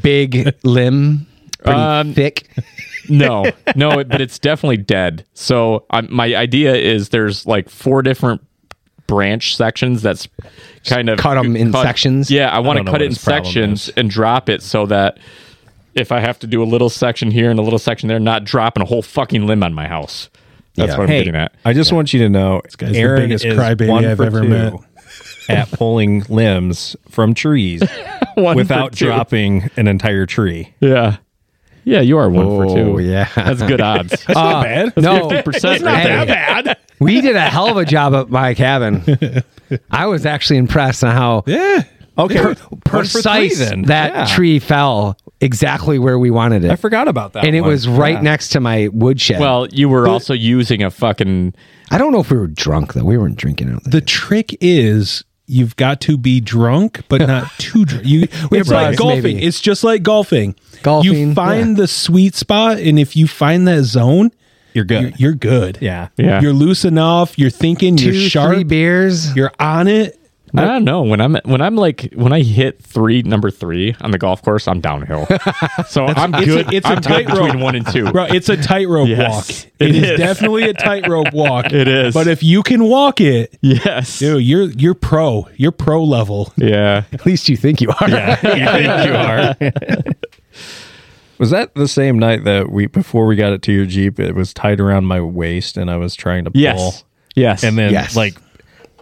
C: big limb? Pretty
D: Um,
C: thick.
D: no, no, it- but it's definitely dead. So um, my idea is there's like four different branch sections that's kind of
C: cut 'em in sections?
D: Yeah, I
A: don't
D: want to
A: know
D: cut
A: what
D: it in
A: his problem
D: sections and drop it so that if I have to do a little section here and a little section there, not dropping a whole fucking limb on my house. That's what I'm
A: Hey,
D: getting at.
A: I just want you to know,
B: guy's the
A: Aaron
B: biggest
A: is
B: crybaby
A: one
B: I've
A: for
B: ever
A: two
B: met.
A: at pulling limbs from trees
D: One for
A: without
D: two.
A: dropping an entire tree.
D: Yeah. Yeah, you are one for
C: Oh,
D: two.
C: yeah. Uh,
D: That's good odds.
B: not bad.
C: No,
D: 50%,
C: It's not
D: right?
C: that
B: bad.
C: we did a hell of a job at my cabin. I was actually impressed on how
B: Yeah.
A: Okay,
C: precise that tree fell exactly where we wanted it,
A: I forgot about that,
C: and it
A: one.
C: was right
A: Yeah.
C: next to my woodshed.
D: Well, you were also using a fucking
C: I don't know if we were drunk though. We weren't drinking out there.
B: The trick is you've got to be drunk, but not too drunk. You, it's
C: Right.
B: like golfing.
C: Maybe.
B: It's just like golfing.
C: Golfing,
B: You find
C: yeah.
B: the sweet spot, and if you find that zone,
A: You're good.
B: you're, you're good.
A: yeah.
D: Yeah.
B: You're loose enough. You're thinking.
C: Two,
B: you're
C: three
B: sharp.
C: beers.
B: You're on it.
D: I don't know when I'm when I'm like when I hit three number three on the golf course I'm downhill, so I'm
B: it's
D: good.
B: a- it's a
D: I'm good
B: tightrope.
D: between one and two.
B: Bro, it's a tightrope
D: Yes,
B: walk.
D: it
B: it is.
D: is.
B: definitely a tightrope walk.
D: It is.
B: But if you can walk it,
D: Yes,
B: dude, you're you're pro. You're pro level.
D: yeah.
C: At least you think you are.
A: Was that the same night that we before we got it to your Jeep, it was tied around my waist and I was trying to pull.
D: Yes, yes.
A: And then
C: Yes.
A: like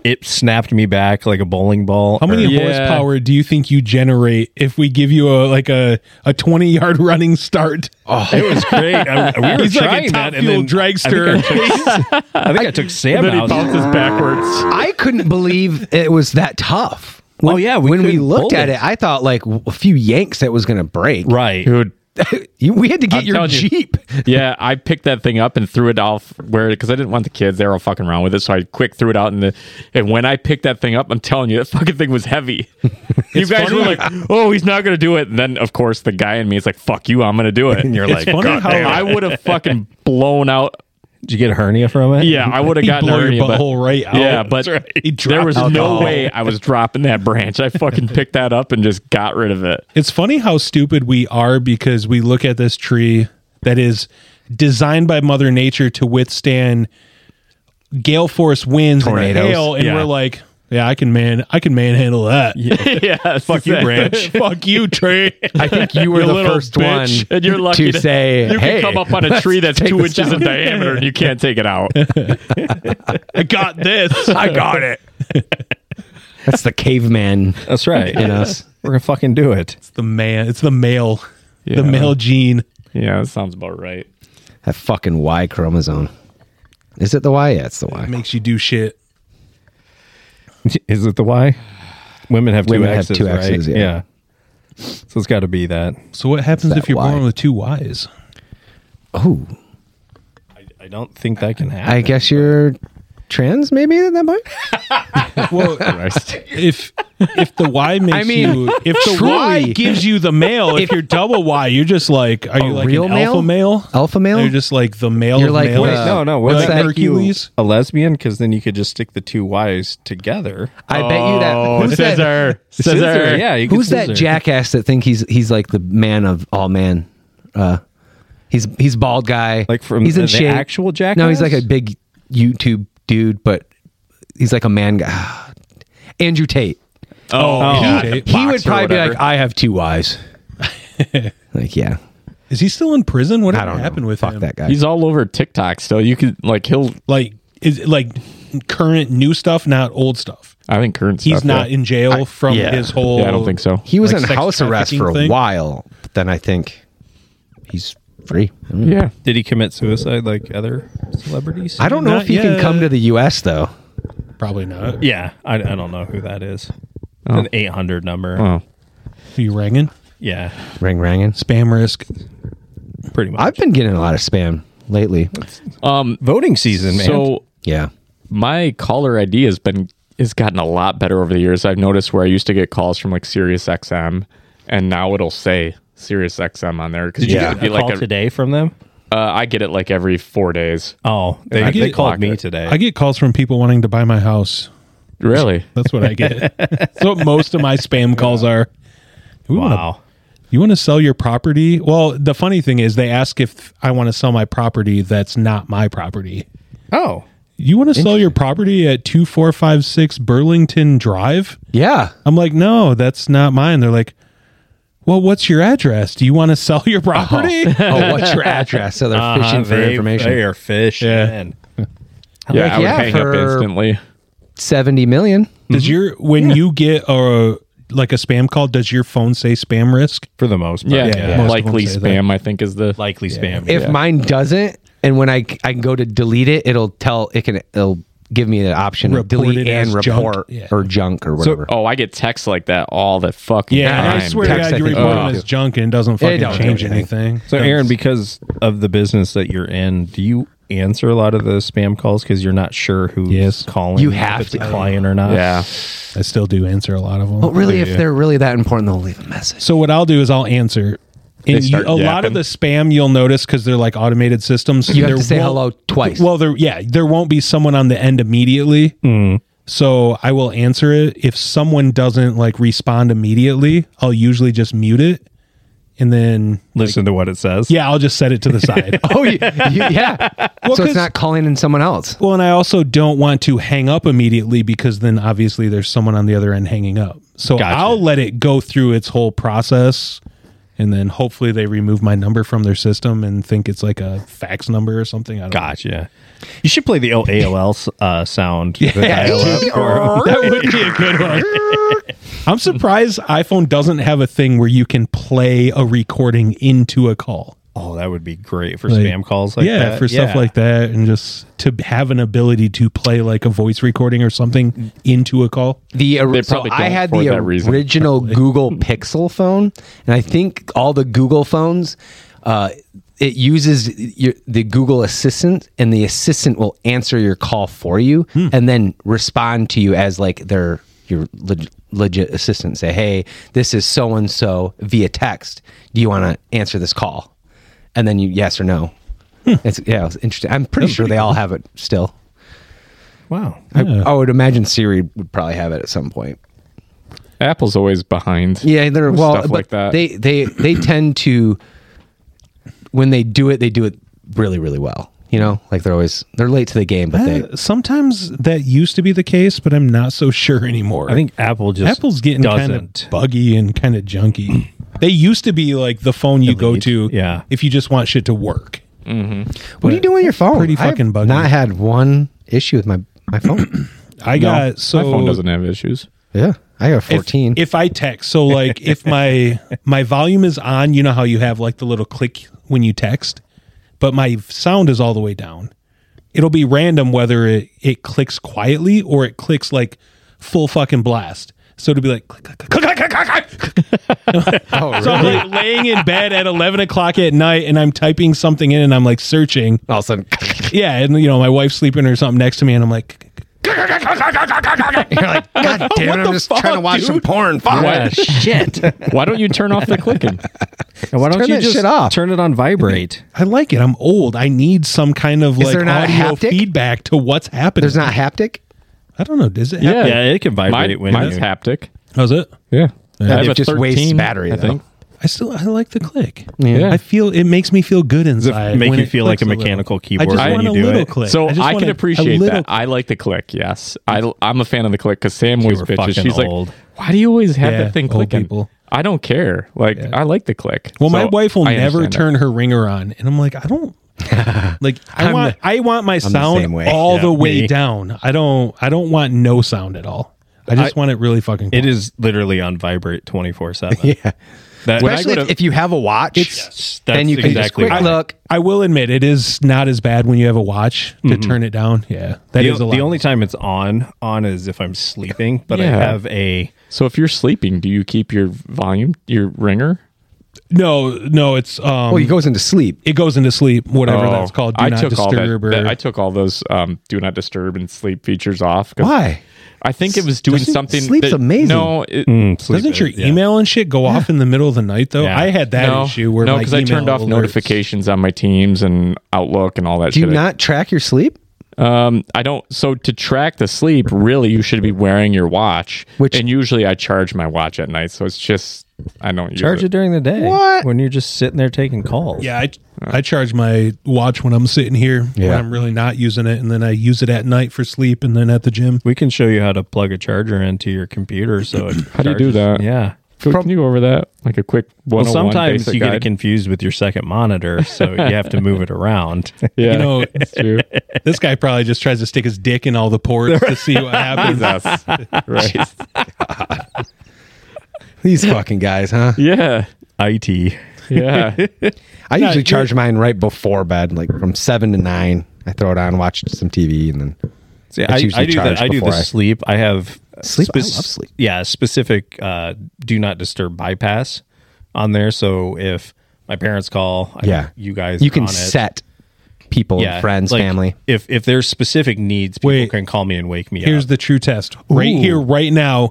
A: it snapped me back like a bowling ball.
B: How many
A: or-
D: Yeah.
B: horsepower do you think you generate if we give you a like a a twenty yard running start?
A: it was great. I, we were
B: He's like a
A: trying
B: top
A: that and
B: fuel
A: then
B: dragster.
A: I think I took, I think I took Sam
D: And then he
A: out.
D: bounces backwards.
C: I couldn't believe it was that tough.
A: Oh, yeah, we
C: when we
A: couldn't
C: looked
A: pull
C: at
A: it.
C: it, I thought like w- a few yanks it was going to break.
A: Right.
D: Dude,
C: You- we had to get
D: I'm
C: your
D: telling you.
C: Jeep.
D: yeah, I picked that thing up and threw it off where because I didn't want the kids; they were all fucking around with it. So I quick threw it out, and the and when I picked that thing up, I'm telling you, that fucking thing was heavy. you guys were like, "Oh, he's not gonna do it," and then of course the guy in me is like, "Fuck you, I'm gonna do it." And you're
B: It's funny how-
D: I would have fucking blown out
A: Did you get a hernia from it?
D: Yeah, I would have
B: He'd
D: gotten
B: blow your
D: hernia, but-
B: butthole right out.
D: Yeah, but
B: That's right. He'd
D: there
B: drop
D: was no
B: alcohol.
D: way I was dropping that branch. I fucking picked that up and just got rid of it.
B: It's funny how stupid we are because we look at this tree that is designed by Mother Nature to withstand gale force winds
C: Tornadoes.
B: and hail, and
D: Yeah.
B: we're like, "Yeah, I can man, I can manhandle that."
D: yeah, fuck
B: you, branch. Fuck you, tree.
C: I think you were
D: You
C: the
D: little
C: first
D: bitch.
C: one
D: and you're lucky
C: to, say,
D: you
C: "Hey,
D: can come up on a
C: let's
D: tree that's
C: take
D: two
C: this
D: inches in
C: down."
D: diameter and you can't take it out.
B: I got this.
C: I got it. That's the caveman
A: That's right.
C: in us.
A: We're gonna fucking do it.
B: It's the man. It's the male.
D: Yeah.
B: The male gene.
D: yeah, that sounds about right.
C: That fucking Y chromosome. Is it the Y? Yeah, it's the Y.
B: makes you do shit.
A: Is it the Y? Women have
C: Women
A: two
C: have
A: X's,
C: two
A: right?
C: X's, yeah.
A: So it's got to be that.
B: So what happens
C: It's
B: if
C: that
B: you're
C: Y.
B: born with two Y's?
C: Oh,
A: I don't think that can happen.
C: I guess you're trans maybe at that point?
B: Well,
D: Christ.
B: if if the Y makes
C: mean,
B: you if the
C: truly-
B: Y gives you the male, if you're double Y, you're just like are you like
C: real
B: an
C: male?
B: alpha male?
C: Alpha male?
B: You're just like the male.
C: You're
B: of
C: like,
B: males.
A: Wait,
C: Uh,
A: no, no.
B: what's
A: What's
B: like
A: that?
B: Hercules?
A: a lesbian? Because then you could just stick the two Y's together.
C: I bet you that
B: Oh,
C: who's that
D: scissor, scissor.
A: Scissor, Yeah, you could
C: who's that
A: scissor.
C: jackass that think he's he's like the man of all man? Uh, he's he's bald guy.
A: Like from
C: he's
A: the actual jackass?
C: No, he's like a big YouTube dude, but he's like a man guy. Andrew Tate.
D: Oh, God.
B: he-
D: The
B: he
C: he would
D: boxer or
C: probably be like,
D: whatever.
C: I have two Y's. like, yeah,
B: Is he still in prison? What
C: I don't
B: happened
C: know.
B: with
C: Fuck
B: him?
C: that guy.
D: He's all over TikTok still. You could like he'll.
B: Like is it like current new stuff, not old stuff.
D: I think current.
B: He's
D: stuff,
B: not
D: yeah.
B: in jail from
C: yeah.
B: his whole.
D: Yeah, I don't think so.
C: he was
B: like
C: in
B: sex
C: house arrest
B: trafficking
C: for a
B: thing?
C: while. But then I think he's free. I don't know.
D: Yeah.
A: Did he commit suicide like other celebrities?
C: I don't know
B: Not
C: if he can
B: yet.
C: come to the U.S. though.
B: Probably not.
A: yeah, I, I don't know who that is.
C: Oh.
A: An eight hundred number.
D: Oh.
B: Are you ringing?
A: Yeah,
C: Ring ranging.
B: Spam risk.
A: pretty much.
C: I've been getting a lot of spam lately.
D: Um.
A: Voting season, man.
D: So
C: Yeah.
D: my caller ID has been has gotten a lot better over the years. I've noticed where I used to get calls from like Sirius XM, and now it'll say Sirius XM on there because
A: did you
D: yeah.
A: get a call
D: like a-
A: today from them?
D: uh, I get it like every four days.
A: Oh, they,
D: I
A: they
D: get-
A: called
D: block
A: me
D: it.
A: today.
B: I get calls from people wanting to buy my house.
D: Really?
B: That's what I get. That's what most of my spam calls are. We wanna-
A: wow.
B: you want to sell your property? Well, the funny thing is, they ask if I want to sell my property that's not my property.
A: Oh,
B: You want to sell your property at 2456 Burlington Drive?
C: Yeah.
B: I'm like, no, that's not mine. They're like, well, what's your address? Do you want to sell your property?
C: Oh, what's your address? So they're
B: Uh-huh,
C: fishing for
A: Oh. Uh-huh, they,
C: information.
A: They are fish.
B: Yeah.
A: man.
D: Yeah, I would
C: yeah,
D: hang up
C: for-
D: instantly.
C: Seventy million.
B: Does your when you get a like a spam call, does your phone say spam risk?
A: for the most part.
D: Yeah,
B: yeah. Most of them
D: likely
B: say that.
D: spam. I think is the
A: likely spam.
C: If
A: yeah.
C: mine doesn't, and when I I go to delete it, it'll tell it can it'll give me the option
B: Report
C: of delete
B: it
C: and
B: as junk.
C: report
B: Yeah.
C: or junk or whatever.
D: Oh, I get texts like that all the fucking
B: Yeah, and
D: time.
B: I swear to
C: Text,
B: God,
C: I
B: you
C: think,
B: report
C: will
B: it
C: do.
B: as junk and it doesn't fucking
C: don't do
B: change
C: anything.
B: anything.
A: so, Aaron, because of the business that you're in, do you answer a lot of those spam calls because you're not sure who's
B: Yes.
A: calling?
C: You
A: if
C: have
A: it's
C: to.
A: a client or not.
D: Yeah.
B: I still do answer a lot of them.
C: But really, if they're really that important, they'll leave a message.
B: So what I'll do is I'll answer. And you, a
D: start
B: lot of
D: yapping.
B: the spam you'll notice because they're like automated systems.
C: You have
B: there
C: to say
B: won't-
C: hello twice.
B: Well, there yeah, there won't be someone on the end immediately. So I will answer it. If someone doesn't like respond immediately, I'll usually just mute it, and then
A: Listen to what it says.
B: yeah, I'll just set it to the side.
C: oh yeah, yeah. so
B: 'cause-
C: it's not calling in someone else.
B: Well, and I also don't want to hang up immediately because then obviously there's someone on the other end hanging up. So
A: Gotcha.
B: I'll let it go through its whole process and then hopefully they remove my number from their system and think it's like a fax number or something. I don't
A: Gotcha. You should play the old AOL uh, sound. The dial-up.
B: know. That would be a good one. I'm surprised iPhone doesn't have a thing where you can play a recording into a call.
A: Oh, that would be great for
B: Like-
A: spam calls like
B: yeah,
A: that.
B: for stuff like that, and just to have an ability to play like a voice recording or something into a call.
C: The ori-
D: They
C: so
D: probably
C: I
D: don't
C: had
D: for
C: the
D: that reason,
C: original Google Pixel phone, and I think all the Google phones, uh, it uses your, the Google Assistant, and the assistant will answer your call for you,
D: Hmm.
C: and then respond to you as like their your leg- legit assistant. Say, hey, this is so and so via text. Do you want to answer this call? And then you yes or no.
D: Hmm.
C: It's yeah, it's interesting. I'm pretty sure they all have it still.
A: Wow.
C: I, I would imagine Siri would probably have it at some point.
D: Apple's always behind.
C: Yeah, they're
D: with
C: well,
D: stuff
C: but
D: like that.
C: they they they tend to when they do it, they do it really really well. You know, like they're always they're late to the game, but they
B: Uh, sometimes that used to be the case, but I'm not so sure anymore.
A: I think Apple just
B: Apple's getting kind
A: doesn't.
B: of buggy and kind of junky. They used to be like the phone you go to
A: yeah.
B: if you just want shit to work.
C: what do you do on your phone?
B: pretty
C: I've
B: fucking buggy.
C: Not had one issue with my my phone.
B: I got so
D: My phone doesn't have issues.
C: yeah, I got a
B: if-
C: fourteen.
B: If, I text, so like if my my volume is on, you know how you have like the little click when you text, but my sound is all the way down. It'll be random whether it, it clicks quietly or it clicks like full fucking blast. So it'll be like click click click click click click. click.
C: oh,
B: So I'm like laying in bed at 11 o'clock at night and I'm typing something in and I'm like searching.
C: All of a sudden,
B: Yeah. And, you know, my wife's sleeping or something next to me and I'm like,
C: You're like, God damn it, I'm just trying to watch some porn. Fuck.
D: Yeah.
C: Shit.
D: Why don't you turn off the clicking?
A: And why don't
C: Turn
A: you
C: that
A: just
C: shit off.
A: turn it on vibrate?
B: I like it. I'm old. I need some kind of like
C: there not
B: audio
C: haptic?
B: feedback to what's happening.
C: There's not haptic?
B: I don't know. Does it?
D: Yeah.
B: Happen?
A: Yeah, it can vibrate
D: Mine,
A: when
D: mine's
A: you-
D: haptic.
B: How's it?
D: Yeah. I have
C: it
D: a
C: just wastes
D: 13,
C: battery,
D: I
C: though.
D: think.
B: I still I like the click.
D: Yeah.
B: I feel it makes me feel good
A: Does it
B: inside.
A: make
B: when
A: you
B: it
A: feel like a
B: clicks little.
A: mechanical
B: I
A: keyboard
B: just
A: when
B: want
A: you
B: a
A: do
B: little
A: it?
B: click.
D: So
B: just
D: I,
B: want
D: can
B: a- a
D: appreciate
B: little
D: that. I like the click. Yes, I I'm a fan of the click because Sam always
A: were
D: bitches.
A: fucking
D: She's
A: old.
D: like, "Why do you always have
B: Yeah,
D: that thing
B: old
D: clicking?"
B: people.
D: I don't care. Like I like the click.
B: Well, my
D: So
B: wife will
D: I
B: never
D: understand that.
B: turn her ringer on, and I'm like, I don't like. I
C: I'm
B: want I want my
C: same
B: sound
C: way.
B: all
A: Yeah,
B: the way
A: me.
B: down. I don't I don't want no sound at all. I just want it really fucking.
A: It is literally on vibrate twenty four seven. Yeah, that,
C: Especially
D: go
C: if,
D: to-
C: if you have a watch,
A: Yes, that's
C: then you can
A: exactly
C: just quick
A: why.
C: look.
B: I will admit it is not as bad when you have a watch to turn it down. Yeah, that
A: the,
B: is a lot.
A: the only time it's on on is if I'm sleeping, but I
D: Yeah.
A: have a
D: So if you're sleeping, do you keep your volume, your ringer?
B: no, no, it's um,
C: Well, Oh, he goes into sleep.
B: it goes into sleep, whatever
D: Oh,
B: that's called. Do not
D: all that-
B: disturb. or,
D: that- I took all those um, do not disturb and sleep features off. 'cause
C: Why?
D: I think it was doing
C: Doesn't-
D: something.
C: sleep's amazing.
D: No, it,
A: mm, sleep
B: Doesn't your
A: aid, yeah.
B: email and shit go off in the middle of the night though?
A: Yeah.
B: I had that
D: no,
B: issue where
D: no,
B: my
D: because I turned
B: email
D: off
B: alerts-
D: notifications on my Teams and Outlook and all that.
C: Do you
D: shit.
C: not track your sleep?
D: Um, I don't. So to track the sleep, really, you should be wearing your watch.
C: Which-
D: and usually I charge my watch at night, so it's just I don't
A: charge
D: use
A: it during the day.
C: What?
A: when you're just sitting there taking calls?
B: Yeah, I, I charge my watch when I'm sitting here when
C: Yeah.
B: I'm really not using it, and then I use it at night for sleep, and then at the gym.
A: we can show you how to plug a charger into your computer. So it
D: How do you do
A: charges.
D: that?
A: Yeah.
D: Can, can you go over that like a quick one?
A: Well, sometimes you get it confused with your second monitor, so you have to move it around.
D: yeah,
B: You know,
D: it's true.
B: this guy probably just tries to stick his dick in all the ports to see what happens.
D: Jesus, right?
C: These fucking guys, huh?
D: Yeah,
A: IT.
D: yeah.
C: I usually
B: you're-
C: charge mine right before bed, like from seven to nine. I throw it on, watch some TV, and then
A: See,
C: It's
A: I,
C: usually
A: I do
C: charged
A: that. I do the
C: before I-
A: sleep. I have
C: Sleep? I love sleep.
A: Yeah, specific uh, do not disturb bypass on there. So if my parents call, I-
C: Yeah.
A: you guys, are
C: you can
A: on it.
C: set people, friends,
A: like,
C: family.
A: If if there's specific needs, people
B: Wait.
A: can call me and wake me
B: Here's
A: up.
B: the true test, right
C: Ooh.
B: here, right now.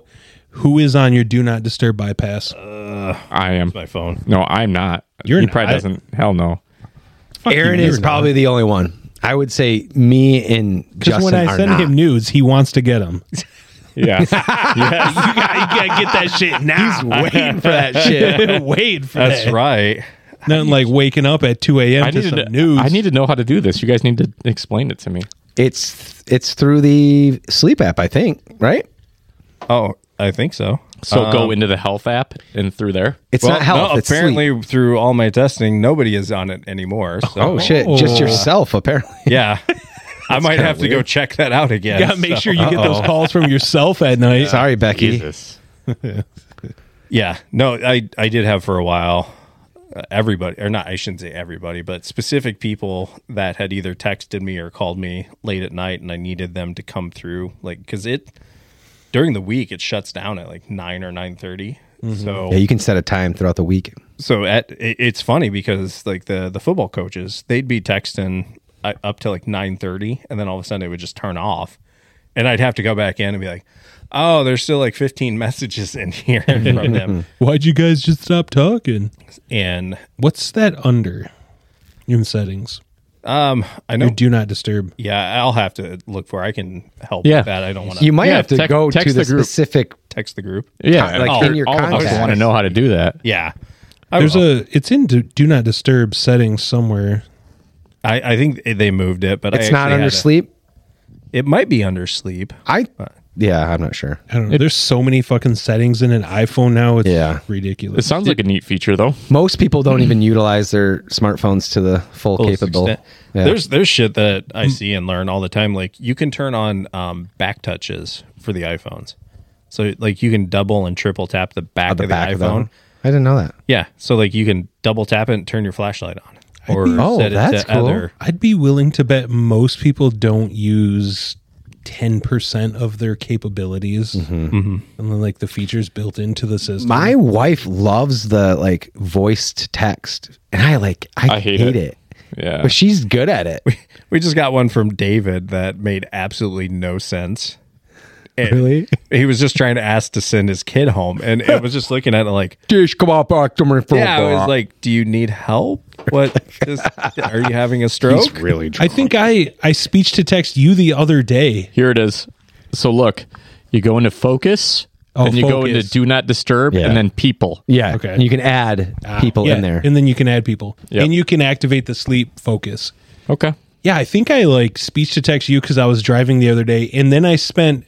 B: Who is on your do not disturb bypass?
D: I am.
A: my phone.
D: No, I'm not.
B: You're
D: he
B: not.
D: probably doesn't. Hell no.
B: Fuck
C: Aaron
B: you,
C: is
B: you're not.
C: probably the only one. I would say me and
B: Because
C: Justin
B: when I
C: are
B: send
C: not.
B: him nudes, he wants to get them.
D: Yeah,
B: you, gotta, you gotta get that shit now.
C: waiting for that shit.
B: Wait for
A: That's
B: that.
A: right.
B: Nothing like waking up at 2 a.m.
D: I
B: to
D: need
B: some
D: to.
B: news.
D: I need to know how to do this. You guys need to explain it to me.
C: It's it's through the sleep app, I think, right?
A: Oh, I think so. Um,
D: So go into the health app and through there.
C: Um, It's
A: Well,
C: not health.
A: no,
C: it's
A: apparently
C: sleep.
A: through all my testing, nobody is on it anymore. So.
C: Oh shit! Just
B: Oh.
C: yourself, apparently.
A: Yeah. I might have to go
C: weird.
A: check that out again.
B: gotta make
A: so-
B: sure you get those calls from yourself at night.
C: Sorry, Becky.
A: Yeah. No, I, I did have for a while. Uh, everybody, or not, I shouldn't say everybody, but specific people that had either texted me or called me late at night and I needed them to come through. Like, because it, during the week, it shuts down at like 9 or nine thirty. So,
C: Mm-hmm. Yeah, you can set a time throughout the week.
A: so at it, it's funny because like the the football coaches they'd be texting uh, up to like 9:30 and then all of a sudden it would just turn off and I'd have to go back in and be like oh there's still like 15 messages in here from them
B: Why'd you guys just stop talking?
A: and
B: What's that under in settings?
A: I know
B: Or do not disturb.
A: yeah I'll have to look for I can help
D: Yeah.
A: with that I don't want to
C: You might
D: Yeah,
C: have to
D: tec-
C: go to
D: text
C: the,
D: the group.
C: specific.
A: text the group
D: Yeah,
C: Like,
D: all,
C: in your
D: all of us
C: contacts.
D: want to know how to do that.
A: yeah I,
B: There's
A: will.
B: a it's in do, do not disturb settings somewhere.
A: I, I think they moved it but I
C: It's not
A: actually
C: under
A: had a-
C: sleep.
A: it might be under sleep
C: I yeah, I'm not sure.
B: I don't know. There's so many fucking settings in an iPhone now. It's
C: Yeah.
D: It
B: ridiculous.
D: sounds like a neat feature, though.
C: Most people don't even utilize their smartphones to the full,
A: fullest
C: capable.
A: extent.
C: Yeah. Mm.
A: There's there's shit that I see and learn all the time. Like you can turn on um, back touches for the iPhones, so like you can double and triple tap the back
C: Oh, the
A: of the
C: back of
A: iPhone.
C: them. I didn't know that.
A: yeah, so like you can double tap it and turn your flashlight on, or
B: think-
C: Oh, that's cool.
B: I'd be willing to bet most people don't use 10% of their capabilities and then like the features built into the system.
C: Mm-hmm. My wife loves the like voiced text, and I like I,
D: I hate
C: hate,
D: it.
C: it.
D: Yeah.
C: But she's good at it.
A: We just got one from David that made absolutely no sense. And
C: Really?
A: He was just trying to ask to send his kid home, and it was just looking at it like,
C: Dish, come on back to me
B: Oh,
C: for
A: yeah. I was like, do you need help? What is, are you having a stroke?
C: really
B: I think I I speech to text you the other day.
D: Here it is. So look, you go into focus,
B: Oh,
D: then you go
B: focus.
D: into do not disturb,
C: Yeah.
D: and then people.
C: Yeah.
B: Okay.
C: Okay. You can add people
B: Yeah,
C: in there.
B: and then you can add people,
D: Yep.
B: and you can activate the sleep focus.
D: Okay.
B: Yeah, I think I like speech to text you because I was driving the other day, and then I spent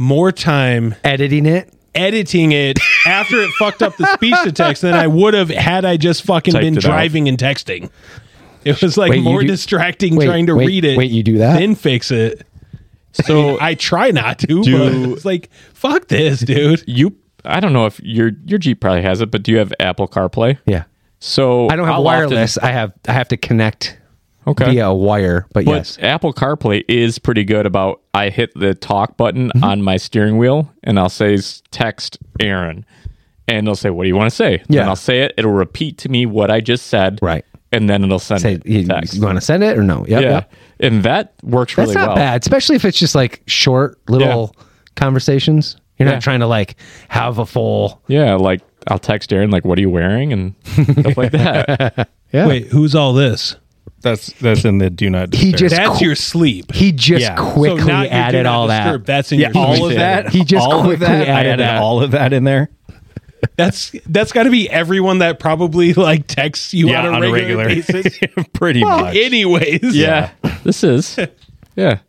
B: more time
C: Editing it.
B: editing it after it fucked up the speech to text than I would have had I just fucking
D: Typed
B: been
D: it out.
B: driving and texting. It was like
C: Wait, you
B: more
C: do-
B: distracting
C: wait,
B: trying to
C: wait,
B: read it.
C: wait, you do that?
B: then fix it. So I try not to. but
D: Do-
B: it's like fuck this, dude.
D: You. I don't know if your your Jeep probably has it, but do you have Apple CarPlay?
C: Yeah.
D: So
C: I don't have
D: how
C: wireless. I have I have to connect
D: Often, okay.
C: via a wire, but,
D: But
C: yes.
D: Apple CarPlay is pretty good about I hit the talk button
C: Mm-hmm.
D: on my steering wheel and I'll say s- text Aaron. And they'll say, What do you want to say?
C: Yeah.
D: And I'll say it. It'll repeat to me what I just said.
C: Right.
D: And then it'll send
C: Say
D: it
C: you,
D: text.
C: want to send it or no? Yep,
D: yeah.
C: yep.
D: And that works
C: That's
D: really
C: not
D: well.
C: bad, especially if it's just like short little conversations. You're
D: Yeah.
C: not trying to like have a full
D: Yeah. Like I'll text Aaron, like, What are you wearing? And stuff like that.
C: Yeah.
B: Wait, who's all this?
A: That's that's in the do not.
C: He
A: disturb.
C: just
B: That's
C: qu-
B: your sleep.
C: he just
A: Yeah. So
C: quickly
B: now you do
C: added
B: not
C: all
B: disturb.
C: that.
B: That's in
A: yeah,
B: your
A: all
B: sleep.
A: of that.
C: He just
A: all of
C: quickly
A: that. I
C: added
A: added
C: that.
A: all of that in there.
B: That's that's got to be everyone that probably like texts you on, a regular, basis.
A: pretty
C: Oh,
A: much.
B: Anyways,
D: yeah. This is. Yeah.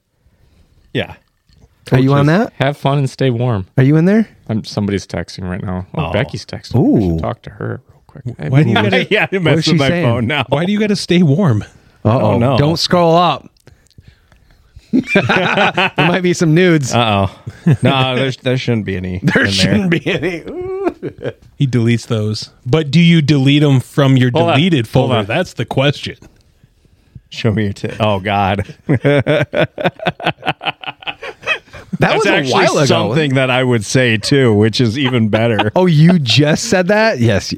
A: yeah.
C: Are you on that?
D: Have fun and stay warm.
C: Are you in there?
D: I'm somebody's texting right now. Oh,
A: Oh.
D: Becky's texting. Ooh.
C: Ooh.
D: talk to her real quick.
B: Why do you gotta
A: yeah, it
C: is
A: messed
C: she
A: with my
C: saying?
A: phone now.
B: Why do you gotta stay warm?
C: Uh-oh.
A: no.
C: Don't scroll up. there might be some nudes.
A: Uh oh. No, there's, there shouldn't be any. There
C: shouldn't be any.
B: He deletes those. But do you delete them from your
D: Hold on.
B: deleted
D: Hold
B: folder?
D: on.
B: That's the question.
A: Show me your tip. Oh God,
C: That
A: that's
C: was a
A: actually
C: while ago.
A: something that I would say too, which is even better.
C: Oh, you just said that? Yes.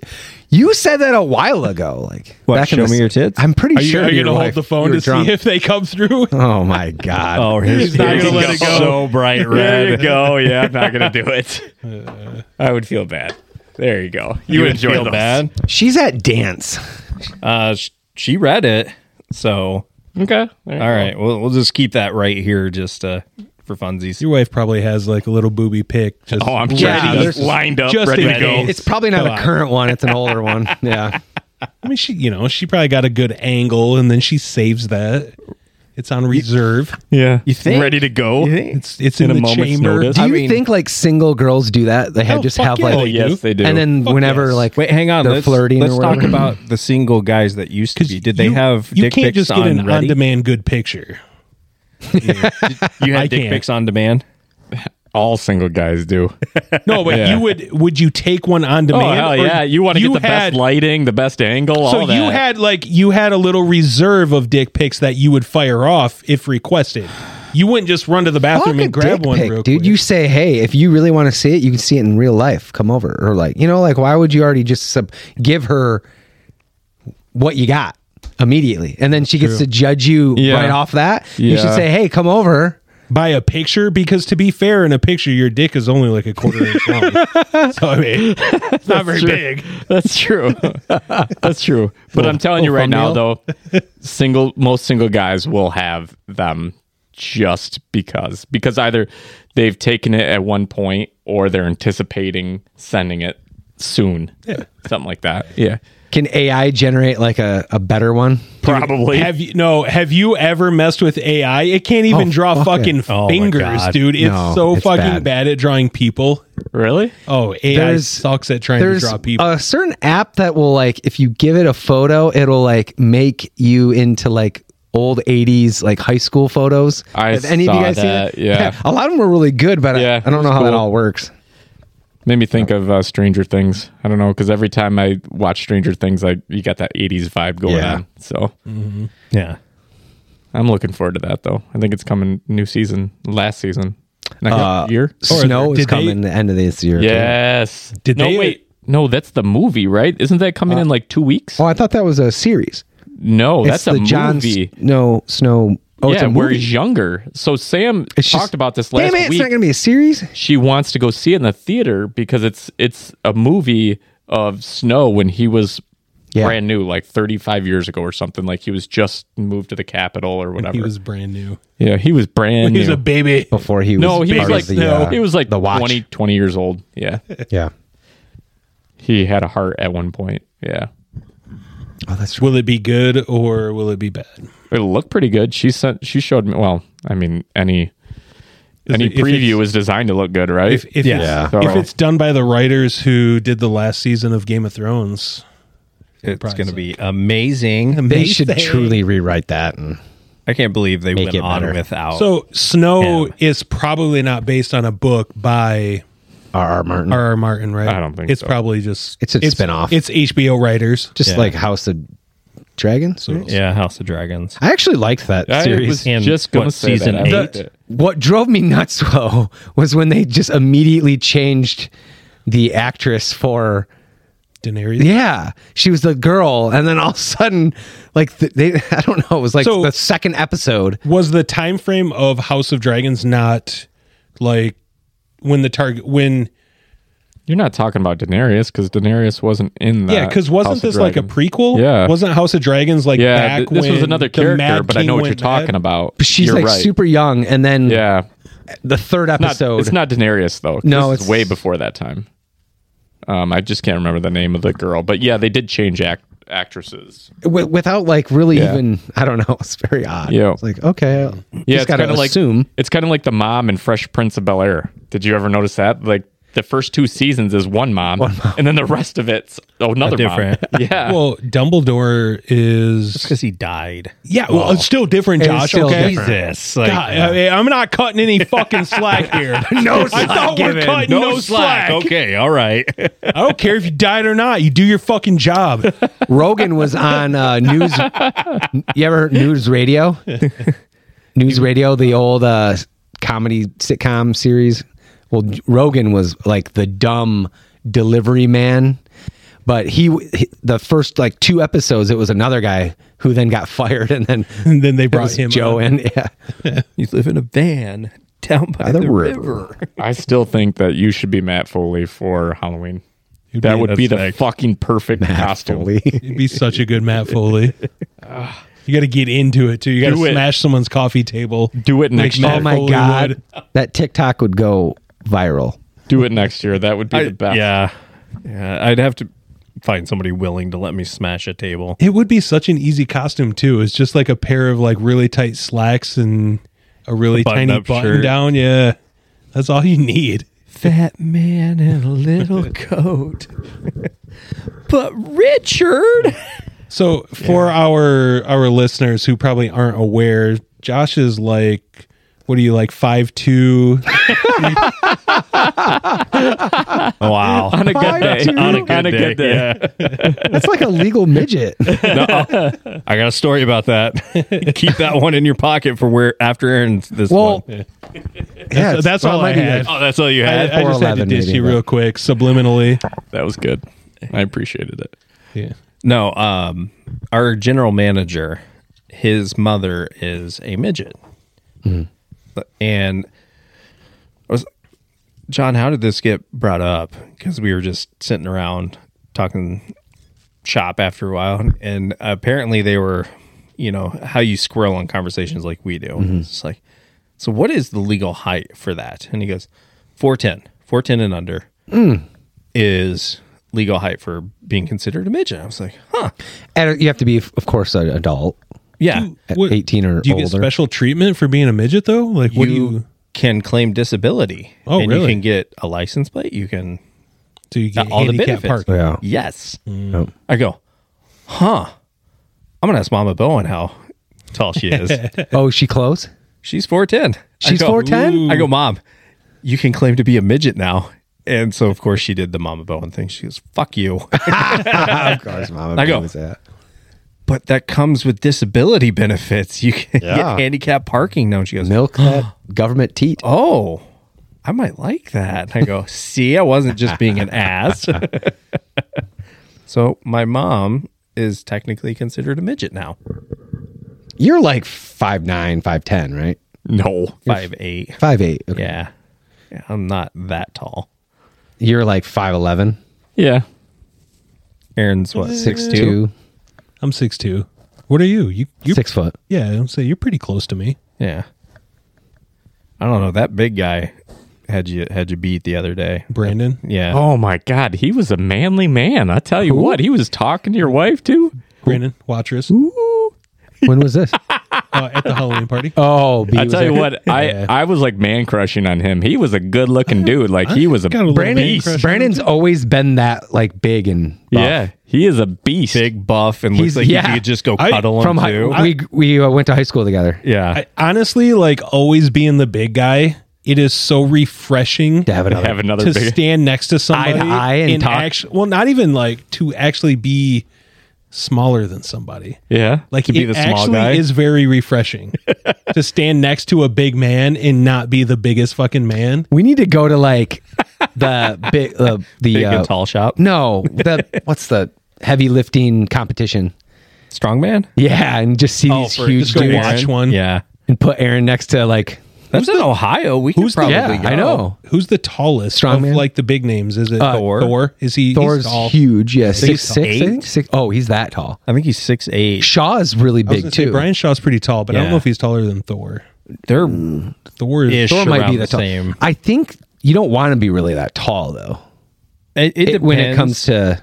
C: You said that a while ago. Like
A: What,
C: back in
A: show
C: the-
A: me your tits?
C: I'm pretty
B: Are you,
C: sure
B: are you
C: your
B: gonna hold
C: wife-
B: the
C: you
B: phone
C: were
B: to
C: drunk.
B: see if they come through?
C: Oh my god.
A: Oh, his
B: He's not
A: face
B: gonna let
A: got
B: it go.
A: so bright
D: There you
A: red.
D: go. Yeah, I'm not gonna do it. I would feel bad. There you go. You,
A: would
D: enjoy
A: feel
D: those.
A: bad.
C: She's at dance.
A: Uh, sh- she read it, so
D: Okay.
A: all right. We'll we'll just keep that right here, just uh, for funsies.
B: Your wife probably has like a little booby pick. Just
D: Oh, I'm
B: ready.
C: Yeah,
D: ready.
C: this is
D: lined up,
B: just
D: ready
B: in
D: to go.
B: case.
C: It's probably not a current one, it's an older one. Yeah.
B: I mean, she you know she probably got a good angle, and then she saves that. It's on reserve.
D: Yeah. You
A: think?
D: Ready to go.
B: It's it's in,
D: In a
B: the
D: moment's
B: chamber.
D: notice.
C: Do
D: I
C: you
D: mean-
C: think like single girls do that? They have
B: Oh,
C: just
B: fuck
C: have
B: yeah,
C: like
B: they do.
D: yes, they do.
C: and then
B: Fuck
C: whenever
B: yes.
C: like
A: Wait, hang on.
C: They're
A: let's
C: flirting
A: let's
C: or
A: talk
C: whatever.
A: about the single guys that used to be. Did they
B: you-
A: have
B: You
A: dick
B: can't
A: pics
B: just get
A: on
B: an
A: ready?
B: on-demand good picture.
A: You
B: I
A: had dick
B: can't.
A: pics on demand.
D: All single guys do.
B: No, but
D: Yeah.
B: you would would you take one on
D: oh
B: demand?
D: hell
B: or
D: yeah! You want to get the
B: had-
D: best lighting, the best angle.
B: So
D: all that.
B: you had like you had a little reserve of dick pics that you would fire off if requested. You wouldn't just run to the bathroom
C: Fuck a
B: and grab
C: dick
B: one,
C: pic,
B: real
C: dude.
B: quick.
C: You say, hey, if you really want to see it, you can see it in real life. Come over, or like, you know, like, why would you already just sub- give her what you got immediately, and then she gets to judge you
D: Yeah.
C: right off that? You should
D: Yeah.
C: say, hey, come over.
B: buy a picture because to be fair, in a picture your dick is only like a quarter inch long. So I mean, it's not very
D: true.
B: big.
D: That's true. That's true. But I'm telling you right now, though, single most single guys will have them just because because either they've taken it at one point or they're anticipating sending it soon. Yeah. Something like that. Yeah.
C: Can AI generate like a, a better one?
D: Probably.
B: Have you no? Have you ever messed with AI? It can't even
C: Oh,
B: draw
C: fuck
B: fucking
C: it.
A: Oh my
B: fingers,
A: God.
B: dude. It's
C: No,
B: so
C: it's
B: fucking bad.
C: bad.
B: at drawing people.
D: really?
B: Oh, AI
C: There's-
B: sucks at trying to
C: There's
B: draw people.
C: a certain app that will like, if you give it a photo, it'll like make you into like old 80s like high school photos
D: I
C: have any of you
D: saw
C: guys seen
D: that,
C: it?
D: yeah.
C: a lot of them were really good but I-
D: Yeah,
C: I, don't
D: it
C: know
D: was
C: how that
D: cool.
C: all works
D: Made me think of uh, Stranger Things. I don't know because every time I watch Stranger Things, I you got that '80s vibe going
C: Yeah.
D: on. So
A: Yeah.
D: I'm looking forward to that though. I think it's coming new season, last season, next year.
C: Uh, Snow
B: did
C: is
B: they-
C: coming the end of this year.
D: Yes.
B: Did
D: e- no,
B: they-
C: Uh,
D: wait? No, that's the movie, right? Isn't that coming in like two weeks?
C: Oh, I thought that was a series.
D: No, that's a
C: the John
D: movie.
C: Snow. Snow. Oh, it's
D: yeah,
C: a
D: where
C: movie.
D: he's younger. So Sam
C: It's
D: talked
C: just-
D: about this last
C: Damn it! It's
D: week.
C: not going to be a series.
D: she wants to go see it in the theater because it's it's a movie of Snow when he was
C: Yeah.
D: brand new, like 35 years ago or something. Like he was just moved to the capital or whatever.
B: He was brand new.
D: yeah, he was brand
B: He was
D: new.
B: a baby.
C: Before he was
D: no, he was
C: part
D: like
C: of the,
D: no,
C: uh,
D: he was like
C: the watch.
D: 20, 20 years old. Yeah,
C: Yeah.
D: he had a heart at one point. Yeah,
C: Oh, that's right.
B: Will it be good or will it be bad?
D: it looked pretty good. She sent. She showed me. Well, I mean, any any
B: it- if
D: preview
B: it's-
D: is designed to look good, right?
B: If if,
A: Yeah.
B: it's, if
D: So-
B: it's done by the writers who did the last season of Game of Thrones,
A: It's
B: Surprise.
A: going to be amazing.
C: They should
B: Amazing.
C: truly rewrite that. And
A: I can't believe they
C: Make
A: went
C: it
A: on
C: better.
D: Oh.
A: without.
B: So Snow
A: Him.
B: is probably not based on a book by
C: R.R. Martin.
B: R.R. Martin, right?
D: I don't think
B: it's
D: so.
B: probably just
C: It's a spin-off.
B: It's HBO writers.
C: Just
A: Yeah.
C: like House of Dragons.
A: yeah, House of Dragons.
C: I actually liked that
D: I
C: series.
D: was
A: And
D: just gonna
A: what,
D: say
A: season
D: that. I
A: eight?
D: liked it.
C: What drove me nuts though was when they just immediately changed the actress for
B: Daenerys.
C: yeah she was the girl and then all of a sudden like th they i don't know it was like
B: So-
C: the second episode
B: Was the time frame of House of Dragons not like when the target when
D: You're not talking about Daenerys because Daenerys wasn't in that.
B: yeah? Because wasn't
D: House of
B: this like a
D: Dragon.
B: prequel?
D: Yeah.
B: Wasn't House of Dragons like
D: Yeah,
B: back
D: th- this
B: when
D: was another
B: the
D: character,
B: Mad
D: but I
B: King
D: know what you're
B: went
D: talking
B: bad?
D: about.
C: But she's
D: You're
C: like
D: right.
C: super young and then
D: Yeah,
C: the third
D: not,
C: episode
D: it's not Daenerys though.
C: No,
D: This is
C: it's-
D: way before that time. Um, I just can't remember the name of the girl, but yeah, they did change act- actresses.
C: wi- without like really
D: Yeah.
C: even i don't know it's very odd
D: Yeah.
C: it's like okay I'll-
D: Yeah,
C: just
D: it's
C: gotta
D: kind of like
C: assume
D: it's kind of like the mom in Fresh Prince of Bel Air. Did you ever notice that? Like the first two seasons is one mom, and then the rest of it's another
A: different.
D: mom. Yeah,
B: Well, Dumbledore is
A: Because he died.
B: yeah. Well, it's still different,
C: It's
B: Josh.
C: still
B: okay.
C: different.
A: Jesus. Like,
B: God, I am not cutting any fucking slack here.
C: no
B: I thought we're cutting uh, no, slack.
A: Okay, all right.
B: I don't care if you died or not. You do your fucking job.
C: Rogan was on uh, news. you ever heard news radio? news radio, the old uh, comedy sitcom series. Well, J- Rogan was like the dumb delivery man, but he, w- he the first like two episodes, it was another guy who then got fired, and then
B: And then they
C: it
B: brought
C: was
B: him
C: Joe
B: on.
C: in. Yeah,
A: you live in a van down by,
C: the
A: the,
C: river.
A: river.
D: I still think that you should be Matt Foley for Halloween.
B: be-
D: That would be the
A: that's
D: fucking perfect costume.
C: Absolutely.
B: You'd be such a good Matt Foley. You got to get into it too. You got
D: Do
B: to
D: it.
B: smash someone's coffee table.
D: Do it next
B: Matt
D: year.
C: oh my
B: Foley
C: god,
B: would.
C: that TikTok would go viral.
D: Do it next year. That would be the best.
A: Yeah. Yeah. I'd have to find somebody willing to let me smash a table.
B: It would be such an easy costume too. It's just like a pair of like really tight slacks and a really
A: button
B: tiny
A: up
B: button
A: shirt.
B: down. Yeah, that's all you need.
A: Fat man in a little coat. but Richard.
B: So for our our listeners who probably aren't aware, Josh is like what are you like five two?
A: Wow.
D: On a good day.
A: On a good
D: On a
A: day.
D: good day.
A: Yeah.
C: That's like a legal midget.
A: I got a story about that. Keep that one in your pocket for where after Aaron's this
C: Well,
A: one.
C: yeah,
B: That's- that's
C: well,
B: all I
C: it might be
B: had.
A: Oh, that's all you had.
B: I, I just had to
C: 411
B: dish you
C: meeting,
B: real quick subliminally.
D: That was good. I appreciated it.
B: Yeah.
A: No, um, our general manager, his mother is a midget, But- and I was John. How did this get brought up? Because we were just sitting around talking shop after a while, and apparently they were, you know, how you squirrel on conversations like we do. It's just like, so what is the legal height for that? And he goes, 4'10, 4'10 and under is legal height for being considered a midget. I was like, huh,
C: And you have to be, of course, an adult
A: yeah. Uh,
C: at
B: What-
C: 18 or
B: Do you
C: older.
B: get special treatment for being a midget though? Like what do you
A: you can claim disability.
B: Oh,
A: and
B: really?
A: You can get a license plate. You can
B: do you get
A: all the
B: handicap Mm.
A: benefits.
B: park?
C: yeah.
A: yes.
C: Oh.
A: I go, huh? I'm gonna ask Mama Bowen how tall she is.
C: Oh, is she close?
A: She's four ten.
C: She's 4'10"?
A: I go, Mom, you can claim to be a midget now. And so, of course, she did the Mama Bowen thing. She goes, "Fuck you,"
C: of course, Mama.
A: I go.
C: knows that.
A: but that comes with disability benefits. You can
C: Yeah.
A: get handicap parking now. And she goes,
C: Milk that government teat.
A: oh, I might like that. And I go, see, I wasn't just being an ass. so my mom is technically considered a midget now.
C: You're like five nine, five ten, right?
D: No.
A: Five eight.
C: Five eight. Okay.
A: Yeah. yeah. I'm not that tall.
C: You're like five eleven.
D: Yeah.
A: Aaron's what,
C: Six
A: six two?
C: two.
B: I'm six two. What are you? You you
C: Six foot.
B: Yeah, I'm saying you're pretty close to me.
A: Yeah. I don't know. That big guy had you had you beat the other day.
B: Brandon.
A: Yeah.
D: Oh my God, he was a manly man. I tell you what, he was talking to your wife too.
B: Brandon, watch us
C: When was this?
B: uh, at the Halloween party.
C: oh, B
D: I
C: was
D: tell you
C: there.
D: what, I I was like man crushing on him. He was a good looking dude. Like he was a
B: got a little
D: Brandon.
B: man
C: Brandon,
B: crush.
D: Beast.
C: Brandon's always been that like big and buff.
D: Yeah, he is a beast.
A: Big buff and
C: He's-
A: looks like
C: yeah.
A: you could just go
B: I-
A: cuddle him
C: From high,
A: too.
C: we we uh, went to high school together.
A: yeah.
B: I, honestly, like always being the big guy, it is so refreshing
C: To have another.
D: Have another
B: to
D: big.
B: stand next to somebody
C: eye and talk.
B: actu- well, not even like to actually be smaller than somebody.
D: yeah.
B: Like
A: To be
B: it
A: the small
B: actually
A: guy?
B: is very refreshing to stand next to a big man and not be the biggest fucking man.
C: we need to go to like the big uh, the
A: Big
C: uh,
A: and tall shop.
C: No, the what's the heavy lifting competition?
A: Strongman?
C: Yeah, and Oh, just see these
B: Oh, for-
C: huge
B: just go
C: dudes
B: watch one.
A: Yeah.
C: and put Aaron next to like
A: That's in Ohio. We could
B: who's the-
A: probably
C: yeah,
A: go.
C: I know.
B: Who's the tallest of
C: Strongman?
B: like the big names? Is it
A: Thor.
B: Thor? Is he he's
C: Thor's
B: tall.
C: huge. Yeah, six
B: he's
C: six, I
A: tall.
C: think? six. Oh, he's that tall.
A: I think he's six eight.
C: Shaw is really
B: I was
C: big
B: gonna say,
C: too.
B: Brian Shaw's pretty tall, but I don't
A: Yeah.
B: know if he's taller than Thor.
A: They're
B: Thor is
A: ish
C: Thor might
A: around
C: be
A: the
C: that tall.
A: same.
C: I think you don't want to be really that tall though.
A: It, it
C: It- when it
A: depends.
C: comes to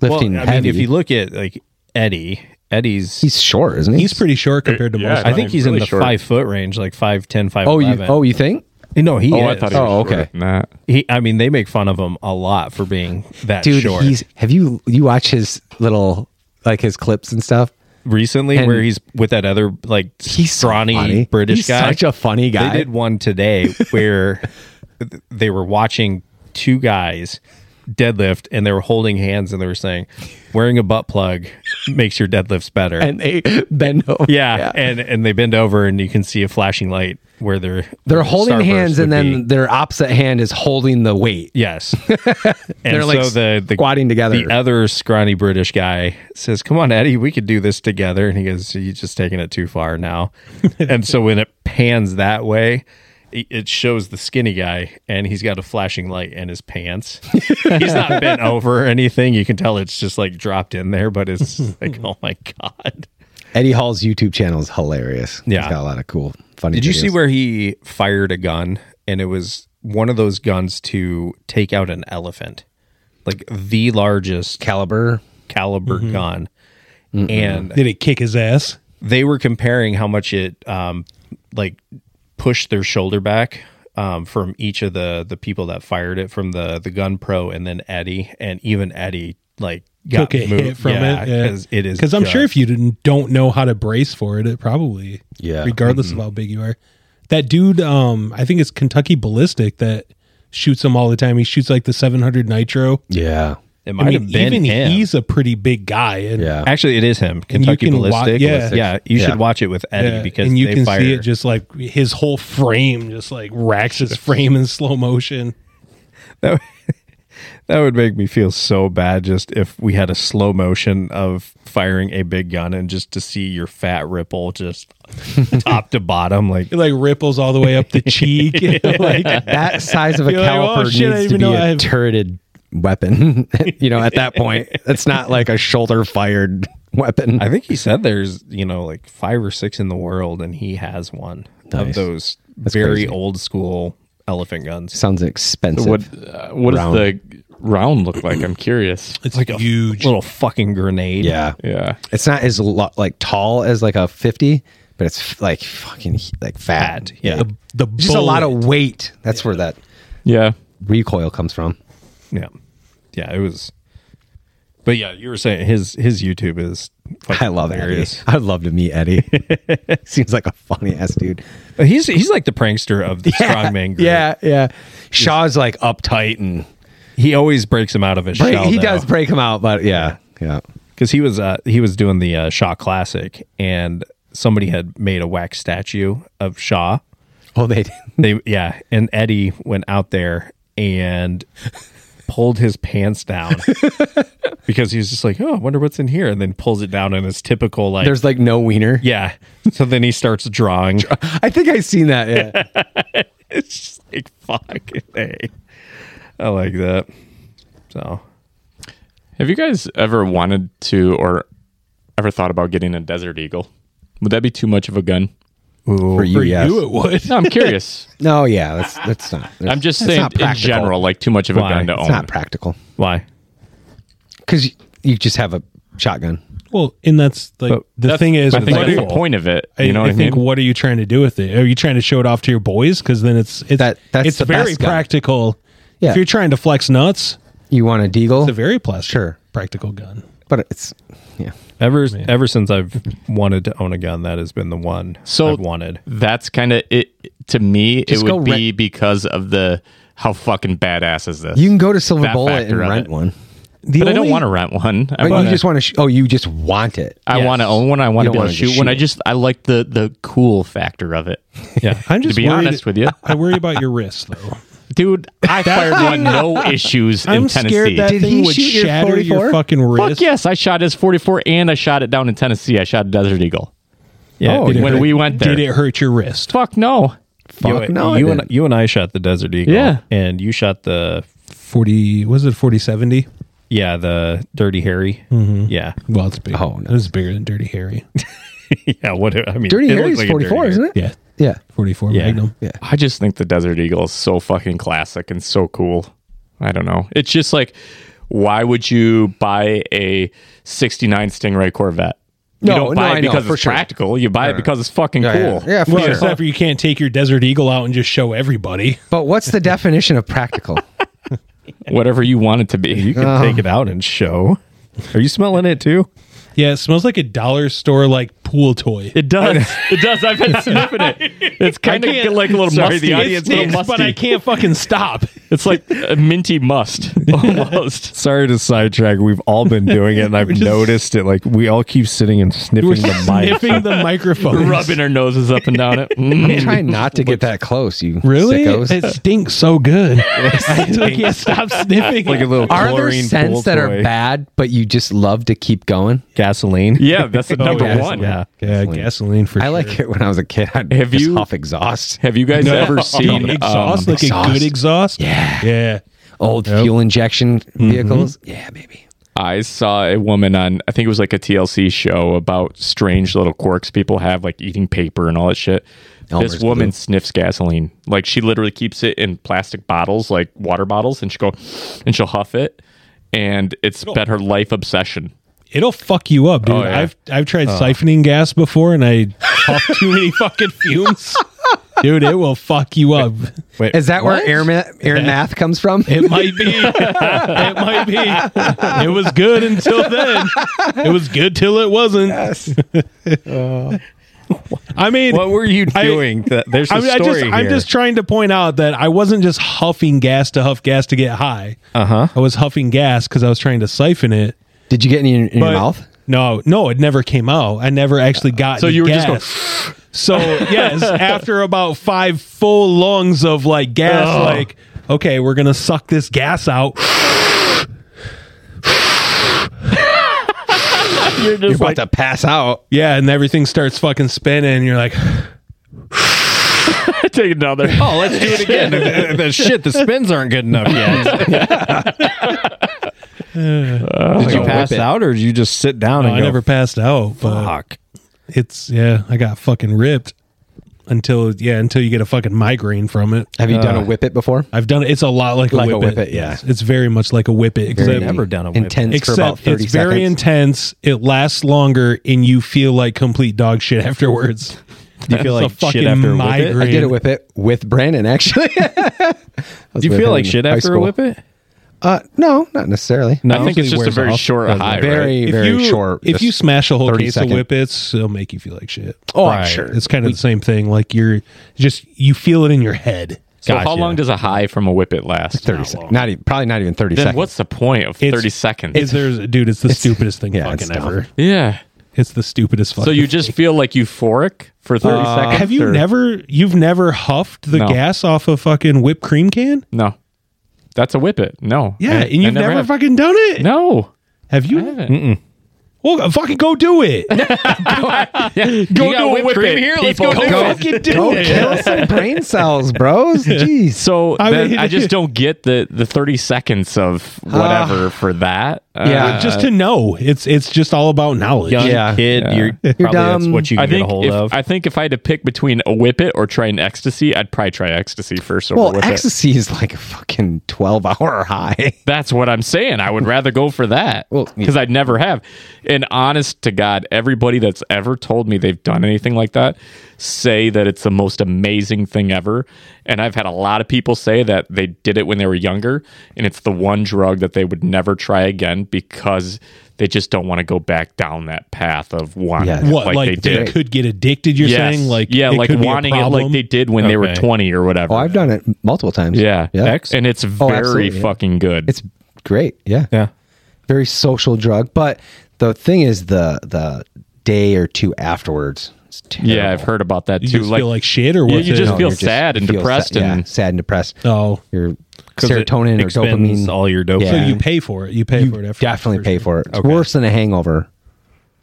A: well, I
C: lifting
A: mean,
C: heavy,
A: if you look at like Eddie, Eddie's
C: he's short, isn't he?
B: he's pretty short compared to
D: yeah,
B: most.
A: I think
D: I'm
A: he's in
D: really
A: the
D: short.
A: five foot range, like five ten, five
C: oh, you
A: eleven.
C: oh you think?
A: no, he.
D: Oh,
A: is.
D: I thought he was
C: Oh,
D: shorter
C: okay.
D: than that.
A: He, I mean, they make fun of him a lot for being that
C: Dude,
A: short.
C: he's have you you watch his little like his clips and stuff?
A: Recently,
C: and-
A: where he's with that other like
C: He's so
A: scrawny
C: funny.
A: British
C: He's
A: guy.
C: such a funny guy.
A: They did one today where they were watching two guys deadlift, and they were holding hands, and they were saying, "Wearing a butt plug makes your deadlifts better."
C: And they bend over.
A: yeah, and and they bend over, and you can see a flashing light where they're
C: They're holding hands and then
A: be.
C: their opposite hand is holding the weight.
A: Yes. and
C: They're, like,
A: so the, the
C: squatting together.
A: The other scrawny British guy says, Come on, Eddie, we could do this together. And he goes, You're just taking it too far now. and so when it pans that way, i- it shows the skinny guy and he's got a flashing light in his pants. he's not bent over or anything. You can tell it's just like dropped in there, but it's like, Oh my God.
C: Eddie Hall's YouTube channel is hilarious.
A: Yeah.
C: He's got a lot of cool funny
A: Did you see
C: videos.
A: where he fired a gun and it was one of those guns to take out an elephant? Like the largest
C: caliber?
A: caliber
B: Mm-hmm.
A: gun. And
B: Did it kick his ass?
A: they were comparing how much it um like pushed their shoulder back um from each of the the people that fired it from the the gun pro and then Eddie and even Eddie like got
B: Took a
A: moved.
B: hit from it
A: because it is
B: because I'm sure
A: just-
B: if you didn't, don't know how to brace for it, it probably
C: Yeah.
B: regardless
A: mm-hmm.
B: of how big you are. That dude, um, I think it's Kentucky Ballistic that shoots him all the time. He shoots like the 700 nitro.
C: Yeah.
A: it
B: I
A: might
B: mean,
A: have been
B: even
A: him.
B: he's a pretty big guy, and
C: Yeah.
A: Actually, it is him. Kentucky
B: can wa-
A: Ballistic.
B: yeah.
A: yeah. You
C: Yeah.
A: should watch it with Eddie
B: yeah,
A: because
B: uh, and you
A: they
B: can
A: fire.
B: see it just like his whole frame just like racks his frame in slow motion.
A: that would- that would make me feel so bad just if we had a slow motion of firing a big gun and just to see your fat ripple just top to bottom like
B: It like ripples all the way up the cheek. you know, like,
C: That size of a
B: You're like, oh,
C: caliper
B: shit, I didn't
C: needs to
B: even
C: be
B: know
C: a
B: I have-
C: turreted weapon. you know, at that point, it's not like a shoulder fired weapon.
A: I think he said there's you know like five or six in the world and he has one
C: Nice.
A: of those
C: That's
A: very
C: crazy.
A: old school elephant guns
C: Sounds expensive.
D: What uh, what
C: Round.
D: does the round look like? I'm curious.
B: it's like huge.
A: little fucking grenade
C: yeah.
D: Yeah.
C: It's not as lo- like tall as like a 50, but it's f- like fucking he- like fat.
A: Fat, yeah.
B: the, the
C: Just a lot
B: bullet.
C: of weight. That's where that
D: Yeah.
C: recoil comes from.
A: yeah yeah it was but yeah you were saying his his YouTube is fucking
C: I love
A: hilarious.
C: Eddie. I'd love to meet Eddie. Seems like a funny ass dude.
A: But he's he's like the prankster of the strongman group
C: Yeah, yeah. Shaw's like uptight and
A: he always breaks him out of his
C: break,
A: shell
C: he
A: though.
C: does break him out, but yeah, yeah.
A: because he was uh, he was doing the uh, Shaw Classic, and somebody had made a wax statue of Shaw.
C: Oh, they did.
A: They yeah, and Eddie went out there and pulled his pants down because he was just like, oh, I wonder what's in here, and then pulls it down in his typical like,
C: There's like no wiener.
A: yeah. So then he starts drawing.
C: I think I've seen that. Yeah.
A: it's just like fucking hey. I like that. So
D: Have you guys ever wanted to or ever thought about getting a Desert Eagle? Would that be too much of a gun?
C: For you,
B: For
C: yes.
B: you, it would.
D: No, I'm curious.
C: No, yeah, that's that's not.
D: I'm just
C: that's
D: saying
C: not
D: in
C: practical.
D: general, like too much of a
A: Why?
D: gun to
A: It's
D: own.
C: It's not practical
A: why?
C: because you, just have a shotgun.
B: Well, and that's like
A: But
B: the thing is,
D: I think
B: what
D: that's
B: are-
D: the point of it.
B: I,
D: You know
B: I
D: what I,
B: think
D: mean?
B: what are you trying to do with it? Are you trying to show it off to your boys? Because then it's it's
C: That- that's
B: it's
C: the
B: very
C: best gun.
B: practical.
C: Yeah.
B: If you're trying to flex nuts,
C: You want a deagle,
B: it's a very plastic,
C: Sure.
B: practical gun.
C: but it's yeah.
A: Ever ever since I've wanted to own a gun, that has been the one
D: So-
A: I've wanted.
D: That's kind of it. To me,
C: Just
D: it
C: go
D: would
C: rent-
D: be because of the how fucking badass is this?
C: You can go to Silver
D: That
C: Bullet and
D: factor of
C: rent
D: it.
C: one,
B: The
D: but I don't
B: only-
D: want to rent one. I
C: but
D: wanna,
C: you just want to. Sh- oh, you just want it.
D: I want to own one. I want
C: You don't
D: to be able to
C: wanna just
D: shoot one. I
C: shoot.
D: just I like the the cool factor of it.
A: Yeah.
B: I'm just
D: be
B: worried-
D: honest with you.
B: I worry about your wrist though.
D: Dude, I fired one no issues in
B: I'm
D: Tennessee.
B: scared that
C: Did
B: thing
C: he
B: would
C: shoot your
B: shatter your
C: 44?
B: fucking wrist.
D: Fuck yes, I shot his 44 and I shot it down in Tennessee. I shot a Desert Eagle.
A: Yeah.
C: Oh,
A: did
C: yeah.
A: it-
D: when we went there.
B: Did it hurt your wrist?
D: Fuck no.
C: Fuck
A: you,
C: no, I
A: you and
C: didn't.
A: you and I shot the Desert Eagle.
D: Yeah.
A: And you shot the
B: Forty was it forty seventy?
A: yeah, the Dirty Harry.
C: Mm-hmm.
A: Yeah.
B: Well, it's big.
C: Oh, no.
B: it was bigger than Dirty Harry.
A: Yeah, what I mean
C: Dirty
A: it looked
C: Harry's
A: like a
C: forty four,
A: Dirty
C: isn't
A: Harry.
C: it?
B: yeah,
C: Yeah.
B: forty four
A: Yeah.
B: Magnum.
C: Yeah.
D: I just think the Desert Eagle is so fucking classic and so cool. I don't know. It's just like, why would you buy a 69 Stingray Corvette? You
C: No,
D: don't
C: no,
D: buy
C: I
D: it
C: know,
D: because
C: for
D: it's
C: sure.
D: practical. You buy it because it's fucking
C: Yeah, yeah.
D: cool.
C: Yeah, for
B: Well,
C: sure.
B: except for you can't take your Desert Eagle out and just show everybody.
C: But what's the definition of practical?
D: Whatever you want it to be.
A: You can take it out and show. Are you smelling it too?
B: Yeah, it smells like a dollar store like pool toy.
D: It does. it does. I've been sniffing it. It's kind of like a little
A: Sorry,
D: musty.
A: the audience
D: It's a little
B: Stinks, but
D: musty.
B: I can't fucking stop.
D: It's like a minty must almost.
A: Sorry to sidetrack. We've all been doing it, and I've noticed it. Like we all keep sitting and sniffing
B: We're
A: the mic.
B: sniffing the microphone.
D: Rubbing her noses up and down it.
C: I'm
D: Mm.
C: trying not to get that close. You
B: Really?
C: Sickos.
B: It stinks so good. I can't stop sniffing.
A: like a little
C: Are there
A: chlorine pool
C: scents that
A: toy.
C: are bad, but you just love to keep going?
A: Gasoline.
D: Yeah, that's
C: Oh,
D: the number
B: yeah.
D: one.
A: Yeah.
B: yeah, gasoline for
C: I
B: sure.
C: like it when I was a kid. I'd
D: Have
C: just
D: you-
C: huff exhaust,
D: Have you guys ever
B: Dude,
D: seen
B: exhaust,
D: um,
B: like a
C: exhaust.
B: good exhaust. Yeah, yeah.
C: old fuel injection vehicles. Yeah, baby.
D: I saw a woman on I think it was like a TLC show about strange little quirks people have, like eating paper and all that shit.
C: Elmer's
D: this woman sniffs gasoline. Like she literally keeps it in plastic bottles, like water bottles, and she go and she'll huff it. And it's been her life obsession.
B: It'll fuck you up, dude.
D: Oh, yeah.
B: I've I've tried siphoning gas before, and I huffed too many fucking fumes. Dude, it will fuck you up.
A: Wait,
C: Is that where air, ma- air math comes from?
B: It might be. It might be. It was good until then. It was good till it wasn't. I mean,
A: What were you
B: I-
A: doing? that, there's a
B: I mean, I
A: story
B: just,
A: here.
B: I'm just trying to point out that I wasn't just huffing gas to huff gas to get high. Uh huh. I was huffing gas because I was trying to siphon it.
C: Did you get any in, in your
B: but-
C: mouth?
B: No, no, it never came out. I never actually got.
D: So
B: any
D: you were just
B: gas. So yes, after about five full lungs of like gas,
D: Ugh.
B: like okay, we're gonna suck this gas out.
D: You're just
C: You're about to pass out.
B: Yeah, and everything starts fucking spinning. And you're like, "Oh,
D: take another.
A: Oh, let's do it again. the, the- the shit, the spins aren't good enough yet. Uh, did you
C: Whip
A: pass
C: it.
A: out or did you just sit down and
B: I
A: go,
B: never passed out, but
A: fuck?
B: it's yeah, I got fucking ripped until yeah, until you get a fucking migraine from it.
C: Have you done a whip it before?
B: I've done it. It's a lot like,
C: Like
B: a
C: a
B: whip,
C: whip it, yeah.
B: Yes, it's very much like a whip it.
A: Very
B: except-
A: I've never done a whip it.
C: intense for
B: Except
C: about thirty
B: it's very
C: seconds.
B: intense. It lasts longer, and you feel like complete dog shit afterwards.
A: Do you feel like
B: That's a
A: shit
B: fucking
A: after a whip
B: migraine.
A: it?
C: I did a whip it with Brandon actually.
A: Do you feel like shit after a whip it?
C: Uh, no, not necessarily.
D: I think it's just a
B: wears
D: very
B: off.
D: short
B: Doesn't
D: high. right?
C: Very very
B: you,
C: short.
B: If you
C: just-
B: smash a whole
C: 30
B: case
C: second.
B: of whippets, it'll make you feel like shit.
C: oh I'm sure.
B: It's kind of the same thing. Like you're just you feel it in your head.
D: So how
A: Gotcha.
D: long does a high from a whip it last?
C: thirty seconds. Not even probably not even thirty
D: Then
C: seconds.
D: what's the point of
B: It's-
D: thirty seconds?
B: Is there, dude? It's the stupidest thing
C: yeah, it's
B: fucking
C: dumb.
B: ever.
D: yeah.
B: It's the stupidest fucking.
D: So you just feel like euphoric for thirty seconds?
B: Uh, have you
D: or-
B: never you've never huffed the
D: No.
B: gas off a fucking whipped cream can?
D: No. That's a whippet. No.
B: Yeah,
D: I-
B: and you've
D: I
B: never,
D: have.
B: fucking done it.
D: No.
B: Have you?
D: haven't.
B: Well, fucking go do it.
D: Go
B: do a whip it,
D: people.
B: do it. Fucking do
C: Go
B: it.
C: kill some brain cells, bros. Jeez.
D: So
B: I
D: I,
B: mean-
D: I just don't get the the thirty seconds of whatever for that. Uh,
C: Yeah.
B: just to know, it's it's just all about knowledge.
A: Young
C: Yeah.
A: kid, you're, probably that's
C: dumb.
A: what you can
D: I
A: get a
D: think
A: hold
D: if,
A: of.
D: I think if I had to pick between a whippet or try an ecstasy, I'd probably try ecstasy first over
C: Well,
D: whippet.
C: ecstasy is like a fucking 12 hour high.
D: That's what I'm saying. I would rather go for that
C: Well,
D: because I'd never have. And honest to God, everybody that's ever told me they've done anything like that say that it's the most amazing thing ever. And I've had a lot of people say that they did it when they were younger, and it's the one drug that they would never try again because they just don't want to go back down that path of wanting
C: Yeah.
D: it
B: What like, they, could get addicted? You're
D: Yes.
B: saying like
D: yeah,
B: it
D: like
B: could be a
D: wanting it like
B: problem?
D: they did when they were
A: Okay.
D: 20 or whatever.
C: Oh, I've done it multiple times.
D: yeah. and it's very
C: absolutely, yeah.
D: fucking good.
C: It's great. Yeah.
A: yeah.
C: Very social drug. But the thing is the the day or two afterwards. It's terrible.
D: Yeah, I've heard about that
B: you
D: too.
B: just
D: like,
B: feel like shit or
D: Yeah,
B: what?
D: you just
C: No,
D: feel
C: you're
D: sad and
C: feel
D: depressed
C: sad, yeah,
D: and-
C: sad and depressed.
B: oh.
C: Your
A: 'Cause it
C: serotonin or
A: expends
C: dopamine.
A: all your dopamine.
C: Yeah.
B: So you pay for it. You pay for it. After
C: definitely pay for it. It's
A: Okay.
C: worse than a hangover.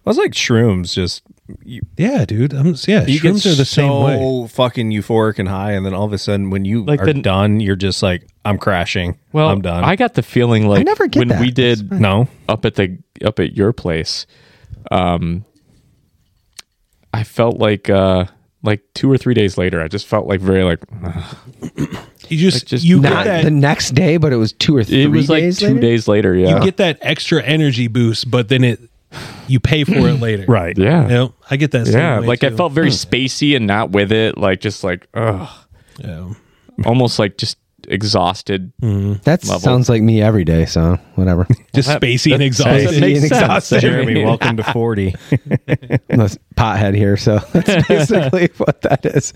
A: Well, it's like shrooms. Just you,
B: Yeah, dude. I'm, yeah,
A: you get
B: shrooms are the same
A: so
B: way.
A: fucking euphoric and high, and then all of a sudden, when you
D: Like
A: are
D: the-
A: done, you're just like, I'm crashing.
D: well,
A: I'm done.
D: I got the feeling like
C: never get
D: when
C: that.
D: we did
A: no,
D: up at the up at your place, um, I felt like uh like two or three days later, I just felt like very like
B: You just,
D: just
B: you get
C: Not
B: that
C: the next day, but it was two or three
D: it was like
C: days
D: two
C: later?
D: days later. Yeah,
B: you get that extra energy boost, but then it you pay for it later.
A: right?
D: yeah,
B: You know, I get that. Same
D: yeah.
B: way,
D: Like I
B: too.
D: felt very spacey and not with it. Like just like ugh,
B: Yeah.
D: almost like just exhausted.
B: Mm.
C: That
D: level.
C: sounds like me every day, so whatever.
B: just spacey and exhausted.
C: Spacey and exhausted.
A: Jeremy, welcome to forty.
C: I'm a pothead here, so that's basically what that is.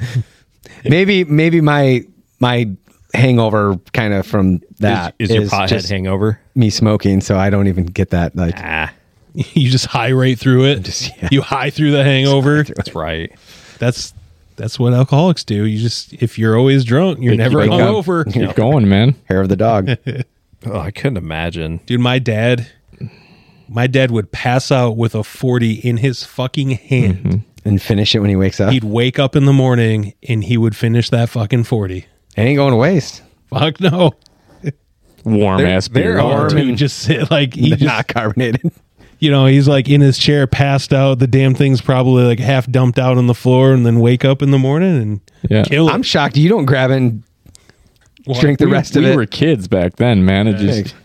C: Maybe maybe my my hangover kind of from that
A: is your pothead
C: just
A: hangover?
C: me smoking, so I don't even get that like
A: Ah,
B: you just high right through it.
C: Just- yeah.
B: You high through the hangover.
A: that's right.
B: That's that's what alcoholics do. You just if you're always drunk, you're never
C: wake up.
B: hungover.
D: Keep going, man.
C: hair of the dog.
A: Oh, I couldn't imagine.
B: Dude, my dad, my dad would pass out with a forty in his fucking hand.
C: and finish it when he wakes up.
B: He'd wake up in the morning and he would finish that fucking forty.
C: it ain't going to waste.
B: Fuck no,
D: Warm ass
A: they're
D: beer.
A: all-
B: dude. Just sit like he just
C: Not carbonated.
B: you know, he's like in his chair, passed out. The damn thing's probably like half dumped out on the floor, and then wake up in the morning and
D: Yeah.
B: kill it.
C: I'm shocked you don't grab it and
B: Well,
C: drink the
D: We-
C: rest
D: we
C: of it.
D: were kids back then, man. It just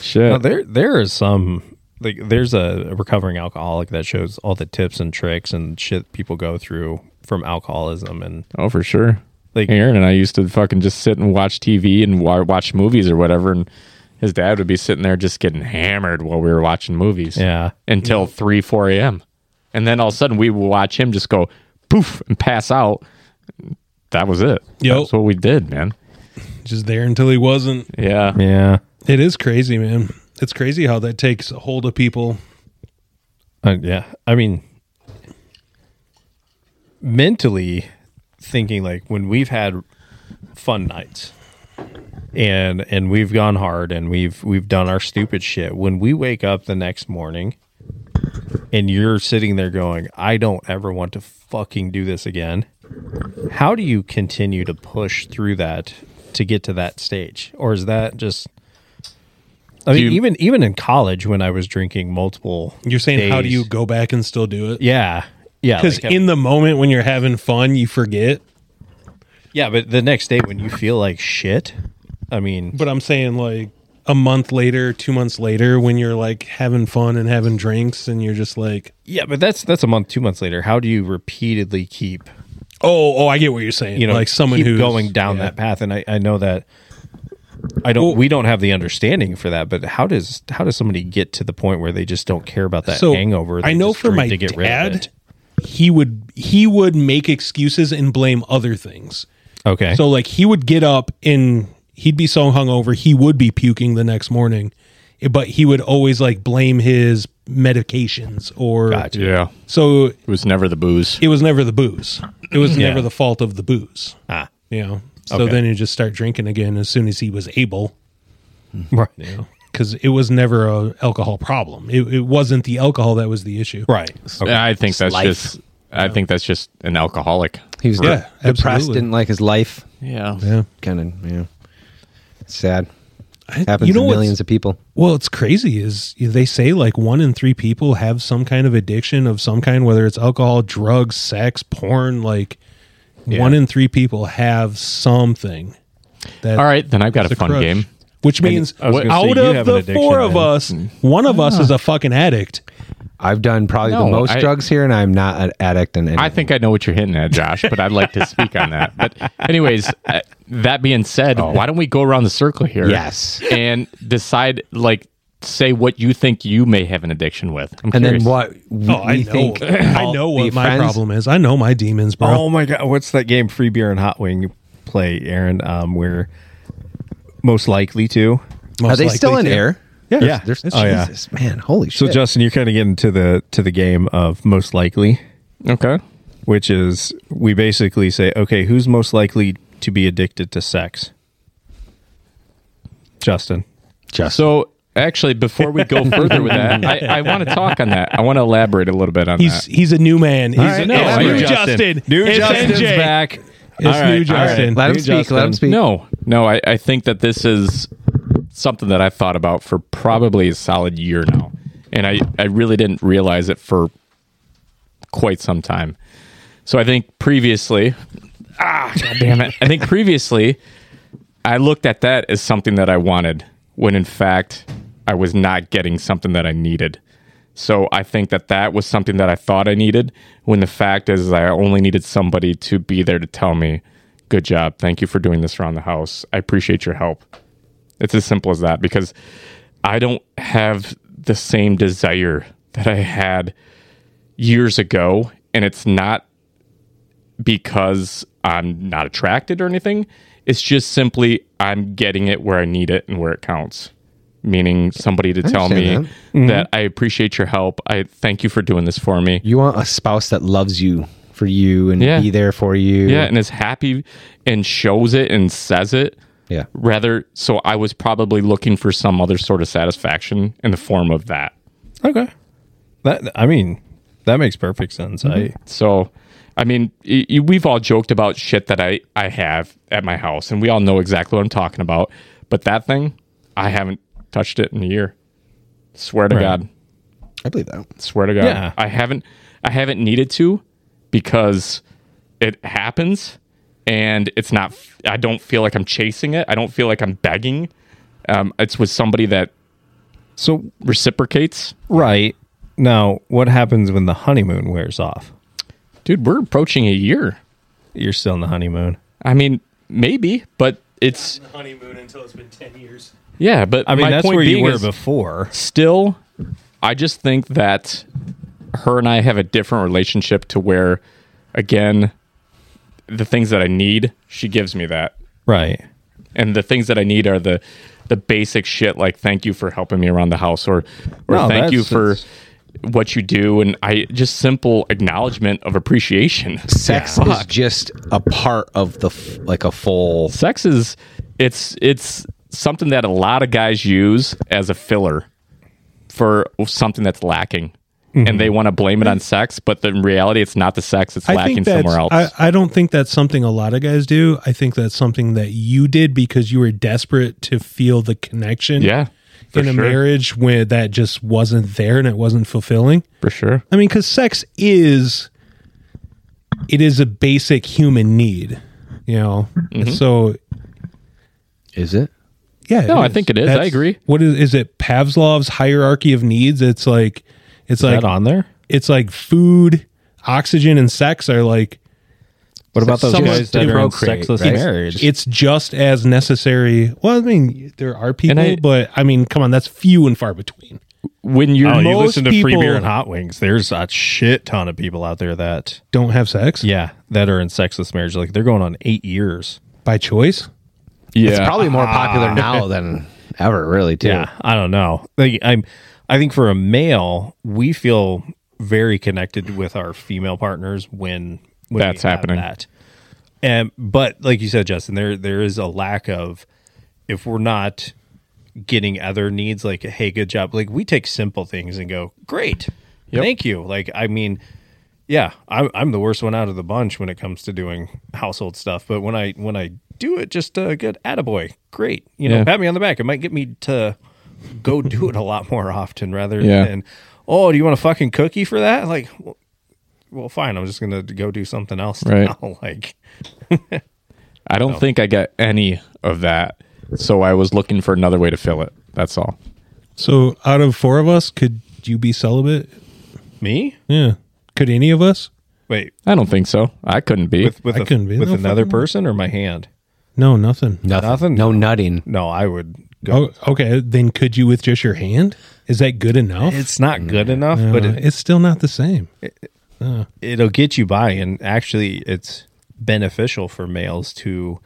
D: shit.
A: Now, there there is some like there's a recovering alcoholic that shows all the tips and tricks and shit people go through from alcoholism and
D: Oh, for sure.
A: Like-
D: Like Aaron and I used to fucking just sit and watch TV and wa- watch movies or whatever, and his dad would be sitting there just getting hammered while we were watching movies.
A: yeah.
D: Until three, four a.m. And then all of a sudden we would watch him just go poof and pass out. That was it.
B: Yep.
D: That's what we did, man.
B: just there until he wasn't.
D: Yeah.
A: Yeah.
B: It is crazy, man. It's crazy how that takes a hold of people.
A: Uh, yeah. I mean, mentally thinking like when we've had fun nights and and we've gone hard and we've we've done our stupid shit when we wake up the next morning and you're sitting there going I don't ever want to fucking do this again how do you continue to push through that to get to that stage or is that just I mean
D: you-
A: even even in college when I was drinking multiple
B: You're saying, how do
A: days-
B: you go back and still do it?
A: yeah. Yeah.
B: Because
A: like,
B: in the moment when you're having fun, you forget.
A: yeah, but the next day when you feel like shit, I mean,
B: But I'm saying like a month later, two months later, when you're like having fun and having drinks, and you're just like,
A: yeah, but that's that's a month, two months later. How do you repeatedly keep
B: oh, oh, I get what you're saying.
A: you know
B: like someone
A: keep
B: who's
A: going down that path? And I, I know that I don't we don't have the understanding for that, but how does how does somebody get to the point where they just don't care about that hangover?
B: I
A: They
B: know
A: just
B: for
A: drink
B: my dad, he would he would make excuses and blame other things.
A: Okay.
B: So like he would get up and he'd be so hungover he would be puking the next morning, but he would always like blame his medications or
A: Gotcha.
D: Yeah.
B: so
D: It was never the booze.
B: it was never the booze. It was never the fault of the booze.
A: Ah.
B: You know, So
A: Okay.
B: then he just start drinking again as soon as he was able.
A: Hmm. Right.
B: because it was never a alcohol problem. It, it wasn't the alcohol that was the issue.
A: Right.
D: I think that's
C: life.
D: just. I think that's just an alcoholic.
C: He was
B: Yeah,
C: de- depressed,
B: absolutely.
C: didn't like his life.
D: Yeah.
B: Yeah.
C: Kind of, yeah. It's sad.
B: I-
C: Happens
B: you know
C: to
B: what's-
C: millions of people.
B: Well, it's crazy is they say like one in three people have some kind of addiction of some kind, whether it's alcohol, drugs, sex, porn. Like one in three people have something. That
D: All right, then I've got
B: is
D: a fun
B: crutch.
D: game.
B: Which means
A: I was gonna say,
B: out
A: you
B: of
A: have an
B: the
A: addiction, Mm.
B: four of
A: then.
B: us, one of us is
C: Ah.
B: a fucking addict.
C: I've done probably
D: No,
C: the most
D: I-
C: drugs here, and I'm not an addict in any.
D: I think I know what you're hitting at, Josh, but I'd like to speak on that. But, anyways, uh, that being said, why don't we go around the circle here?
C: Yes.
D: And decide, like, say what you think you may have an addiction with. I'm
C: and
D: curious.
C: then what we,
B: Oh, I
C: we
B: know.
C: think.
B: I know
C: be
B: what my
C: friends?
B: problem is. I know my demons, bro.
A: Oh my god, what's that game Free Beer and Hot Wing you play, Aaron? Um we're most likely to.
B: most
C: Are they still
B: likely
C: in
B: to.
C: air?
B: Yeah.
A: Yeah.
C: There's,
A: Oh, yeah.
C: Jesus, man, holy
A: So
C: shit!
A: Justin, you're kind of getting to the to the game of most likely,
D: Okay.
A: which is we basically say, okay, who's most likely to be addicted to sex? Justin.
C: Justin.
D: So, actually, before we go further with that, I, I want to talk on that. I want to elaborate a little bit on
B: He's
D: that.
B: he's a new man. He's
A: right,
B: no,
A: yeah,
B: it's
A: I
B: new
A: agree.
B: Justin.
A: New
B: it's
A: Justin's
B: NJ.
A: back.
B: It's
A: All
B: new
A: right, all right.
B: Justin.
C: let him
A: Hey,
C: speak. Let him
A: Justin.
C: speak.
D: No, no, I, I think that this is something that I've thought about for probably a solid year now. And I, I really didn't realize it for quite some time. So I think previously, ah, God damn it. I think previously, I looked at that as something that I wanted when in fact I was not getting something that I needed. So I think that that was something that I thought I needed when the fact is I only needed somebody to be there to tell me, good job. Thank you for doing this around the house. I appreciate your help. It's as simple as that because I don't have the same desire that I had years ago. And it's not because I'm not attracted or anything. It's just simply I'm getting it where I need it and where it counts. Meaning somebody to tell me
C: understand
D: that. I appreciate your help. I thank you for doing this for me.
C: you want a spouse that loves you for you and
D: Yeah.
C: be there for you.
D: Yeah, and is happy and shows it and says it.
C: Yeah.
D: Rather, so I was probably looking for some other sort of satisfaction in the form of that.
A: Okay. That I mean, that makes perfect sense. I
D: So, I mean, y- y- we've all joked about shit that I, I have at my house, and we all know exactly what I'm talking about. But that thing, I haven't touched it in a year. Swear to
A: Right.
D: God.
C: I believe that.
D: Swear to God.
A: Yeah.
D: I haven't I haven't needed to because it happens and it's not I don't feel like I'm chasing it. I don't feel like I'm begging. Um, it's with somebody that
A: so
D: reciprocates.
A: right now, what happens when the honeymoon wears off?
D: Dude, we're approaching a year.
A: You're still in the honeymoon.
D: I mean, maybe, but it's
B: Honeymoon until it's been ten years.
D: yeah, but
A: I mean,
D: my
A: that's
D: point
A: where you
D: being
A: were
D: is-
A: before.
D: still i just think that her and i have a different relationship to where again the things that i need she gives me that
A: Right.
D: and the things that i need are the the basic shit like thank you for helping me around the house or or
A: No,
D: thank you
A: that's-
D: for
A: that's-
D: what you do and i just simple acknowledgement of appreciation
C: Sex is just a part of the f- like a full.
D: sex is it's it's something that a lot of guys use as a filler for something that's lacking and they want to blame it on sex but in reality it's not the sex it's
B: Mm-hmm. I
D: lacking
B: think that's,
D: somewhere else
B: I, I don't think that's something a lot of guys do. I think that's something that you did because you were desperate to feel the connection.
D: yeah for
B: In a
D: sure
B: marriage where that just wasn't there and it wasn't fulfilling.
D: for sure
B: I mean, because sex is it is a basic human need, you know.
D: Mm-hmm.
B: So
C: Is it?
B: yeah,
D: No, I think it is. I agree.
B: What is is it? Pavlov's hierarchy of needs. It's like it's
A: Is
B: like
A: that on there?
B: it's like food, oxygen, and sex are like
A: What about those
D: someone
A: guys that
C: to
A: are in
C: procreate,
A: sexless
C: right?
A: marriage?
B: it's just as necessary. Well, I mean, there are people,
D: I-
B: but I mean, come on, that's few and far between.
D: when you're
A: oh, you
D: most
A: listen to free
B: people-
A: beer and hot wings. There's a shit ton of people out there that
B: Don't have sex
A: yeah that are in sexless marriage. Like they're going on eight years.
B: by choice.
D: yeah
C: It's probably more popular now than ever, really. Too.
A: I don't know. Like, I'm. I think for a male, we feel very connected with our female partners when, when we
D: That's
A: have
D: happening.
A: That. And but like you said, Justin, there there is a lack of if we're not getting other needs like hey good job like we take simple things and go great thank you like i mean yeah I'm, I'm the worst one out of the bunch when it comes to doing household stuff but when i when i do it just a good attaboy great you know
D: Yeah.
A: pat me on the back it might get me to go do it a lot more often rather
D: Yeah.
A: than oh do you want a fucking cookie for that like well, well fine i'm just gonna go do something else
D: Right.
A: now. like
D: I don't think I got any of that. So I was looking for another way to fill it. That's all.
B: So, out of four of us, could you be celibate?
A: me
B: Yeah. Could any of us?
A: wait
D: I don't think so. I couldn't be.
A: with with,
B: I
A: a-
B: couldn't be.
A: with
B: No
A: another
B: fucking-
A: person or my hand
B: No, nothing.
C: Nothing.
A: Nothing?
C: No nutting.
A: no i would go
B: Oh, okay. Then could you with just your hand? Is that good enough?
A: it's not good enough
B: Uh,
A: but it,
B: it's still not the same.
A: it'll get you by and actually it's beneficial for males to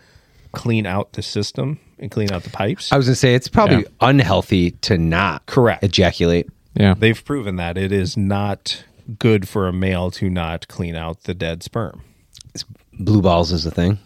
A: clean out the system and clean out the pipes
C: I was gonna say it's probably
D: Yeah.
C: unhealthy to not
A: Correct.
C: ejaculate.
D: yeah.
A: they've proven that it is not good for a male to not clean out the dead sperm
C: Blue balls is a thing.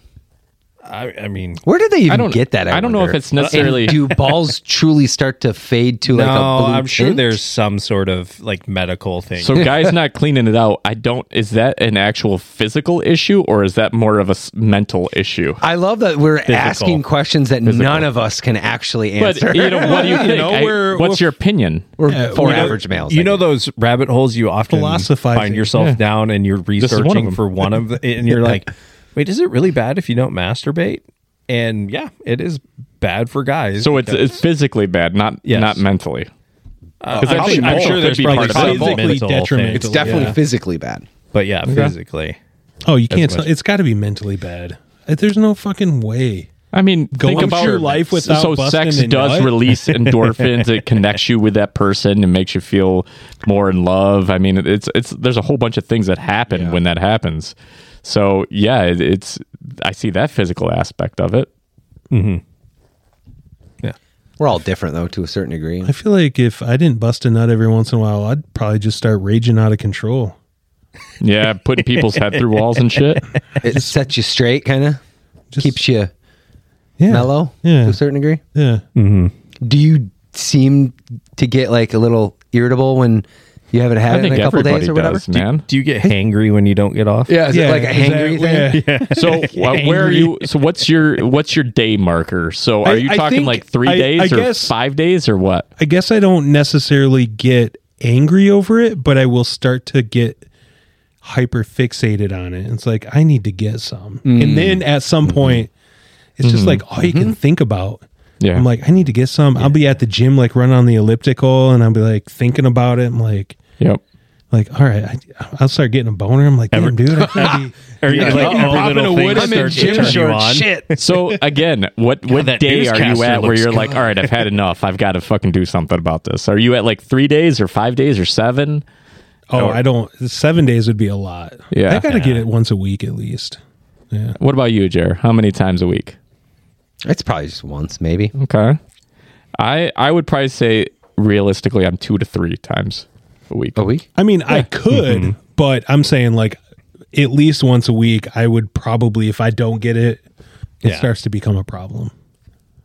A: i, I mean
C: Where did they even
D: I don't
C: get that?
D: I, don't know if
C: wonder?
D: it's necessarily.
C: Do balls truly start to fade to like a
A: no
C: blue?
A: uh, i'm sure
C: tint?
A: there's some sort of like medical thing
D: so guys not cleaning it out. I don't. Is that an actual physical issue or is that more of a s- mental issue?
C: I love that we're asking questions that none of us can actually
D: But
C: answer.
D: you know, what do you think?
B: know,
D: I-
B: we're-
D: what's
B: we're-
D: your opinion?
C: We're
B: Yeah,
C: four
B: we don't-
C: average males.
A: you
C: I
A: know
C: guess.
A: those rabbit holes you often
B: Philosophizing.
A: find yourself down and you're
D: is one of
A: researching
D: them.
A: for one of the, and you're like wait is it really bad if you don't masturbate and yeah it is bad for guys
D: So it's, it's physically bad, not
A: Yes. Uh,
D: not mentally.
A: I'm, sure-
D: I think
A: I'm
D: both
A: sure
D: could
A: there's
D: be
A: probably
D: part of it.
A: some
B: Physically
A: mental
B: detrimental.
A: thing.
C: it's definitely
B: Yeah.
C: physically bad.
A: but yeah, physically.
B: Oh, you can't. It's got to be mentally bad. Uh, There's no fucking way.
D: I mean,
B: Go
D: think
B: on
D: about
B: with your life without
D: So
B: busting
D: sex
B: a
D: does
B: nut?
D: release endorphins. it connects you with that person and makes you feel more in love. I mean, it's it's there's a whole bunch of things that happen when that happens. So yeah, it, it's I see that physical aspect of it.
C: We're all different though, to a certain degree.
B: I feel like if I didn't bust a nut every once in a while, I'd probably just start raging out of control.
D: Yeah, putting people's head through walls and shit.
C: It sets you straight, kind of
B: Just
C: keeps you
B: yeah,
C: mellow to
B: Yeah,
C: a certain degree.
B: yeah.
C: Do you seem to get like a little irritable when you haven't had
D: I
C: it in
D: think
C: a couple
D: everybody
C: days or whatever?
D: does, man.
A: Do you get hangry when you don't get off?
C: Yeah, is
B: yeah,
C: it like a
B: is that-
C: hangry thing?
B: yeah.
D: So wh- where are you? So what's your what's your day marker? So are
B: I-
D: you
B: I
D: talking
B: think-
D: like three
B: I- I
D: days or
B: guess-
D: five days or what?
B: I guess I don't necessarily get angry over it, but I will start to get hyper fixated on it. It's like I need to get some,
C: Mm.
B: and then at some
C: Mm-hmm.
B: point, it's just like all you can think about.
D: Yeah.
B: I'm like, I need to get some. I'll be at the gym, like running on the elliptical, and I'll be like thinking about it. I'm like,
D: Yep.
B: like, all right, I, I'll start getting a boner. I'm like, damn, dude, I can't be.
A: Or you like
D: Uh-oh.
A: every
D: Popping
A: little
D: a wood
A: thing
D: in
A: starts to
D: gym
A: turn you
D: shorts.
A: on.
C: Shit.
D: So again, what what
A: that
D: day are you
A: newscaster
D: at where
A: looks
D: you're like, all right, I've had enough. I've got to fucking do something about this. Are you at like three days or five days or seven?
B: Oh, I don't. Seven days would be a lot.
D: Yeah.
B: I gotta get it once a week at least.
D: What about you, Jer? How many times a week?
C: It's probably just once, maybe.
D: Okay. I I would probably say realistically, I'm two to three times a week.
C: A week?
B: I mean, I could,
D: Mm-hmm.
B: but I'm saying like at least once a week, I would probably, if I don't get it, it
A: Yeah.
B: starts to become a problem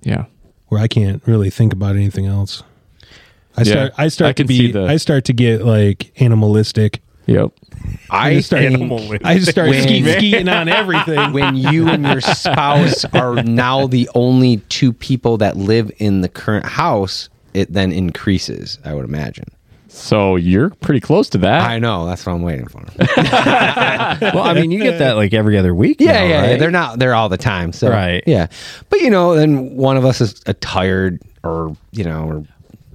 D: Yeah.
B: where I can't really think about anything else. I
D: Yeah.
B: start, I
D: I
B: start to
D: can see
B: be,
D: the-
B: I start to get like animalistic.
D: Yep.
C: I
B: just started-
C: think
B: I just start
C: When-
B: skeet, skeeting on everything.
C: when you and your spouse are now the only two people that live in the current house, it then increases, I would imagine.
D: So you're pretty close to that.
C: I know, that's what I'm waiting for.
A: Well, I mean, you get that like every other week.
C: Yeah,
A: now,
C: yeah, yeah.
A: right?
C: They're not there all the time. So
A: Right.
C: yeah. But you know, then one of us is a tired or you know, or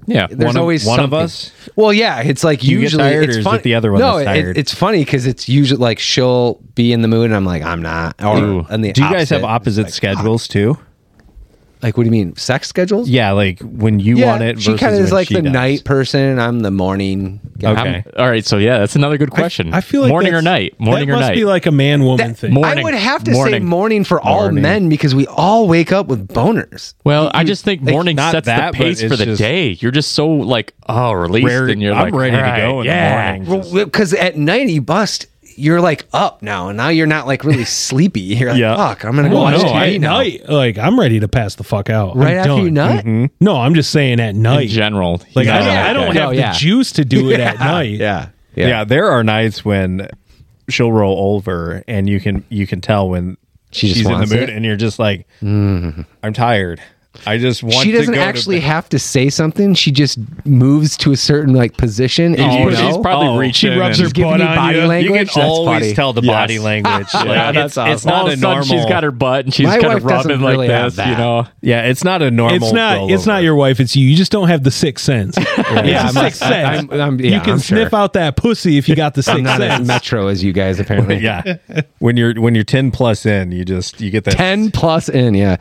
D: yeah.
C: there's
A: One of-
C: always
A: one of
C: something.
A: us?
C: Well, yeah, it's like
A: you get
C: usually
A: tired,
C: it's
A: or is
C: fun-
A: it the other one
C: No,
A: that's
C: it-
A: tired?
C: it's funny because it's usually like she'll be in the mood and I'm like I'm not. Or
D: Ooh.
C: and the
A: Do you guys have
C: opposite.
A: opposite schedules too?
C: like what do you mean sex schedules?
A: Yeah, like when you want it.
C: She
A: versus
C: kind of is
A: when
C: like
A: she
C: the
A: does.
C: night person, and I'm the morning guy.
A: Okay.
D: I'm- all right. So yeah, that's another good question.
B: I feel like
D: morning or
B: that's-
D: night. Morning
B: that
D: or
B: must
D: night.
B: be like a man woman
C: That-
B: thing.
D: Morning.
C: I would have to say
D: Morning.
C: morning for all men because we all wake up with boners.
D: well, I just think morning
A: not
D: sets
A: that,
D: the
A: but
D: pace for
A: it's
D: the
A: just-
D: day. You're just so like oh released,
A: Rare-
D: and you're
A: I'm
D: like
A: ready
D: all
A: to go in the
D: yeah.
A: morning.
C: Because at night you bust you're like up now, and now you're not like really sleepy. You're like,
A: Yeah.
C: fuck, I'm gonna go
B: Oh,
C: watch
B: no,
C: TV
B: at
C: now.
B: night, like I'm ready to pass the fuck out.
C: Right
B: I'm
C: after you
B: done.
C: nut,
B: No, I'm just saying at
D: Mm-hmm. in
B: night.
D: general.
B: like I
D: No.
B: don't, I don't
C: okay.
B: have
D: Oh,
C: No, yeah.
B: the juice to do it at night.
C: yeah,
A: Yeah. there are nights when she'll roll over and you can you can tell when
C: She just
A: she's in the
C: wants
A: mood
C: it. Mm.
A: and you're just like I'm tired. I just want
C: She
A: to
C: doesn't
A: go to
C: actually
A: bed."
C: have to say something. She just moves to a certain like position. And
D: Oh,
C: you
D: she's
C: know,
D: probably
A: Oh,
D: reaching.
B: She rubs her
D: in.
C: She's giving
B: butt
C: me
B: on
C: body
B: you.
C: language.
A: You can
C: That's
A: always
C: funny.
A: tell the
D: Yes.
A: body language. Like,
D: Yeah,
A: it's,
D: that's
A: it's
D: awesome.
A: not a
D: All of a sudden,
A: normal.
D: she's got her butt and she's
C: My
D: kind
C: wife
D: of
C: doesn't
D: rubbing like
C: really have
D: this, you
C: that.
D: know.
A: yeah, it's not a normal.
B: It's not. It's
A: rollover.
B: not your wife. It's you. You just don't have the sixth sense.
C: Yeah,
B: it's a
C: I'm-
B: sixth
C: I-
B: sense.
C: I'm- I'm- yeah,
B: you can
C: I'm sure.
B: sniff out that pussy if you got the
C: I'm
B: sixth
C: not as
B: sense.
C: metro as you guys apparently.
A: Yeah, when you're when you're ten plus in, you just you get that
C: ten plus in. Yeah,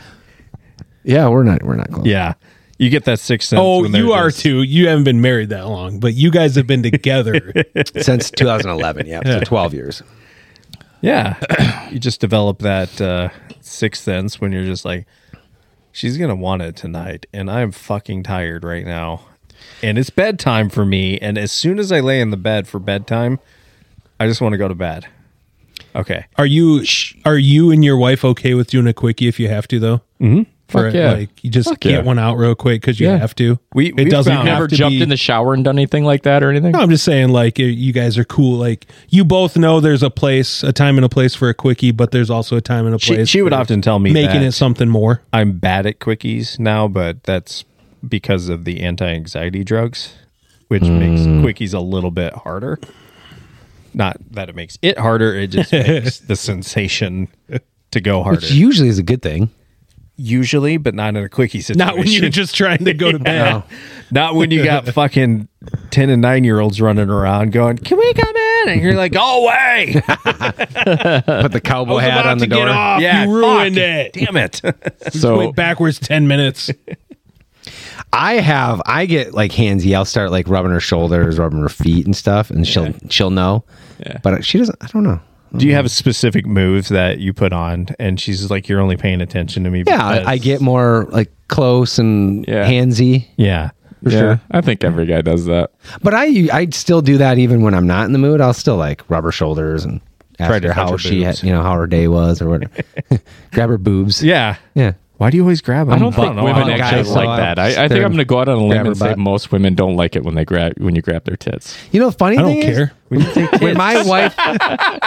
C: yeah, we're not we're not close.
A: Yeah, you get that sixth sense.
B: Oh,
A: when they're
B: you are
A: just-
B: too. You haven't been married that long, but you guys have been together.
C: since 2011. Yeah, so 12 years.
A: Yeah, you just develop that uh, sixth sense when you're just like, she's gonna want it tonight, and I'm fucking tired right now, and it's bedtime for me. And as soon as I lay in the bed for bedtime, I just want to go to bed. Okay,
B: Are you are you and your wife okay with doing a quickie if you have to though? Mm-hmm. For
D: Fuck yeah.
B: like you just
D: Fuck
B: get
D: yeah.
B: one out real quick because you
D: Yeah.
B: have to.
A: We-
B: it
A: we've
B: doesn't
A: found-
B: have
D: Never
B: to
D: jumped
B: be-
D: in the shower and done anything like that or anything.
B: No, I'm just saying like you- you guys are cool. Like you both know there's a place, a time and a place for a quickie, but there's also a time and a
A: she,
B: place.
A: she would
B: for
A: often tell me
B: making
A: that
B: it something more.
A: I'm bad at quickies now, but that's because of the anti-anxiety drugs, which makes quickies a little bit harder. Not that it makes it harder; it just makes the sensation to go harder.
C: Which usually is a good thing.
A: Usually, but not in a quickie situation.
B: Not when you're just trying to go to bed.
A: Not when you got fucking ten and nine year olds running around going, "Can we come in?" And you're like, "Go away!"
C: Put the cowboy
B: was
C: hat
B: about
C: on the
B: to get
C: door.
B: off.
A: yeah,
B: You ruined
A: fuck.
B: it.
A: Damn it!
B: Went
D: So
B: backwards ten minutes.
C: I have. I get like handsy. I'll start like rubbing her shoulders, rubbing her feet and stuff, and she'll she'll know.
D: Yeah.
C: But she doesn't. I don't know.
A: Do you have specific moves that you put on? And she's just like, "You're only paying attention to me."
C: Yeah, I, I
A: because-"
C: get more like close and
D: Yeah.
C: handsy.
A: Yeah.
D: yeah, I think every guy does that.
C: But I I still do that even when I'm not in the mood. I'll still like rub her shoulders and ask
A: Try to
C: her
A: touch
C: how
A: her
C: she had,
A: boobs.
C: you know how her day was or whatever. Grab her boobs.
A: Yeah.
C: yeah.
A: Why do you always grab them?
D: I don't think women
C: don't
D: actually
C: guys
D: like
C: like
D: that.
C: that.
D: I, I think I'm going to go out on a limb
C: her
D: and say
C: butt.
D: most women don't like it when they grab when you grab their tits.
C: You know, the funny
B: I don't
C: thing is,
B: care.
C: when my wife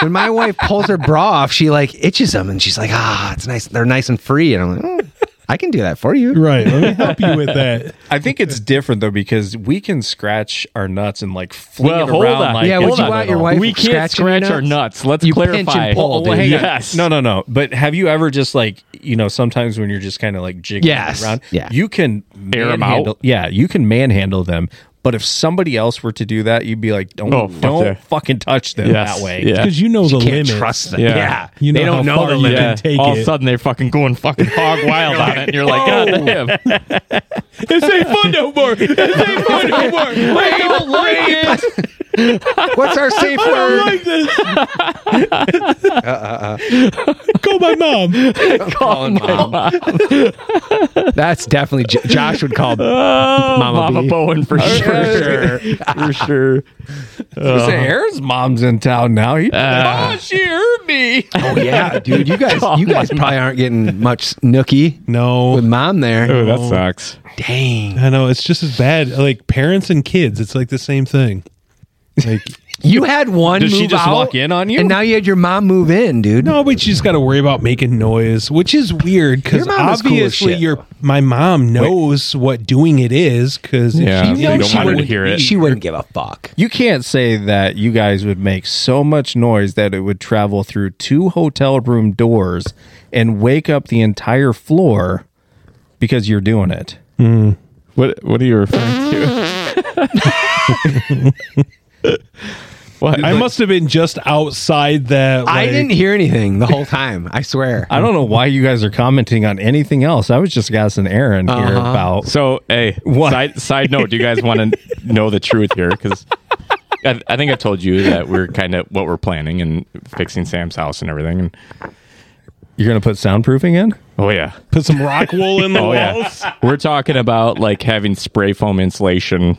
C: when my wife pulls her bra off, she like itches them, and she's like, ah, it's nice. They're nice and free, and I'm like, "Mm, I can do that for you.
B: right. Let me help you with that.
A: I think it's different though because we can scratch our nuts and like fling
D: Well,
A: it
D: hold
A: around.
D: on.
A: Like
C: Yeah,
A: it's
C: would you
A: not
C: want
A: at
C: your
A: all.
C: wife
D: We can't
C: scratching your
D: scratch our nuts. Let's
C: You pinch
D: clarify. Oh,
C: and
A: Well,
C: pull, dude.
A: hang on.
D: Yes.
A: No, no, no. But have you ever just like you know sometimes when you're just kind of like jiggling
C: Yes.
A: around,
C: Yeah.
A: you can
D: Air 'em out.
A: manhandle- Yeah, you can manhandle them. But if somebody else were to do that, you'd be like, don't,
D: Oh, fuck
A: don't
D: yeah.
A: fucking touch them
D: Yes.
A: that way.
D: Yeah.
B: Because you know the
C: Can't
B: limit.
C: trust them.
D: Yeah.
B: You know
C: they don't
B: how
C: know
B: far
C: the
B: you
C: limit.
B: can take
D: All of
B: it.
D: a sudden they're fucking going fucking hog wild on it, and you're like, God damn.
B: This ain't fun no more. This ain't fun no more. I don't like it.
C: What's our safe
B: I
C: word?
B: don't like this. Call my mom.
C: Calling mom. That's definitely J- Josh would call.
D: Oh, Mama,
C: B.
D: Bowen for sure. for sure.
A: Say, Aaron's mom's in town now. He, oh, she heard me.
C: Oh yeah, dude, you guys, you guys probably aren't getting much nookie with
B: No,
C: mom there.
D: Oh, that sucks.
C: Dang,
B: I know it's just as bad. Like parents and kids, it's like the same thing. Like
C: you had one.
A: Did she
C: move
A: just
C: out,
A: walk in on you?
C: and now you had your mom move in, dude.
B: no, but you just got to worry about making noise, which is weird because
C: Your mom is cool as
B: obviously
C: shit.
B: your my mom knows what doing it is because
D: Yeah,
B: she,
D: you
B: knows
D: don't
B: she
D: want her to
B: wouldn't
D: hear it.
B: be-
C: she wouldn't give a fuck.
A: You can't say that you guys would make so much noise that it would travel through two hotel room doors and wake up the entire floor because you're doing it.
D: What What are you referring to? what?
B: I must have been just outside that.
C: I
B: like-
C: didn't hear anything the whole time. I swear.
A: I don't know why you guys are commenting on anything else. I was just asking Aaron
C: Uh-huh.
A: here about.
D: So, hey, side side note, do you guys want to know the truth here? Because I, I think I told you that we're kind of what we're planning and fixing Sam's house and everything. And
A: You're going to put soundproofing in?
D: oh yeah,
B: put some rock wool in the
D: Oh, yeah.
B: walls.
D: we're talking about like having spray foam insulation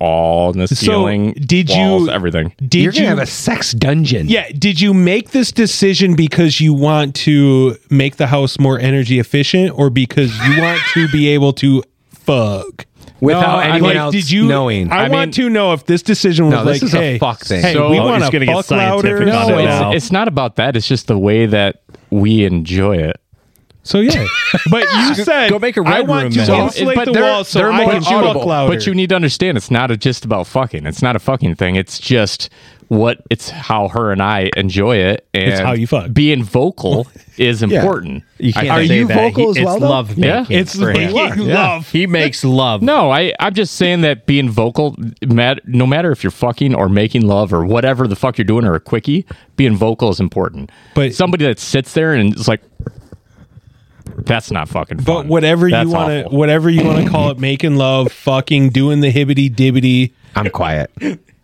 D: all in the ceiling.
B: did you-
D: walls, everything?
B: Did
C: You're
B: you
C: gonna have a sex dungeon.
B: Yeah, did you make this decision because you want to make the house more energy efficient or because you want to be able to fuck?
C: without
D: No, I
C: anyone
D: mean,
C: else
B: did you
C: knowing.
B: I,
D: I mean-
B: want to know if this decision was
C: No,
B: like,
C: this is a
B: hey,
C: fuck thing.
B: Hey,
D: So-
B: we
D: Oh,
B: want
A: he's
B: to
A: gonna get
B: fuck
A: scientific
B: louder.
A: on
D: No,
A: it
D: it's,
A: now.
D: it's not about that. It's just the way that we enjoy it.
B: So yeah, but you said
A: go make a
B: I
A: red
B: want
A: room
B: to
A: then.
B: insulate
D: But
B: the
D: they're-
B: walls so
D: they're
B: I
D: more
B: can fuck
D: audible.
B: louder.
D: But you need to understand, it's not just about fucking. It's not a fucking thing. It's just what it's how her and I enjoy it, and
B: It's how you fuck.
D: Being vocal is important.
A: You
D: I
A: can't
D: think.
A: say
C: you
A: that.
C: vocal as
A: it's
C: well, though?
A: love
D: Yeah.
A: making
B: it's
A: for him.
B: fucking love.
A: He makes love.
D: No, I, I'm just saying that being vocal, mat- no matter if you're fucking or making love or whatever the fuck you're doing or a quickie, being vocal is important.
B: But-
D: somebody that sits there and is like, that's not fucking fun.
B: But whatever
D: That's
B: you want to,
D: awful."
B: whatever you want to call it, making love, fucking, doing the hibbity dibbity.
C: I'm quiet.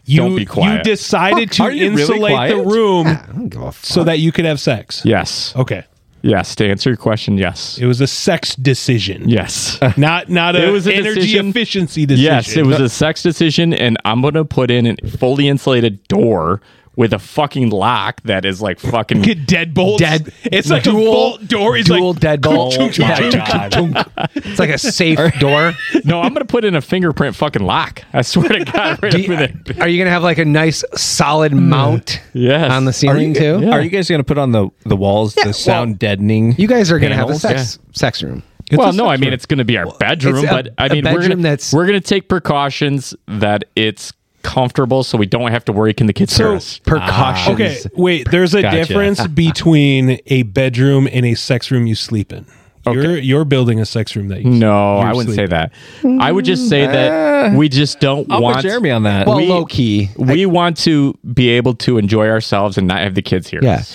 B: You,
D: Don't be
B: You
D: quiet.
B: decided
A: Fuck, are
B: to
A: you really
B: insulate the
A: quiet?
B: room
C: I don't give a fuck.
B: so that you could have sex.
D: Yes.
B: Okay.
D: Yes. To answer your question, yes.
B: It was a sex decision.
D: yes.
B: Not not a
D: It was a
B: energy
D: decision-
B: efficiency decision.
D: Yes, it was a sex decision, and I'm gonna put in a fully insulated door with a fucking lock that is like fucking.
B: Get deadbolts.
C: Dead-
B: It's like a
C: dual-
B: bolt door. It's
C: dual
B: like
C: deadbolt.
B: chunk, chunk, chunk, chunk,
A: God.
B: chunk.
C: It's like a safe door.
D: no, I'm gonna put in a fingerprint fucking lock. I swear to God, right
C: Do you-
D: over there.
C: are you gonna have like a nice solid mount?
D: Yes.
C: on the ceiling too.
A: Are you guys going to put on the, the walls the sound deadening?
C: You guys are gonna
A: panels?
C: have a sex sex room.
D: well, no, I mean it's going to be our bedroom,
C: a-
D: but I
C: a
D: mean we're
C: bedroom
D: going
C: that's-
D: to we're going to take precautions that it's comfortable, so we don't have to worry. Can the kids hear us?
C: Precautions.
B: Okay, wait. There's a
A: Gotcha.
B: difference between a bedroom and a sex room you sleep in. You're you're building a sex room that you
D: No,
B: you're
D: I wouldn't
B: sleeping.
D: say that. I would just say that we just don't
A: I'm
D: want
A: with Jeremy on that.
C: Well, low key.
D: We want to be able to enjoy ourselves and not have the kids hear
C: Yeah.
D: us.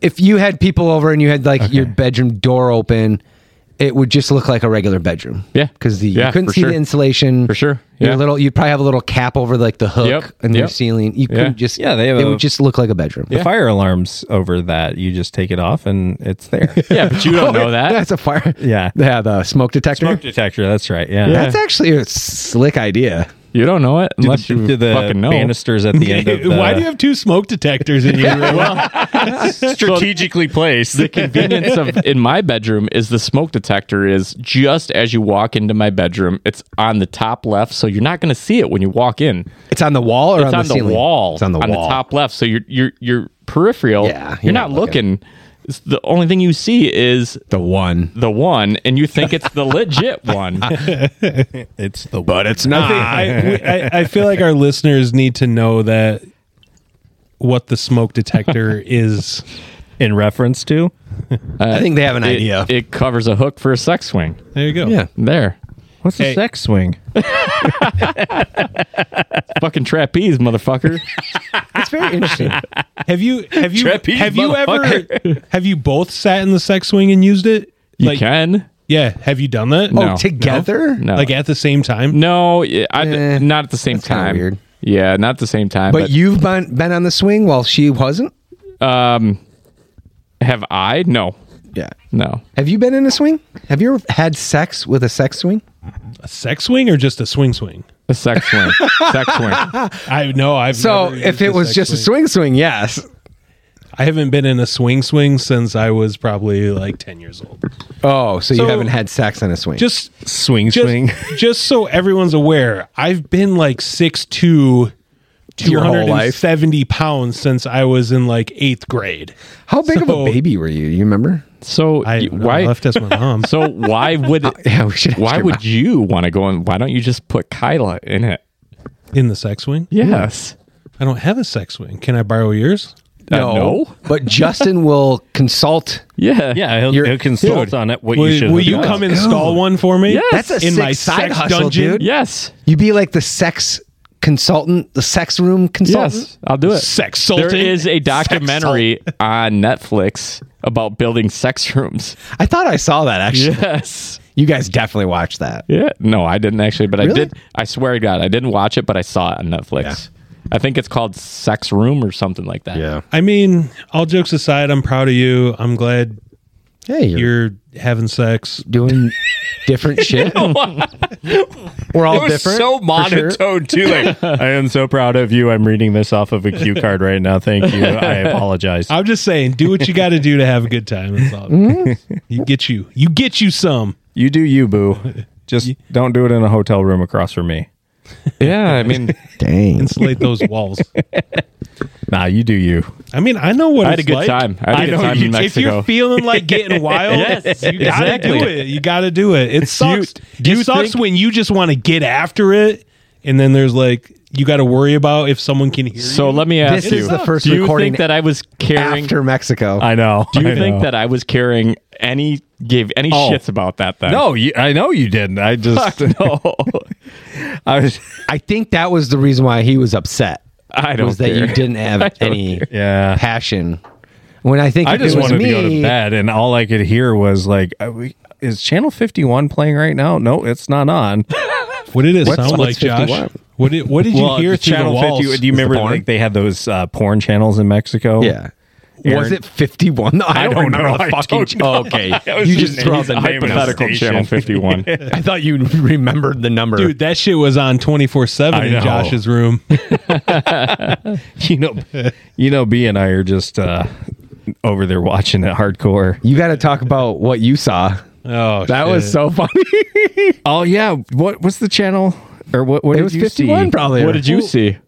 C: If you had people over and you had like your bedroom door open, it would just look like a regular bedroom.
D: Yeah.
C: Because the
D: Yeah,
C: you couldn't
D: for
C: see
D: sure.
C: the insulation.
D: For sure.
C: Your
D: Yeah.
C: little you'd probably have a little cap over like the hook
D: Yep.
C: in your
D: Yep.
C: ceiling. You couldn't just
A: Yeah, they have
C: it
A: a-
C: would just look like a bedroom.
A: the fire alarms over that. You just take it off and it's there.
D: Yeah, but you don't know that.
C: Oh, That's a fire.
A: Yeah.
C: Yeah, the smoke detector.
A: Smoke detector. That's right. Yeah.
C: That's actually a slick idea.
D: You don't know it unless
A: Do the,
D: you
A: do the
D: fucking know.
A: banisters at the end of the
B: Why do you have two smoke detectors in your room?
A: strategically placed?
D: the convenience of in my bedroom is the smoke detector is just as you walk into my bedroom. It's on the top left, so you're not going to see it when you walk in.
C: It's on the wall or
D: It's
C: on,
D: on,
C: the
D: the,
C: ceiling?
D: wall,
C: It's on the wall.
D: top left. So your your your peripheral.
C: Yeah,
D: you're,
C: you're
D: not,
C: not looking.
D: looking. It's the only thing you see is
C: The one.
D: the one, and you think it's the legit one.
A: It's the but it's
B: I, think- I- we- I- I feel like our listeners need to know that what the smoke detector is.
A: in reference to.
C: I think they have an
D: It,
C: idea.
D: it covers a hook for a sex swing.
B: There you go.
C: yeah.
D: There,
A: What's
B: Hey.
A: a sex swing?
D: fucking trapeze, motherfucker.
C: It's very interesting.
B: Have you have you
D: Trapeze
B: have you ever have you both sat in the sex swing and used it?
D: You can.
B: Yeah. Have you done that?
D: No.
C: Oh, together?
D: No.
B: Like at the same time?
D: No, yeah, I,
C: Eh,
D: not at the same
C: that's kinda
D: time.
C: weird.
D: Yeah, not at the same time.
C: But,
D: But,
C: you've been, been on the swing while she wasn't?
D: um, have I? No,
C: Yeah.
D: no.
C: Have you been in a swing? Have you ever had sex with a sex swing?
B: A sex swing or just a swing swing?
D: A sex swing. sex swing.
B: I know I've
C: So
B: never
C: if
B: used
C: it was
B: sex
C: just a swing swing, yes.
B: I haven't been in a swing swing since I was probably like ten years old.
C: Oh, so,
B: So-
C: you haven't had sex on a swing.
B: Just
A: Swing
B: just
A: swing.
B: just so everyone's aware, I've been like six to two
C: Your whole
B: hundred and
C: life?
B: seventy pounds since I was in like eighth grade.
C: How big of
B: so-
C: a baby were you? You remember?
D: So
B: I
D: you-
B: don't know,
D: why?
B: left as my mom.
D: so why would?
C: yeah, we should ask
D: Why
C: your
D: would
C: mom.
D: you want to go in? Why don't you just put Kyla in it?
B: in the sex swing?
D: Yes.
B: I don't have a sex swing. Can I borrow yours?
D: Uh, no.
C: But Justin will consult.
D: Yeah.
A: Yeah, he'll,
C: You're-
A: he'll consult
D: Dude,
A: on it. What
B: Will
A: you should.
B: you, will
A: hook
B: you
A: up.
B: come install one for me?
D: Yes.
C: That's a
B: in
C: sick
B: my
C: side
B: sex
C: hustle,
B: dungeon.
C: dude.
D: Yes.
C: You'd be like the sex consultant, the sex room consultant.
D: Yes. Uh, I'll do it.
B: Sex
D: There
B: sultan.
D: is a documentary on Netflix about building sex rooms.
C: I thought I saw that actually.
D: Yes.
C: You guys definitely watched that.
D: Yeah. No, I didn't actually, but I
C: Really?
D: did. I swear to God, I didn't watch it, but I saw it on Netflix. I think it's called Sex Room or something like that.
B: I mean, all jokes aside, I'm proud of you. I'm glad
C: Hey, you're
B: you're having sex.
C: doing different shit. We're all
A: it was
C: different.
A: so
C: for sure.
A: monotone too. Like, I am so proud of you. I'm reading this off of a cue card right now. Thank you. I apologize.
B: I'm just saying, do what you got to do to have a good time. That's all.
C: Mm-hmm.
B: You get you, you get you some.
A: You do you, boo. Just don't do it in a hotel room across from me.
D: Yeah, I mean,
E: Dang.
B: Insulate those walls.
A: Nah, you do you.
B: I mean, I know what
D: I had a
B: it's
D: good
B: like.
D: time. I had a
B: I
D: good
B: know
D: time in
B: you- If
D: Mexico.
B: you're feeling like getting wild, you gotta
D: exactly.
B: do it. You gotta do it. It sucks.
D: you
B: it sucks
D: think-
B: when you just want to get after it, and then there's like you got to worry about if someone can hear.
D: so let me ask
C: This
D: you:
C: is the first
D: Do you
C: recording
D: think that I was carrying?
C: after Mexico.
A: I know.
D: do you think that I was carrying any gave any
A: Oh.
D: shits about that? Then
A: No, you, I know you didn't. I just no. I was.
C: I think that was the reason why he was upset.
D: I don't
C: was that you
D: care.
C: didn't have any
A: Yeah.
C: passion. When I think
A: I
C: if
A: just
C: it was
A: wanted
C: me,
A: to go to bed, and all I could hear was like, I- we- "Is Channel 51 playing right now?" No, it's not on.
B: you. What did it sound like,
E: what's
B: Josh?
E: 51?
B: What did What did
A: Well,
B: you hear through the
A: Channel
B: walls?
A: 51. Do you remember
C: porn?
A: like they had those uh, porn channels in Mexico?
C: Yeah. Was
A: Aaron-
C: it 51? No, I,
A: I
C: don't,
A: don't
C: remember
A: know.
C: the
A: I
C: fucking.
A: don't know.
C: Oh, okay.
A: I was
C: you just
A: just
C: throw out
A: using
C: the
A: name of
C: name.
A: the
D: hypothetical
A: station.
D: channel fifty one.
C: I thought you remembered the number.
B: Dude, that shit was on 24 seven
A: I
B: in
A: know.
B: Josh's room.
A: You know, you know, B and I are just uh, over there watching it hardcore.
C: you got to talk about what you saw.
B: Oh,
C: That was so funny.
A: Oh yeah, what was the channel or what? What
C: it
A: did
C: was
A: you
C: 51
A: see?
C: probably.
D: What did you see?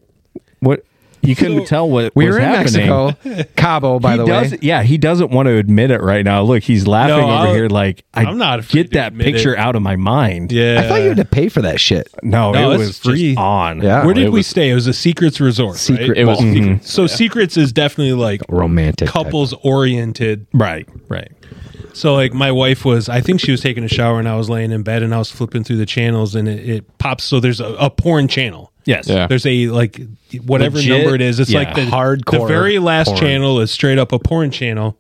A: What you couldn't tell what
C: We
A: was
C: were in
A: happening.
C: Mexico, Cabo, by
A: He
C: the
A: does,
C: way.
A: yeah, he doesn't want to admit it right now. Look, he's laughing
B: No,
A: over
B: I'll-
A: here. Like I
B: I'm not afraid
A: get
B: to
A: that
B: admit it.
A: picture out of my mind.
B: yeah.
C: I thought you had to pay for that shit.
A: no,
B: No,
A: it
B: it's
A: was
B: free.
A: just on.
C: Yeah.
B: Where did
D: it
B: we
D: was-
B: stay? It was a Secrets Resort.
C: Secret
B: Right?
D: It was Mm-hmm.
C: ball.
B: So Secrets is definitely like
C: romantic. type.
B: couples oriented.
A: right, right.
B: So like my wife was, I think she was taking a shower and I was laying in bed and I was flipping through the channels and it, it pops. So there's a, a porn channel.
A: Yes,
D: Yeah.
B: There's a like whatever
A: Legit,
B: number it is. It's
A: yeah,
B: like the
C: hardcore
B: The very last
C: porn.
B: channel is straight up a porn channel,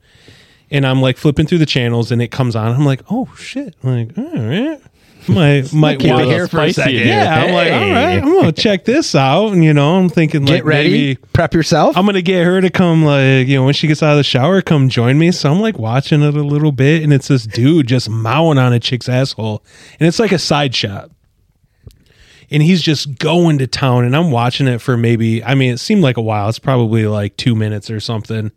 B: and I'm like flipping through the channels and it comes on. I'm like, oh shit! I'm like, all right, my my
C: Keep it
B: wife-
C: here for a
D: spicy.
C: second.
B: Yeah, I'm like, all right, I'm gonna check this out. And you know, I'm thinking like
C: Get ready.
B: maybe
C: prep yourself.
B: I'm gonna get her to come like you know when she gets out of the shower, come join me. So I'm like watching it a little bit, and it's this dude just mowing on a chick's asshole, and it's like a side shot, and he's just going to town, and I'm watching it for maybe I mean it seemed like a while. It's probably like two minutes or something,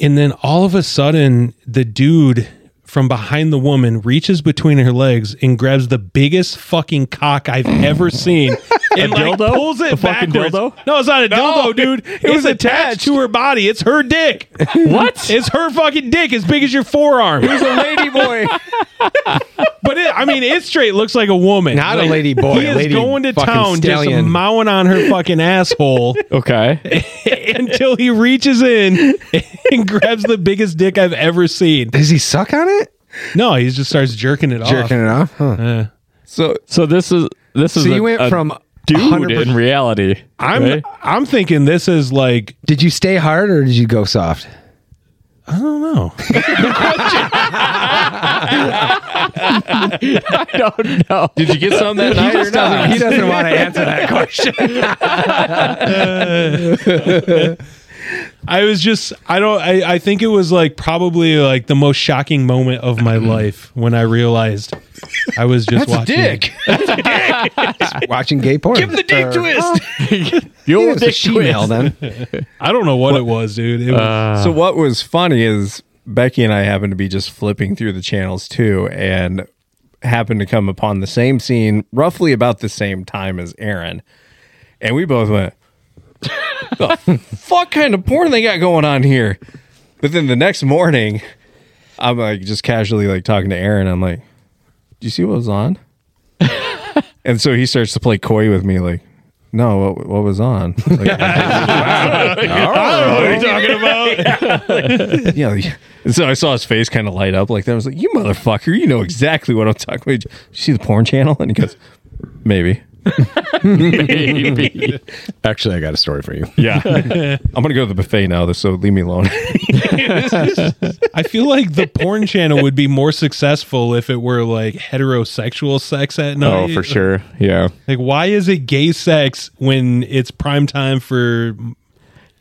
B: and then all of a sudden the dude from behind the woman reaches between her legs and grabs the biggest fucking cock I've ever seen. And like
D: dildo?
B: pulls it
D: A fucking
B: backwards.
D: dildo?
B: No, it's not a dildo, dude. It was attached to her body. It's her dick.
D: What?
B: It's her fucking dick as big as your forearm.
A: He's a lady boy.
B: But it, I mean, it straight looks like a woman.
C: Not a
B: Like,
C: lady boy,
B: He
C: a
B: is
C: lady
B: going to
C: fucking
B: town
C: stallion.
B: just mowing on her fucking asshole
D: Okay.
B: until he reaches in and grabs the biggest dick I've ever seen.
C: Does he suck on it?
B: No, he just starts jerking it
C: Jerking
B: off.
C: it off? Huh.
A: so
D: So this is this is
C: So
D: a,
C: you went
D: a
C: from
D: dude
C: 100%
D: in reality.
B: I'm
D: right?
B: I'm thinking this is like
C: Did you stay hard or did you go soft?
B: I don't know.
D: don't know.
A: did you get some that night or not?
C: he doesn't want to answer that question.
B: I was just I don't I, I think it was like probably like the most shocking moment of
D: Mm-hmm.
B: my life when I realized I was just
A: That's a
B: watching
A: dick.
C: Watching gay porn. Give
A: the dick twist.
D: Your
C: It's a
D: dick
C: female then.
B: I don't know what, it was, dude. It was,
D: Uh,
A: so what was funny is Becky and I happened to be just flipping through the channels too, and happened to come upon the same scene roughly about the same time as Aaron, and we both went, "The fuck kind of porn they got going on here?" But then the next morning, I'm like just casually like talking to Aaron. I'm like, "Do you see what was on?" and so he starts to play coy with me, like. No, what, what was on? Like, yeah. yeah. And so I saw his face kind of light up like that. I was like, you motherfucker, you know exactly what I'm talking about. You see the porn channel? And he goes, maybe.
D: Maybe.
C: Actually, I got a story for you.
A: Yeah. I'm going to go to the buffet now, so leave me alone.
B: I feel like the porn channel would be more successful if it were like heterosexual sex at
D: Oh,
B: night.
D: for sure. Yeah.
B: Like, why is it gay sex when it's prime time for?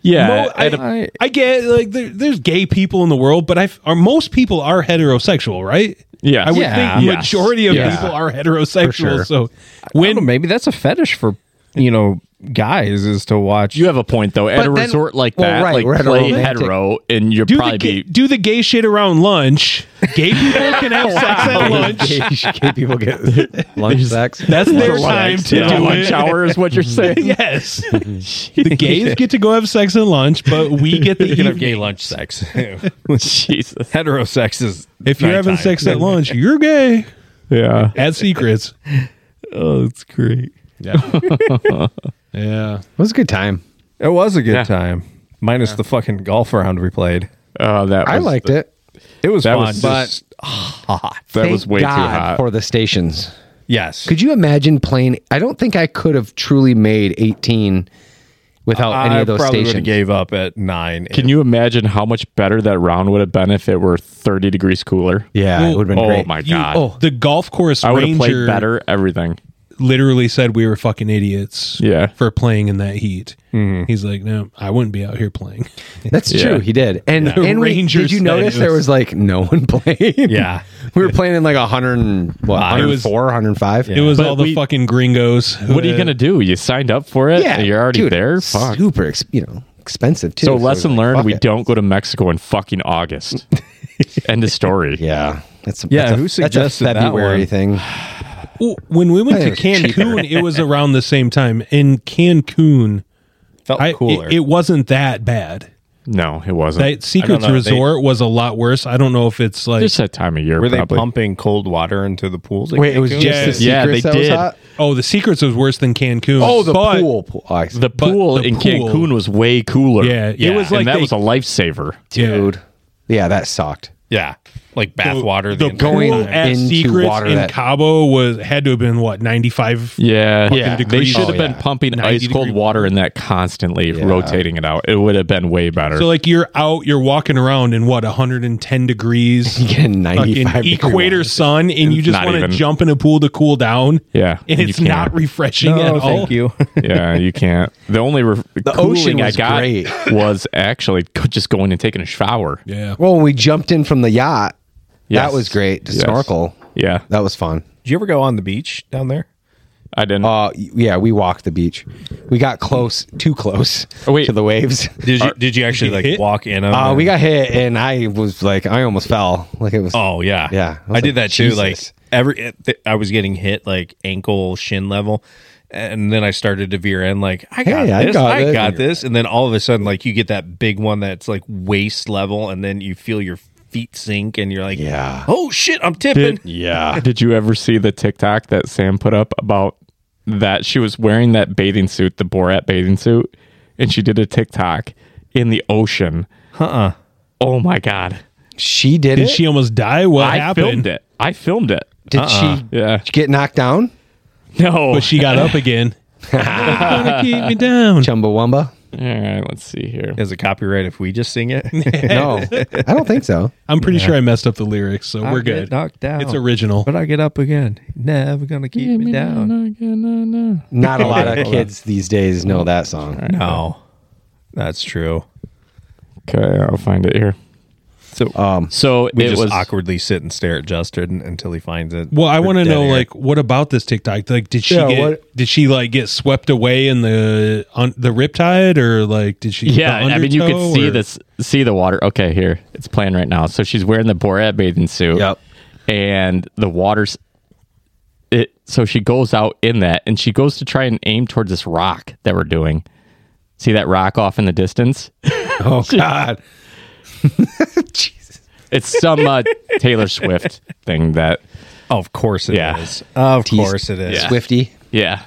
D: Yeah.
A: Uh,
B: Mo- I,
D: at a-
B: I, get like there, there's gay people in the world, but I f- are most people are heterosexual, right?
D: Yeah.
B: I would
A: Yeah.
B: think
A: Yes.
B: majority of
A: Yeah.
B: people are heterosexual.
C: sure.
B: So
A: I don't
B: when
A: know, maybe that's a fetish for you know guys is to watch.
D: You have a point though. At
C: But
D: a
C: then-
D: resort like
C: well,
D: that,
C: right, we're
D: like
C: at a
D: play
C: romantic-
D: hetero, and you'll
B: do the,
D: probably
B: gay,
D: be
B: do the gay shit around lunch, gay people can have sex at lunch.
C: gay people get lunch sex.
B: That's their time
D: Lunch,
B: to
D: yeah.
B: do
D: lunch
B: it.
D: hour is what you're saying.
B: Yes, the gays get to go have sex at lunch, but we get the
A: You can have
B: evening.
A: gay lunch sex.
D: Jesus.
A: Heterosex is
B: If you're having
A: nighttime.
B: sex at lunch, you're gay.
D: Yeah.
B: At secrets.
A: Oh, that's great.
B: Yeah.
C: It was a good time.
A: It was a good
D: Yeah.
A: time, minus the fucking golf round we played.
D: Oh, that was,
C: I liked it.
A: It was
D: That
A: fun,
D: was
A: but
D: just-
A: hot.
D: That
C: Thank
D: was way
C: God
D: too hot.
C: for the stations.
A: Yes,
C: Could you imagine playing? I don't think I could have truly made 18 without any
A: I
C: of those
A: probably would have
C: stations.
A: gave up at nine.
D: Can you imagine how much better that round would have been if it were 30 degrees cooler?
C: Yeah,
B: Well,
C: it would have been
D: oh
C: great.
D: my
B: You-
D: god.
B: oh, the golf course
D: I would have
B: ranger
D: played better everything.
B: literally said we were fucking idiots
D: Yeah.
B: for playing in that heat. He's like, no, I wouldn't be out here playing.
C: That's
D: Yeah.
C: true. He did. And,
B: The
C: and we,
B: Rangers
C: did you
B: said
C: notice
B: it
C: there
B: was-
C: was like no one playing?
A: Yeah.
C: we were playing in like 100 and what,
B: It was-
C: 104, 105.
B: It was
D: But
B: all the
D: we-
B: fucking gringos.
D: What are you going to do? You signed up for it? You're already
C: dude,
D: there? Fuck.
C: Super, ex- you know, expensive too.
D: So,
C: it
D: lesson
C: was like,
D: learned,
C: fuck
D: we
C: it.
D: don't go to Mexico in fucking August. End of story.
C: Yeah, that's
A: Yeah,
C: That's
A: who suggested
C: that's
A: that
C: a February
A: one?
C: thing?
B: Well, when we went
C: I
B: to
C: think it was
B: Cancun, it was around the same time. In Cancun,
A: felt
B: I, it-
A: Oh, cooler?
B: It, wasn't that bad.
D: No, it wasn't.
B: That Secrets
A: know. They-
B: Resort was a lot worse. I don't know if it's like
D: Just that time of year,
A: Were they
D: probably.
A: pumping cold water into the pools? at
C: Wait, it was
A: Cancun?
C: just
B: Yeah.
C: the secrets
D: Yeah, they
C: that was
D: did.
C: hot?
B: oh, the Secrets was worse than Cancun.
C: Oh, the
B: but-
C: pool. pool. Oh, I see.
D: the
B: but
D: pool
B: the
D: in
B: pool-
D: Cancun was way cooler.
B: Yeah, it was like
D: and that
B: they-
D: was a lifesaver.
C: dude. Yeah, that sucked.
A: yeah, like bath water.
B: The,
A: entire
B: going
A: time.
B: at
C: into
B: Secrets
C: water
B: in
C: that-
B: Cabo was had to have been what ninety five.
D: Yeah, yeah. They
B: degrees.
D: should have
B: Oh,
D: been
C: yeah.
D: pumping
B: 90
D: ice cold
B: degree-
D: water in that constantly, rotating it out. It would have been way better.
B: So like you're out, you're walking around in what 110 degrees,
C: You get a
B: fucking
C: 95 degree
B: equator
C: water.
B: sun, and you just
D: not
B: want to
D: even-
B: jump in a pool to cool down.
D: Yeah,
B: and
D: and
B: it's
D: you
B: not
D: can't.
C: Oh,
B: refreshing at
A: No,
B: all.
A: thank you.
D: yeah, you can't. The only re- the
C: ocean
D: I
C: was
D: got
C: great.
D: was actually go- just going and taking a shower.
B: Yeah.
C: Well, when we jumped in from the yacht,
D: Yes.
C: that was great to
D: Yes.
C: snorkel.
D: Yeah,
C: That was fun.
A: Did you ever go on the beach down there?
D: I didn't.
C: Uh, yeah, we walked the beach. We got close, too close
D: Oh, wait.
C: to the waves.
A: Did you Did you actually
B: you
A: like
B: hit?
A: walk in? on
C: Uh,
A: them?
C: we got hit, and I was like, I almost fell. Like it was.
A: Oh yeah,
C: Yeah.
A: I,
C: I was
A: did
C: like,
A: that too. Like
C: Jesus.
A: every, it- th- I was getting hit like ankle, shin level, and then I started to veer in. Like I got
C: Hey, I
A: this, I
C: got
A: got,
C: this.
A: this, and then all of a sudden, like you get that big one that's like waist level, and then you feel your feet sink, and you're like,
C: Yeah.
A: oh shit, I'm tipping.
C: Yeah.
D: Did you ever see the TikTok that Sam put up about that she was wearing that bathing suit, the Borat bathing suit, and she did a TikTok in the ocean? Uh uh Oh my god!
C: She did,
B: Did
C: it.
B: she almost die? What
D: I
B: happened?
D: filmed it. I filmed it.
C: did she
D: Yeah.
C: get knocked down?
D: No.
B: But she got up again. gonna keep me down.
C: Chumbawamba?
D: All right. Let's see here.
A: Is it copyright if we just sing it?
C: No, I don't think so.
B: I'm pretty sure I messed up the lyrics, so
A: I
B: we're
A: get
B: good.
A: knocked down.
B: It's original.
A: but I get up again. Never gonna keep me down.
C: Not a lot of kids these days know that song.
A: No, that's true.
D: Okay, I'll find it here.
A: So
C: Um,
D: So
A: we
D: it
A: just
D: was
A: awkwardly sit and stare at Justin until he finds it.
B: Well, I
A: for
B: want to
A: dead
B: know
A: air.
B: like what about this TikTok? Like, did she
C: Yeah,
B: get,
C: what-
B: did she like get swept away in the on the riptide or like did she?
D: Yeah,
B: the
D: I mean you
B: undertow,
D: could see
B: or-
D: this see the water. Okay, here. It's playing right now. So she's wearing the Borat bathing suit.
C: Yep.
D: And the water's it so she goes out in that and she goes to try and aim towards this rock that we're doing. See that rock off in the distance?
C: Oh God,
D: It's some uh, Taylor Swift thing that
A: Of course it is.
D: Yeah.
A: Of course it is.
D: Yeah.
C: Swifty.
D: yeah.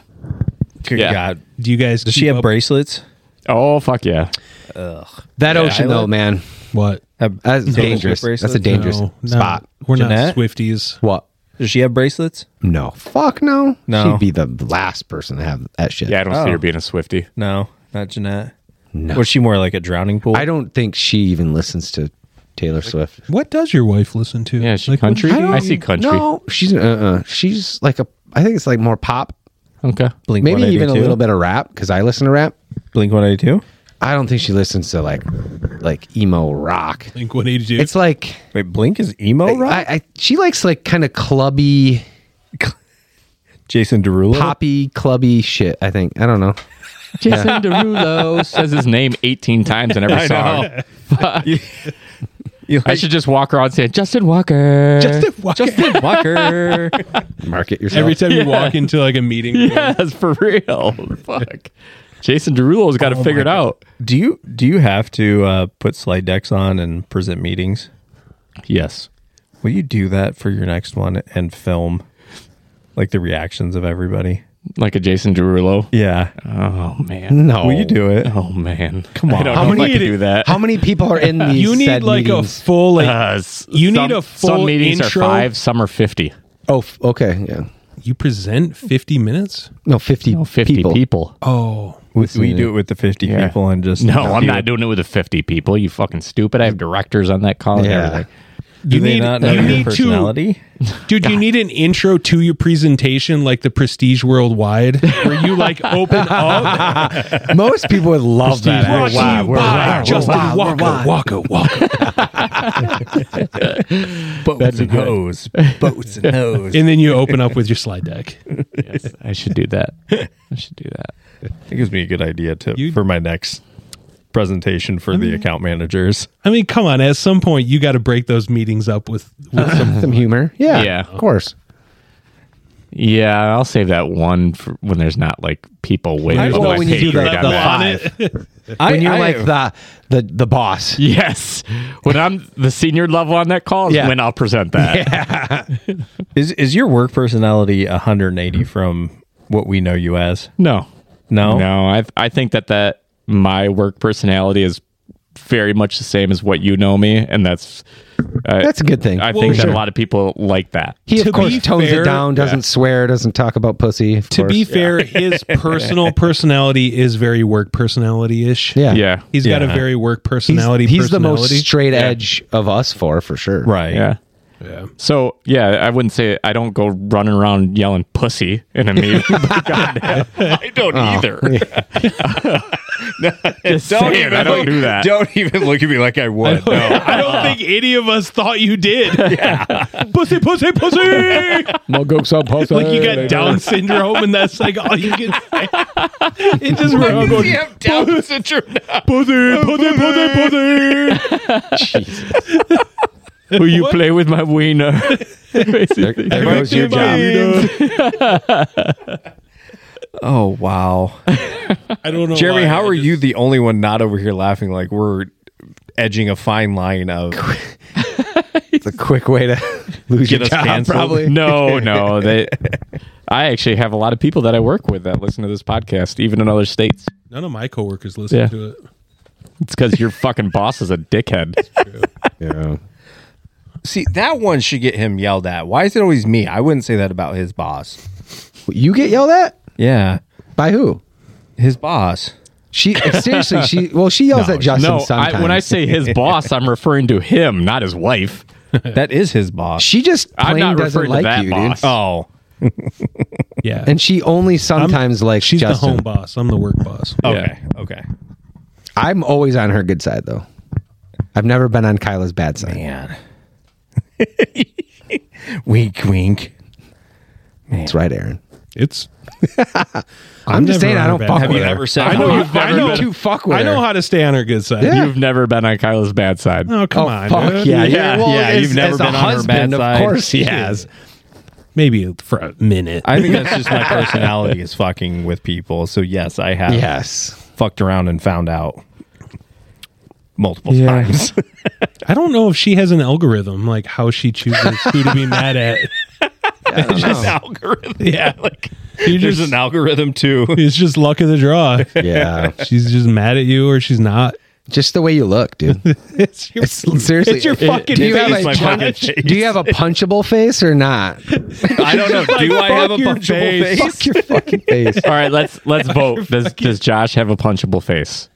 A: Good
D: Yeah.
A: God.
B: Do you guys?
A: Does she have bracelets?
D: Oh fuck yeah.
C: That ocean though,
A: island?
C: man,
B: What?
A: Have-
C: that's
A: Taylor
C: dangerous.
A: Swift
C: That's a
A: bracelets?
C: dangerous
B: No, no,
C: spot.
B: We're
A: Jeanette?
B: not Swifties.
C: What?
A: Does she have bracelets?
C: No, fuck no.
A: No.
C: she'd be the last person to have that shit.
D: Yeah, I don't see
A: Oh.
D: her being a Swifty.
A: No, not Jeanette. No. Was she more like a drowning pool?
C: I don't think she even listens to Taylor Swift.
B: What does your wife listen to?
D: Yeah, she
B: Like,
D: country.
B: what-
D: I, see country.
C: No, she's uh, uh she's like a. I think it's like more pop.
D: Okay.
A: Blink
C: Maybe even a
A: 182?
C: little bit of rap because I listen to rap.
A: Blink 182?
C: I don't think she listens to like like emo rock.
B: Blink 182.
C: It's like
A: Wait, Blink is emo rock?
C: I, I she likes like kind of clubby,
A: Jason Derulo?
C: poppy, clubby shit. I think I don't know.
D: Jason Derulo says his name 18 times in every
A: I
D: song.
A: know. You- you
D: I
A: like-
D: should just walk around saying Justin Walker.
B: Justin Walker.
D: Justin Walker.
C: Market yourself.
B: Every time you walk into like a meeting,
D: yes, for real. Fuck. Jason Derulo's got to figure it out.
A: do you do you have to uh, put slide decks on and present meetings?
D: Yes.
A: Will you do that for your next one and film like the reactions of everybody?
D: Like a Jason Derulo.
A: Yeah.
D: Oh man.
C: No.
A: Will you do it?
D: Oh man.
A: Come on.
D: I don't
A: How
D: know if I
C: many-
D: could do that.
C: How many people are in these?
B: you need
C: said
B: like
C: meetings?
B: a full like
D: Uh, s-
B: You need
D: some-
B: a full
D: Some meetings
B: intro.
D: are five. Some are fifty.
C: Oh, f- okay, yeah.
B: you present 50 minutes.
C: No, fifty.
D: No, fifty people.
C: people.
B: Oh,
A: Will will you do it with the 50
D: Yeah.
A: people and just.
D: No, I'm not doing it with the fifty people. You fucking stupid. I have directors on that call. and
C: Yeah.
D: everything.
A: Do
B: You
A: they
B: need-
A: not know
B: you
A: your
B: need to-
A: personality?
B: dude, you need an intro to your presentation, like the Prestige Worldwide, where you like open up.
C: Most people would love that.
B: Brought to
C: Wow,
B: you
C: we're
B: by
C: wow, we're
B: Justin
C: wow, we're
B: Walker,
C: wow.
B: Walker, Walker.
A: Boats and hoes. Boats and hoes.
B: and then you open up with your slide deck.
D: I should do that. I should do that.
A: It gives me a good idea tip
B: You-
A: for my next presentation for the account managers.
B: I mean, come on. At some point, you got to break those meetings up with, with some.
C: Some humor. Yeah,
D: Yeah.
C: of course.
D: Yeah, I'll save that one for when there's not like people waiting.
B: I-
D: although
B: well,
D: I
B: when
C: you
D: pay
C: do
D: grade
C: that,
D: on
C: the
D: that.
C: five. when you're
A: I-
C: like the the the boss.
D: Yes, when I'm the senior level on that call is
C: Yeah.
D: when I'll present that.
A: Is is your work personality 180 from what we know you as?
D: No,
A: No.
D: no, I I think that that my work personality is very much the same as what you know me, and that's uh,
C: That's a good thing.
D: I
B: Well,
D: think that
B: sure.
D: a lot of people like that.
C: he
B: To
C: of course
B: be
C: tones
B: fair-
C: it down, doesn't swear, doesn't talk about pussy. Of
B: To
C: course.
B: be fair, his personal personality is very work personality ish.
C: yeah,
D: Yeah,
B: He's got a
A: Yeah.
B: very work
C: He's,
B: personality.
C: he's the most
B: personality.
C: straight edge of us four for sure.
A: Right.
D: yeah.
B: Yeah.
D: So yeah, I wouldn't say I don't go running around yelling "pussy" in a meeting. but goddamn, I don't either. Just saying, I don't do that.
A: Don't even look at me like I would.
B: I don't think any of us thought you did. pussy, pussy, pussy. Like you got Down syndrome, and that's like all you can say. It just went on going,
D: Down syndrome now.
B: pussy, pussy, pussy, pussy.
D: Will you play with my wiener? Basically.
C: There goes your job.
A: Oh wow,
B: I don't know.
A: Jeremy,
B: why.
A: how are you the only one not over here laughing? Like we're edging a fine line of
C: It's a quick way to lose
A: Get
C: your
A: us
C: job,
A: canceled.
C: probably.
D: No, no. They, I actually have a lot of people that I work with that listen to this podcast, even in other states.
B: None of my coworkers listen
D: Yeah.
B: to it.
D: It's because your fucking boss is a dickhead.
C: Yeah.
A: see that one should get him yelled at. Why is it always me? I wouldn't say that about his boss.
C: You get yelled at
A: Yeah,
C: by who?
A: his boss.
C: She seriously. She well, she yells at Justin
D: no,
C: sometimes.
D: I, when I say his boss, I'm referring to him, not his wife.
A: That is his boss.
C: she just
D: I'm
C: plain
D: not
C: doesn't like
D: referring to that
C: you,
D: boss.
C: dude.
A: Oh,
B: Yeah.
C: And she only sometimes likes
B: she's
C: Justin.
B: the home boss. I'm the work boss.
A: okay, okay.
C: I'm always on her good side though. I've never been on Kyla's bad side.
A: Man, wink, wink.
C: That's right, Aaron.
B: It's.
C: I'm,
B: never
C: just saying
B: on
C: I
B: her
C: don't
B: bad
C: fuck
B: side.
C: with
A: Have you
C: her.
A: ever said
B: I know
A: "Oh,
B: you've never
C: I
B: been-
C: know too fuck with
B: I know
C: her.
B: how to stay on her good side.
C: Yeah.
D: You've never been on Kyla's bad side.
B: Oh come
C: oh
B: on.
C: fuck
B: dude.
C: yeah,
A: Yeah, yeah,
C: as-
A: you've never
C: as a
A: been on her
C: husband,
A: bad
C: of
A: side.
C: course he
B: Yeah.
C: has.
B: Maybe for a minute.
A: I think that's just my personality is fucking with people. So yes, I have
C: Yes,
A: fucked around and found out multiple times.
B: I don't know if she has an algorithm, like how she chooses who to be mad at.
A: It's just algorithm. Yeah, like
B: You
A: there's
B: just,
A: an algorithm too.
B: it's just luck of the draw.
C: yeah.
B: She's just mad at you or she's not.
C: Just the way you look, dude.
B: It's your,
C: Seriously,
B: it's your
C: it-
B: fucking
C: do you
B: face,
C: have a
A: my
C: punch-
A: fucking face.
C: do you have a punchable face or not?
A: I don't know. Do I have a
B: your
A: punchable face?
C: Fuck your fucking face.
D: All right, let's let's vote. Does does Josh have a punchable face?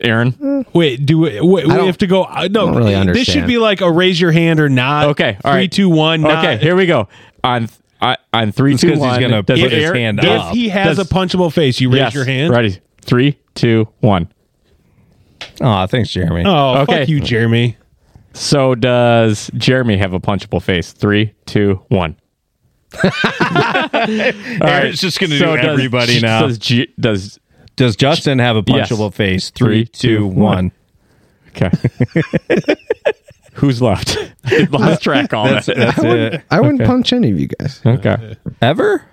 D: Aaron?
A: Uh,
B: Wait, do we, wait, we
C: don't-
B: have to go? uh, No,
C: don't really
B: this should
C: understand.
B: be like a raise your hand or not.
D: Okay, all
B: three,
D: right.
B: two, one. not.
D: Okay, here we go. On I, on three,
A: It's
D: two,
A: 'cause he's
D: one.
A: gonna
D: does
A: put his
D: Aaron-
A: hand
D: does-
A: up.
B: If he has
D: Does-
B: a punchable face, you raise
D: yes,
B: your hand.
D: Ready? Three, two, one.
A: Oh, thanks, Jeremy.
B: Oh,
D: Okay.
B: fuck you, Jeremy.
D: So does Jeremy have a punchable face? Three, two, one. All right.
A: Eric's just gonna do everybody
D: does,
A: now.
D: Does, G- does
A: Does Justin have a
D: Yes.
A: punchable face? Three, two, one.
D: okay? Who's left? Lost track on
A: That's,
D: it.
A: that's it.
C: I wouldn't punch any of you guys.
D: Okay.
A: Ever?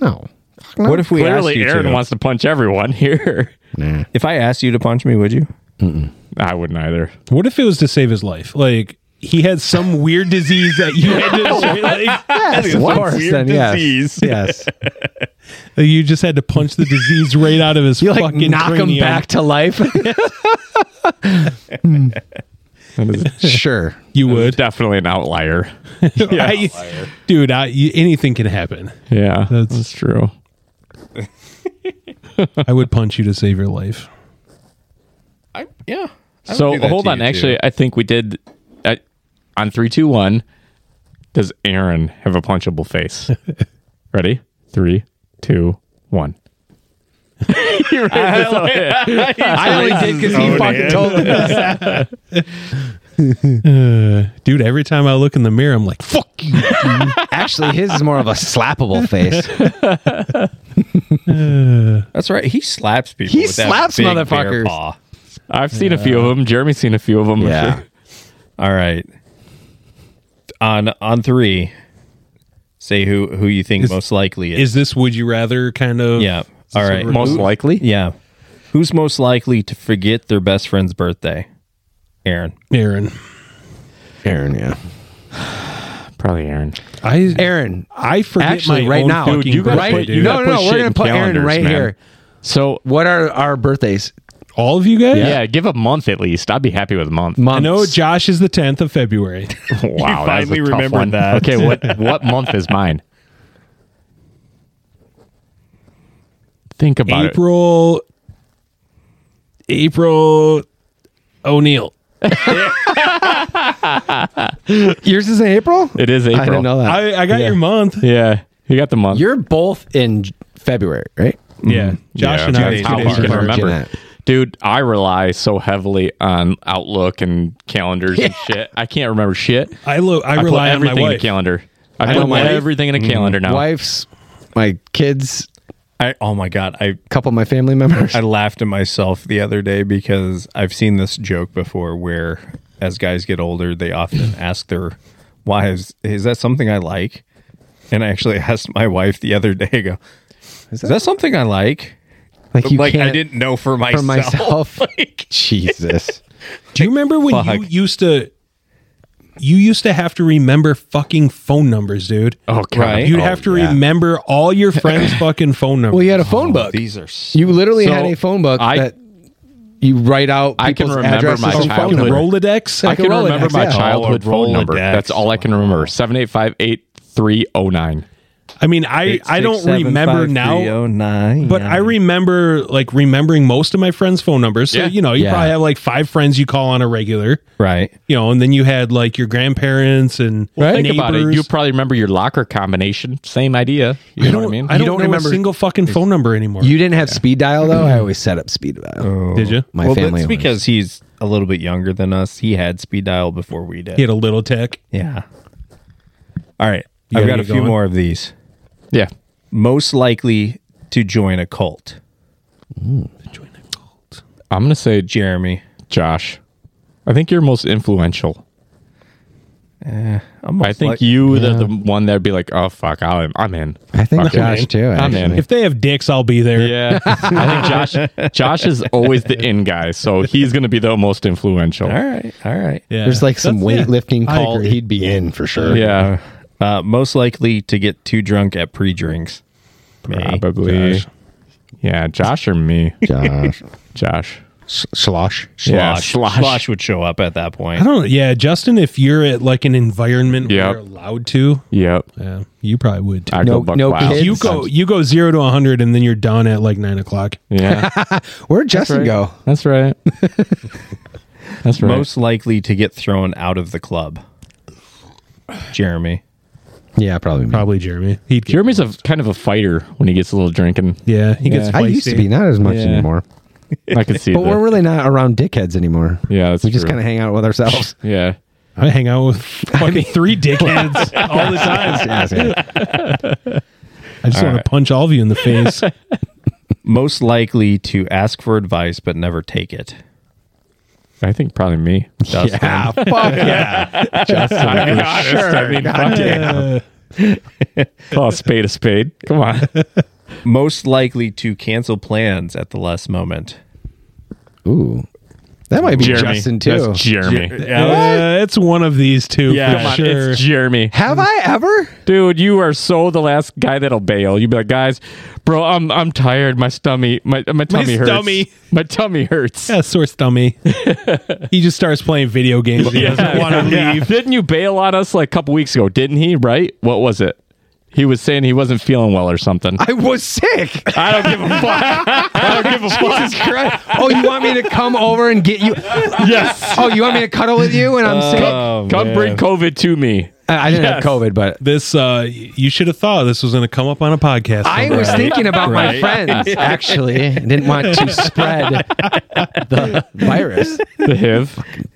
C: No. Fuck no.
A: What if we asked
D: Clearly,
A: you
D: Aaron
A: to?
D: wants to punch everyone here.
C: Nah.
A: if I asked you to punch me, would you?
D: I wouldn't either.
B: What if it was to save his life? Like he had some weird disease that you had to like,
C: Yes, of course, then yes. Yes.
B: you just had to punch the disease right out of his
C: You like
B: fucking
C: knock him
B: cranium.
C: back to life? Hmm. sure.
B: You would,
D: Definitely an outlier.
B: I, dude. I, you, anything can happen.
D: Yeah,
B: That's-
D: that's, true.
B: I would punch you to save your life.
A: I, yeah. I would
D: So
A: do that
D: hold
A: to
D: on.
A: you,
D: Actually,
A: too.
D: I think we did I, on three, two, one. Does Aaron have a punchable face? Ready? Three, two, one. You're right.
A: I only did because he fucking told me.
B: Dude, every time I look in the mirror, I'm like, fuck you.
C: Actually, his is more of a slappable face.
A: That's right. He slaps people.
C: He
A: with that
C: slaps
A: big bear
C: motherfuckers.
A: paw.
D: I've seen a few of them. Jeremy's seen a few of them.
C: Yeah.
A: All right. On on three, say who who you think most likely is.
B: Is this would you rather kind of?
A: yeah. All right.
D: Most likely.
A: yeah. Who's most likely to forget their best friend's birthday? Aaron.
B: Aaron.
C: Aaron, yeah.
D: Probably Aaron.
B: I
C: Aaron.
B: I forget
C: Actually,
B: my
C: right
B: own
C: now,
B: fucking
D: Dude, you gotta
B: birthday,
D: put-
B: dude.
D: you
C: no, no,
D: put
C: no.
D: shit
C: We're gonna
D: in
C: put Aaron
D: calendars,
C: right
D: man.
C: here.
D: So,
C: What are our birthdays?
B: All of you guys?
D: yeah. give a month at least. I'd be happy with a month.
C: Months.
B: I know Josh is the 10th of February.
D: wow. that was a
A: finally
D: tough
A: remembered
D: one.
A: that.
D: Okay. What, what month is mine? Think about it.
B: April. April O'Neill.
C: Yours is in April.
D: It is April.
C: I didn't know that.
B: I, I got your month.
D: Yeah, you got the month.
C: You're both in J- February, right?
B: Yeah. Josh
D: Mm-hmm.
B: and
D: Yeah,
B: I
A: two days apart.
B: are two days
D: How I can
B: apart.
C: Virgin
D: remember.
C: at.
D: Dude, I rely so heavily on Outlook and calendars and shit. I can't remember shit.
B: I, lo- I
D: I put
B: rely on my
D: everything in a
B: wife.
D: calendar. I,
C: I know
D: put
C: my- Mm-hmm.
D: everything in a calendar now.
C: Wife's, my kids,
A: I oh my god, I
C: couple of my family members.
A: I laughed at myself the other day because I've seen this joke before where as guys get older, they often ask their wives, Is that something I like? And I actually asked my wife the other day, I go, Is that, something I like?
C: like you
A: like
C: can't
A: I didn't know for myself.
C: for myself. Jesus.
B: Do you remember when you
A: Fuck.
B: used to you used to have to remember fucking phone numbers, dude?
D: oh, God.
A: Right.
B: You'd have to remember all your friends' fucking phone numbers.
C: Well, you had a phone book.
A: These are s-
C: You literally
D: Oh, So,
C: had a phone book
D: I-
C: that you write out.
D: I can
C: people's
D: remember
C: addresses
D: my
C: and phone
D: childhood.
C: numbers.
B: Rolodex.
D: I
C: Like a
D: can remember
C: Rolodex,
D: my
C: yeah.
D: childhood
A: Or a
D: phone number.
A: Rolodex.
D: That's all I can remember. 785 8309.
B: I mean, I I
A: six,
B: don't
A: seven,
B: remember
A: five,
B: now,
A: three, oh, nine,
B: but
A: nine.
B: I remember like remembering most of my friends' phone numbers. So
D: Yeah.
B: you know, you
C: Yeah.
B: probably have like five friends you call on a regular.
A: right.
B: You know, and then you had like your grandparents and
D: Think
B: neighbors.
D: about it. You probably remember your locker combination. Same idea. You know
B: I
D: what I
B: don't,
D: mean?
B: I
C: You
B: don't,
C: don't
B: know
C: remember-
B: a single fucking phone number anymore.
C: You didn't have speed dial though. I always set up speed
D: Oh.
C: dial.
B: did you?
C: My
A: well,
C: family.
A: that's
C: always-
A: because he's a little bit younger than us. He had speed dial before we did.
B: He had a little tech.
A: Yeah. All right.
B: You
A: I've
B: gotta
A: got a
B: get
A: few
B: going.
A: more of these.
D: yeah.
A: Most likely to join a cult.
D: I'm going to say J-
A: Jeremy.
D: Josh. I think you're most influential.
A: I'm
D: I
A: most
D: think
A: like-
D: you are the one that'd be like, oh fuck, I'm I'm in.
C: I think
D: Fuck it.
C: Josh too.
D: I'm in.
C: actually.
B: If they have dicks, I'll be there.
D: Yeah, I think Josh Josh is always the in guy, so he's gonna be the most influential.
A: All right. All right.
B: Yeah.
C: There's like some
B: That's- yeah.
C: weightlifting
B: I
C: call.
B: agree.
C: He'd be in for sure.
D: Yeah,
A: Uh, most likely to get too drunk at pre drinks.
D: probably.
B: Josh.
D: Yeah, Josh or me,
C: Josh.
D: Josh.
C: Slosh.
D: Yeah,
A: Slosh.
D: slosh.
A: Slosh would show up at that
B: I
A: point.
B: don't. Yeah, Justin, if you're at like an environment where
D: Yep.
B: you're allowed to,
D: Yep.
B: yeah, you probably would. Too.
D: I
C: No-
D: go buck
C: no
D: wild.
C: kids.
B: You
C: It's-
B: go you go zero to hundred and then you're done at like nine o'clock.
D: Yeah,
C: Where'd Justin
D: right.
C: go?
D: that's right. That's right.
A: Most likely to get thrown out of the club. Jeremy.
C: Yeah, probably. me.
B: Probably Jeremy. He'd get,
D: Jeremy's a kind of a fighter when he gets a little drinking.
B: yeah, he gets.
C: I used
B: feisty.
C: to be not as much
D: Yeah.
C: anymore.
D: I can see
C: But we're
D: that.
C: really not around dickheads anymore.
D: Yeah, that's
C: we just
D: true.
C: kind of hang out with ourselves.
D: Yeah.
B: I hang out with fucking three dickheads all the time.
C: Yes, yes.
B: I just want
D: right.
B: to punch all of you in the face.
A: Most likely to ask for advice but never take it.
D: I think probably me. Dustin.
C: yeah, fuck yeah.
D: I mean, honest, I mean, fuck yeah. Call Oh, a spade a spade. Come on.
A: Most likely to cancel plans at the last moment.
C: Ooh, that might be
D: Jeremy.
C: Justin too.
D: That's Jeremy.
B: Uh, it's one of these two
D: yeah,
B: for
D: come on,
B: sure.
D: it's Jeremy.
C: Have I ever?
D: Dude, you are so the last guy that'll bail. You'd be like, guys, bro, I'm I'm tired. My stomach, my my tummy hurts.
B: stummy.
D: My tummy hurts.
B: yeah, sore stomach. he just starts playing video games. He doesn't want to
D: Yeah.
B: leave.
D: Didn't you bail on us like a couple weeks ago? Didn't he? Right? What was it? He was saying he wasn't feeling well or something.
C: I was sick.
D: I don't give a fuck. I don't give a fuck.
C: Christ. Oh, you want me to come over and get you?
D: Yes. Um,
C: Oh, you want me to cuddle with you when I'm sick?
B: Oh,
D: Come bring COVID to me.
C: I I didn't have COVID, but
B: This uh, you should have thought this was going to come up on a podcast.
C: I
B: someday.
C: was thinking about
A: Right.
C: my friends actually. I didn't want to spread the virus.
D: The HIV.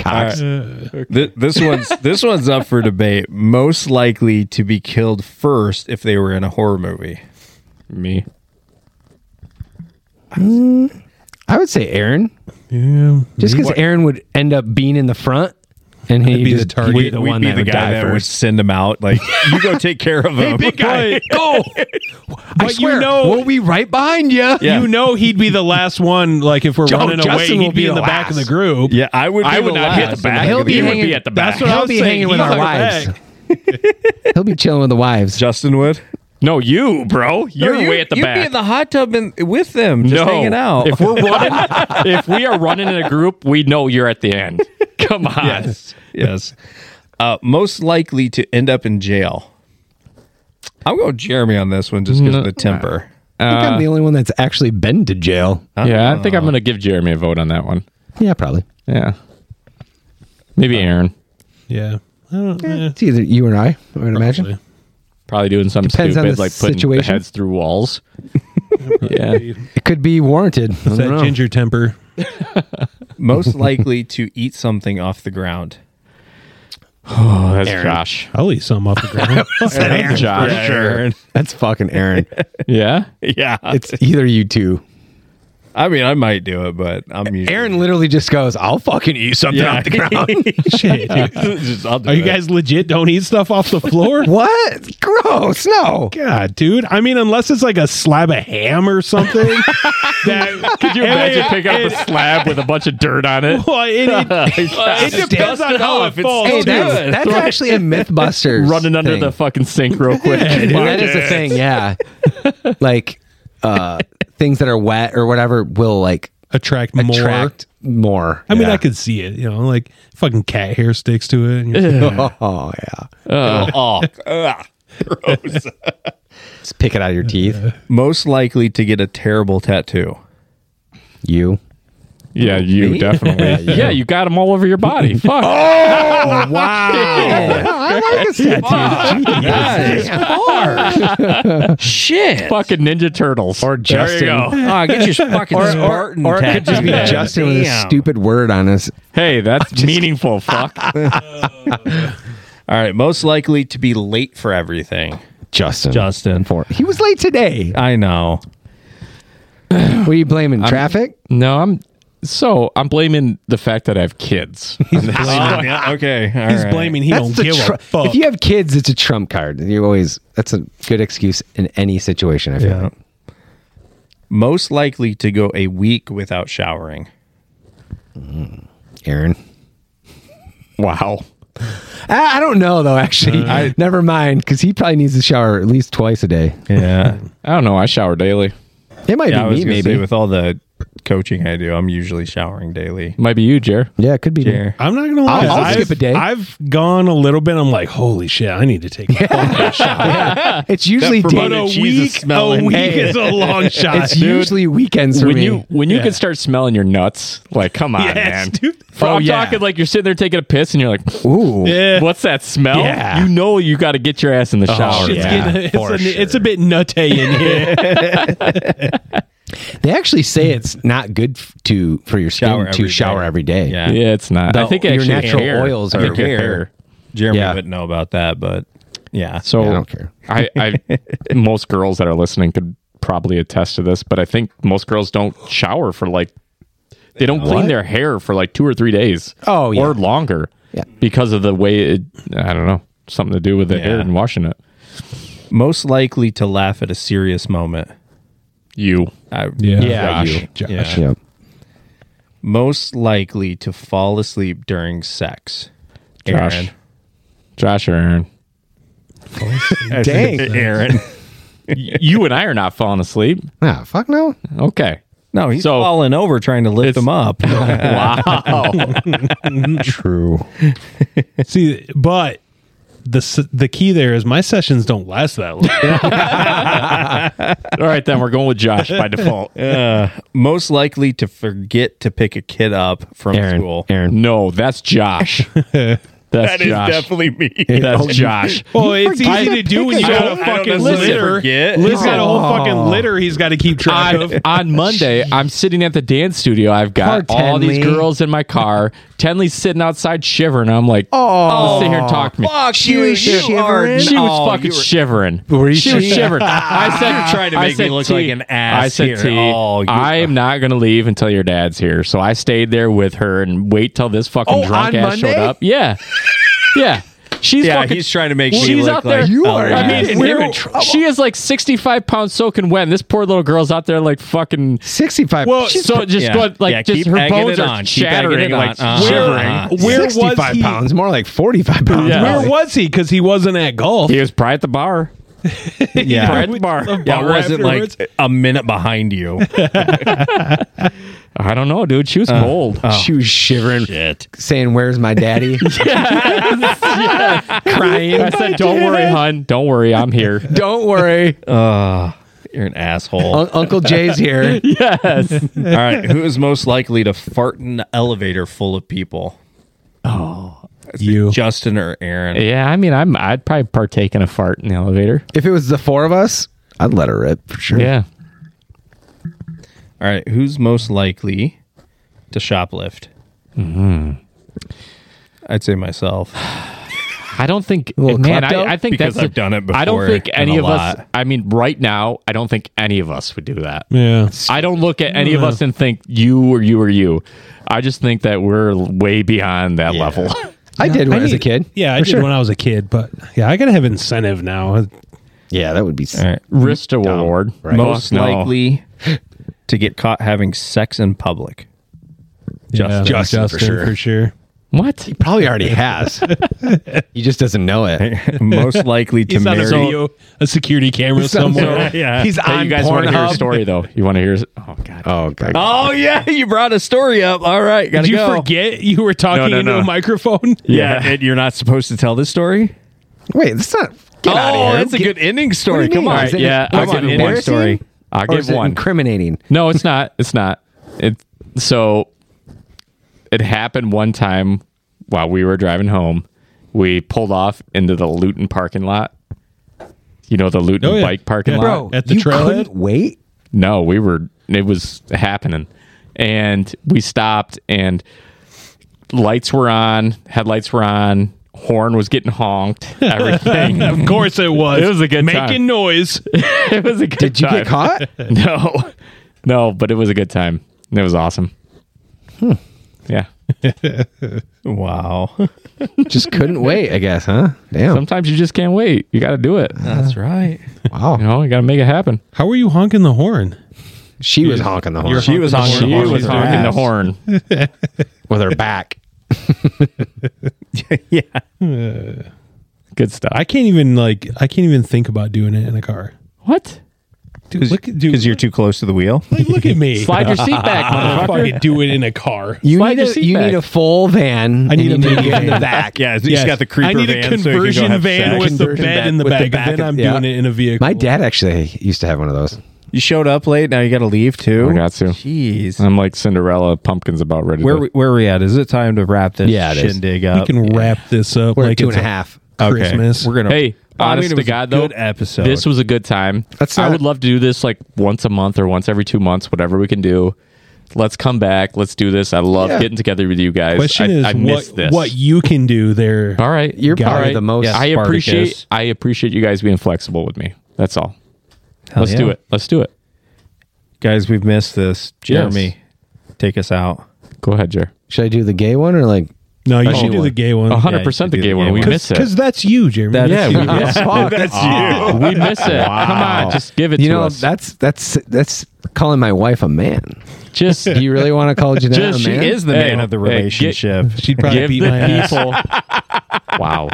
C: Cox.
A: Th- this one's this one's up for debate. Most likely to be killed first if they were in a horror movie.
D: Me.
C: I would say Aaron,
B: Yeah.
C: just because Aaron would end up being in the front, and he'd
B: be
C: just,
B: the target.
C: Be the one that would die
A: would
C: first.
A: send him out. Like you go take care of him.
B: Right. Go.
C: I
B: But
C: swear,
B: you know,
C: we'll be right behind you.
A: Yeah.
B: you know, he'd be the last one. Like if we're running away,
C: Justin will
B: he'd be,
C: be
B: in the
C: the
B: back of the
C: last.
B: group.
A: yeah, I would.
D: I
A: be
D: would
A: the
D: not hit the
A: last.
D: back.
C: He'll be
D: he would
C: hanging-
D: be at the back.
B: That's what I
C: He'll
B: was
C: be
B: saying.
C: hanging with
B: He's
C: our
B: on the
C: wives.
B: back.
C: He'll be chilling with the wives.
A: Justin would.
D: no, you, bro. You're
A: you,
D: way at the
A: you'd
D: back.
A: be in the hot tub and with them, just hanging out.
D: If we're running, if we are running in a group, we know you're at the end. Come on.
A: yes. Uh, most likely to end up in jail. I'll go with Jeremy on this one just because of the temper.
C: I think I'm the only one that's actually been to jail.
D: Uh, Yeah, I think I'm going to give Jeremy a vote on that one.
C: Yeah, probably.
D: Yeah. Maybe Aaron.
B: Yeah. I don't, eh,
C: It's either you and I. I would imagine.
B: actually.
D: Probably doing something
C: Depends on
D: stupid
C: the
D: like putting
C: situation.
D: heads through walls. yeah.
C: It could be warranted. I don't
B: that
C: know.
B: ginger temper.
A: Most likely to eat something off the ground.
D: Oh, that's Josh.
B: I'll eat some off the ground.
D: Josh.
A: Sure.
C: That's fucking Aaron.
D: Yeah.
A: Yeah.
C: it's either you two.
A: I mean, I might do it, but I'm usually
C: Aaron literally just goes, "I'll fucking eat something
A: Yeah.
C: off the ground."
B: Shit, dude.
A: Just- I'll do
B: Are you
A: it.
B: guys legit? Don't eat stuff off the floor.
C: what? Gross! No.
B: God, dude. I mean, unless it's like a slab of ham or something. that
D: Could you imagine picking up a slab with a bunch of dirt on it?
B: well, it, it, it depends on how it falls.
C: Hey,
B: too.
C: that's, that's actually a MythBusters
D: Running under
C: thing.
D: the fucking sink real quick.
C: Well, that is a thing, yeah. like uh, things that are wet or whatever will like
B: attract more.
C: attract more.
B: I mean,
C: yeah.
B: I could see it. You know, like fucking cat hair sticks to it. and you're-
C: Oh yeah,
A: Oh, ugh.
C: just pick it out of your teeth.
A: most likely to get a terrible tattoo.
C: You.
D: Yeah, you definitely. Oh. Yeah, you got them all over your body. Fuck.
C: Oh,
A: Shit.
D: Fucking Ninja Turtles. Or
C: Justin.
D: There you go.
A: Oh, get your fucking Spartan
C: Or it could just be
A: tattoo.
C: Justin with a
A: Damn.
C: stupid word on his.
D: Hey, that's meaningful. Fuck.
A: All right, most likely to be late for everything.
C: Justin.
A: Justin. For
C: He was late today.
A: I know.
C: Uh, What are you blaming? Traffic?
D: No, I'm. So I'm blaming the fact that I have kids.
C: Ah.
A: okay. all
B: He's
A: right.
B: blaming he don't
C: the
B: give
C: tru-
B: a fuck.
C: If you have kids, it's a trump card. You always that's a good excuse in any situation. I feel.
A: Yeah.
C: Like.
A: Most likely to go a week without showering.
C: Aaron.
D: wow.
C: I, I don't know though. Actually, never mind because he probably needs to shower at least twice a day.
A: Yeah.
D: I don't know. I shower daily.
C: It might
A: yeah, I
C: be
A: was
C: me,
A: gonna
C: maybe.
A: say with all the coaching I do, I'm usually showering daily.
D: Might be you, Jer.
C: yeah, it could be. me.
A: Jer.
B: I'm not gonna lie.
C: I'll- I'll
B: have
C: skip a day.
B: I've gone a little bit. I'm like, holy shit, I need to take. A fucking shot.
C: It's usually
A: That
C: day,
B: But a
A: Cheese is
B: week, a
A: smelling.
B: week
A: Hey.
B: is a long shot.
C: it's usually weekends for
D: When
C: me.
D: you when you
B: Yeah.
D: can start smelling your nuts, like come on,
B: Yes,
D: man.
B: dude.
D: Bro,
B: Oh,
D: I'm
B: yeah.
D: talking like you're sitting there taking a piss and you're like,
C: Ooh,
B: Yeah.
D: what's that smell?
C: Yeah.
D: You know you got to get
B: Oh,
D: your ass in the shower.
B: It's,
C: yeah.
B: getting- it's,
C: for
B: a, it's a bit nutty in here.
E: They actually say it's not good f- to for your skin
A: Shower
E: to
A: every
E: shower
A: day.
E: every day.
A: Yeah.
D: Yeah, it's not. I think
E: your
D: actually
E: natural
D: hair-
E: oils
D: I
E: are
D: think your
E: better.
D: hair.
A: Jeremy
E: Yeah.
A: wouldn't know about that, but yeah.
D: So
E: I don't care.
D: I, I most girls that are listening could probably attest to this, but I think most girls don't shower for like they don't clean their hair for like two or three days.
E: Oh, yeah.
D: or longer.
E: Yeah.
D: because of the way it. I don't know something to do with the hair
A: Yeah.
D: and washing it.
A: most likely to laugh at a serious moment.
D: You
A: I,
B: Yeah.
D: Josh.
B: You. Josh.
A: Yeah.
E: Yep.
A: Most likely to fall asleep during sex.
D: Josh.
A: Aaron.
D: Josh or Aaron?
E: Dang.
A: Aaron.
D: you and I are not falling asleep.
E: Nah, Ah, fuck no.
D: Okay.
A: No, he's
D: So-
A: falling over trying to lift him up.
D: Wow.
E: True.
B: See, but the s- the key there is my sessions don't last that long.
D: All right, then we're going with Josh by default.
A: most likely to forget to pick a kid up from school.
E: Aaron.
D: No, that's Josh.
A: That
D: That's
A: is
D: Josh.
A: definitely me.
D: that's Josh.
B: Well, it's
E: forget
B: easy
E: to
B: to do when
E: pick
B: you Oh.
E: up.
B: got
A: I
B: a
A: don't
B: fucking
A: necessarily
B: litter.
A: forget.
B: Liz got a whole fucking litter he's got to keep track of.
D: on, on Monday, I'm sitting at the dance studio. I've got
E: Poor
D: all these
E: Tenley.
D: girls in my car. Tenley's sitting outside shivering. I'm like, oh, sit here and talk to me.
A: Fuck you,
E: was
A: you are-
E: shivering?
D: She was
A: Oh, you
D: fucking
A: were-
D: shivering.
E: you
D: she was
E: shivering?
D: shivering. I said,
A: You're trying to
D: I
A: make me
D: said,
A: look
D: "T,
A: like an ass
D: I said,
A: here.
D: "T,
A: Oh, you-
D: I am not going to leave until your dad's here. So I stayed there with her and wait till this fucking
E: Oh, on
D: drunk ass showed
E: Monday?
D: up. Yeah. Yeah. She's
A: Yeah,
D: fucking,
A: he's trying to make me
D: she's
A: look
D: out there.
A: like
E: You are
A: Elvis.
D: I mean,
E: Yes.
D: and
E: We're
D: him-
E: in trouble.
D: she is like 65 pounds soaking wet. And this poor little girl's out there like fucking.
E: 65.
B: Well,
E: She's
D: so just
A: yeah.
D: going like
A: Yeah,
D: just
A: keep
D: her
A: egging
D: bones
A: it
D: are
A: on, keep egging
D: shattering
A: it
D: like
A: on. Uh-huh.
D: shivering.
B: Where was
E: 65
B: he?
E: pounds, more like 45 pounds.
D: Yeah.
B: Where
E: Like,
B: was he? Because he wasn't at golf.
D: He was probably at the bar.
A: yeah.
D: Probably at the bar.
B: The
A: Yeah, I
B: bar
A: wasn't
B: afterwards.
A: like a minute behind you.
D: I don't know, dude. She was
A: Uh,
D: cold.
A: oh.
E: She was shivering,
A: Shit.
E: saying, Where's my daddy?
D: I
E: Crying.
D: said, "Don't worry, hun. Don't worry, I'm here."
E: Don't worry.
A: Uh, You're an asshole.
E: Un- Uncle Jay's here.
D: yes.
A: All right, who is most likely to fart in an elevator full of people?
B: you.
A: Justin or Aaron?
D: Yeah, I mean, I'm. I'd probably partake in a fart in the elevator.
E: If it was the four of us, I'd let her rip for sure.
D: Yeah.
A: All right, who's most likely to shoplift? I'd say myself.
D: I don't think,
E: little
D: man.
E: klepto?
D: I, I think
A: Because
D: that's
A: I've done it before
D: I don't think
A: and
D: any
A: a
D: of us.
A: lot.
D: I mean, right now, I don't think any of us would do that.
B: Yeah.
D: I don't look at any of us and think you or you or you. I just think that we're way beyond that level.
E: I did when I, was a kid.
B: Yeah, I
E: for
B: did
E: sure.
B: when I was a kid, but yeah, I gotta have incentive now.
E: Yeah, that would be.
A: All right,
D: Risk to reward.
A: most
D: Fuck no.
A: likely to get caught having sex in public.
B: Justin,
E: Justin, for sure.
B: for sure.
D: What?
E: Probably already has. he just doesn't know it.
A: Most likely to
B: He's on a
A: marry.
B: video, a security camera somewhere.
A: Yeah.
E: He's
D: Hey,
E: on
D: you guys want to hear a
E: Pornhub.
D: story though? You want to hear? Oh God.
E: Oh god.
A: Oh yeah, you brought a story up. All right, gotta
B: Did you
A: go.
B: forget you were talking
D: no,
B: into
D: no.
B: a microphone?
A: Yeah, and you're not supposed to tell this story.
E: Wait, that's not. Get
A: oh,
E: out of here.
A: that's a
E: Get-
A: good ending story.
E: What do you
A: Come
E: mean?
A: on,
E: Is it-
D: yeah,
E: was
D: I'll
E: it
D: give you one
E: embarrassing?
D: story. I'll
E: Or
D: give
E: is it
D: one.
E: incriminating.
D: No, it's not. It's not. It so it happened one time while we were driving home. We pulled off into the Luton parking lot. You know the Luton
B: Oh, yeah.
D: bike parking
B: Yeah. Bro.
D: lot.
B: At the
E: you
B: trailhead?
E: couldn't wait.
D: No, we were. It was happening, and we stopped, and lights were on, headlights were on, horn was getting honked, everything.
B: Of course it was.
D: It was a good
B: making
D: time.
B: noise.
D: it was a good
E: Did you
D: time.
E: get caught?
D: No, no, but it was a good time. and It was awesome. Yeah.
A: Wow,
E: just couldn't wait. I guess, huh? Damn.
D: Sometimes you just can't wait. You got to do it. You
A: that's right.
E: Wow.
D: know, you got to make it happen.
B: How were you honking the horn?
E: She was honking the horn
B: You're-
A: She was on.
D: She
E: horn.
D: was
E: She's
D: honking the
E: ass.
D: horn.
E: with her back.
A: yeah.
D: Good stuff.
B: I can't even like I can't even think about doing it in a car.
D: what?
B: Dude, look at dude,
A: Because you're too close to the wheel.
B: like, look at me.
D: Slide your seat back,
B: I
D: motherfucker.
B: fucking do it in a car.
E: You
D: Slide
E: need
D: your
E: a
D: seat
E: you
D: back.
E: need a full van.
B: I need
E: and
B: a
E: you to
B: mini
E: get in the
B: van.
E: back.
A: Yeah, he's
B: Yes.
A: got the creeper
B: I need
A: van,
B: a
A: so you can go
B: conversion
A: have
B: van
A: sex.
B: with the
E: Conversion
B: bed
E: back
B: in the
E: with the
B: back,
E: back
B: and then
E: of-
B: I'm
E: yeah.
B: doing it in a vehicle.
E: My dad actually used to have one of those.
A: You showed up late. Now you got to leave too.
D: I got to.
A: Jeez.
D: I'm like Cinderella. Pumpkin's about ready.
A: where
D: to
A: we, where are we at? Is it time to wrap this
E: Yeah, it is.
A: shindig up?
B: we can wrap this up
E: We're
B: like
E: at two
B: it's
E: and a half.
A: Okay.
B: Christmas.
A: We're gonna.
D: Hey, honest
A: mean, it
D: to
A: was a
D: God, though,
A: good episode.
D: this was a good time.
C: That's
D: I
C: not-
D: would love to do this like once a month or once every two months, whatever we can do. Let's come back. Let's do this. I love getting together with you guys.
B: Question
D: I,
B: is
D: I missed
B: what
D: this.
B: what you can do there.
D: All right,
C: You're
D: All
C: probably the most
D: I
C: Spartacus.
D: appreciate. I appreciate you guys being flexible with me. That's all.
A: Hell
D: Let's do
A: yeah.
D: it. Let's do it.
A: guys. We've missed this. Jeremy, take us out.
D: Go ahead, Jer.
C: Should I do the gay one or like?
B: No, you
D: Oh.
B: should do the gay one.
D: A hundred
A: you
D: percent
A: should do
D: the gay
A: the
D: one.
A: gay
D: We
A: one.
D: miss
B: Because
D: it.
B: that's you, Jeremy.
A: That
D: Yeah,
A: is
D: we
A: you.
D: miss it.
A: That's you.
D: We miss it. Come on, just give it
C: You
D: to
C: know,
D: us.
C: that's that's that's calling my wife a man.
D: just
C: Do you really want to call Janelle
D: Just-
C: a
D: she
C: man?
A: Is the
D: Hey,
A: man of the
D: hey, get-
A: relationship.
B: She'd probably
D: give
B: beat
D: the
B: my ass.
D: people. wow,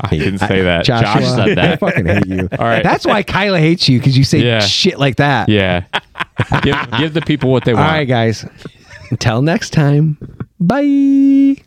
D: I didn't say that.
C: Joshua,
D: Josh said
C: I
D: that.
C: fucking hate you.
D: All right.
C: That's why Kyla hates you because you say
D: Yeah.
C: shit like that.
D: Yeah. give, give the people what they
C: All
D: want.
C: right, guys. Until next time. Bye.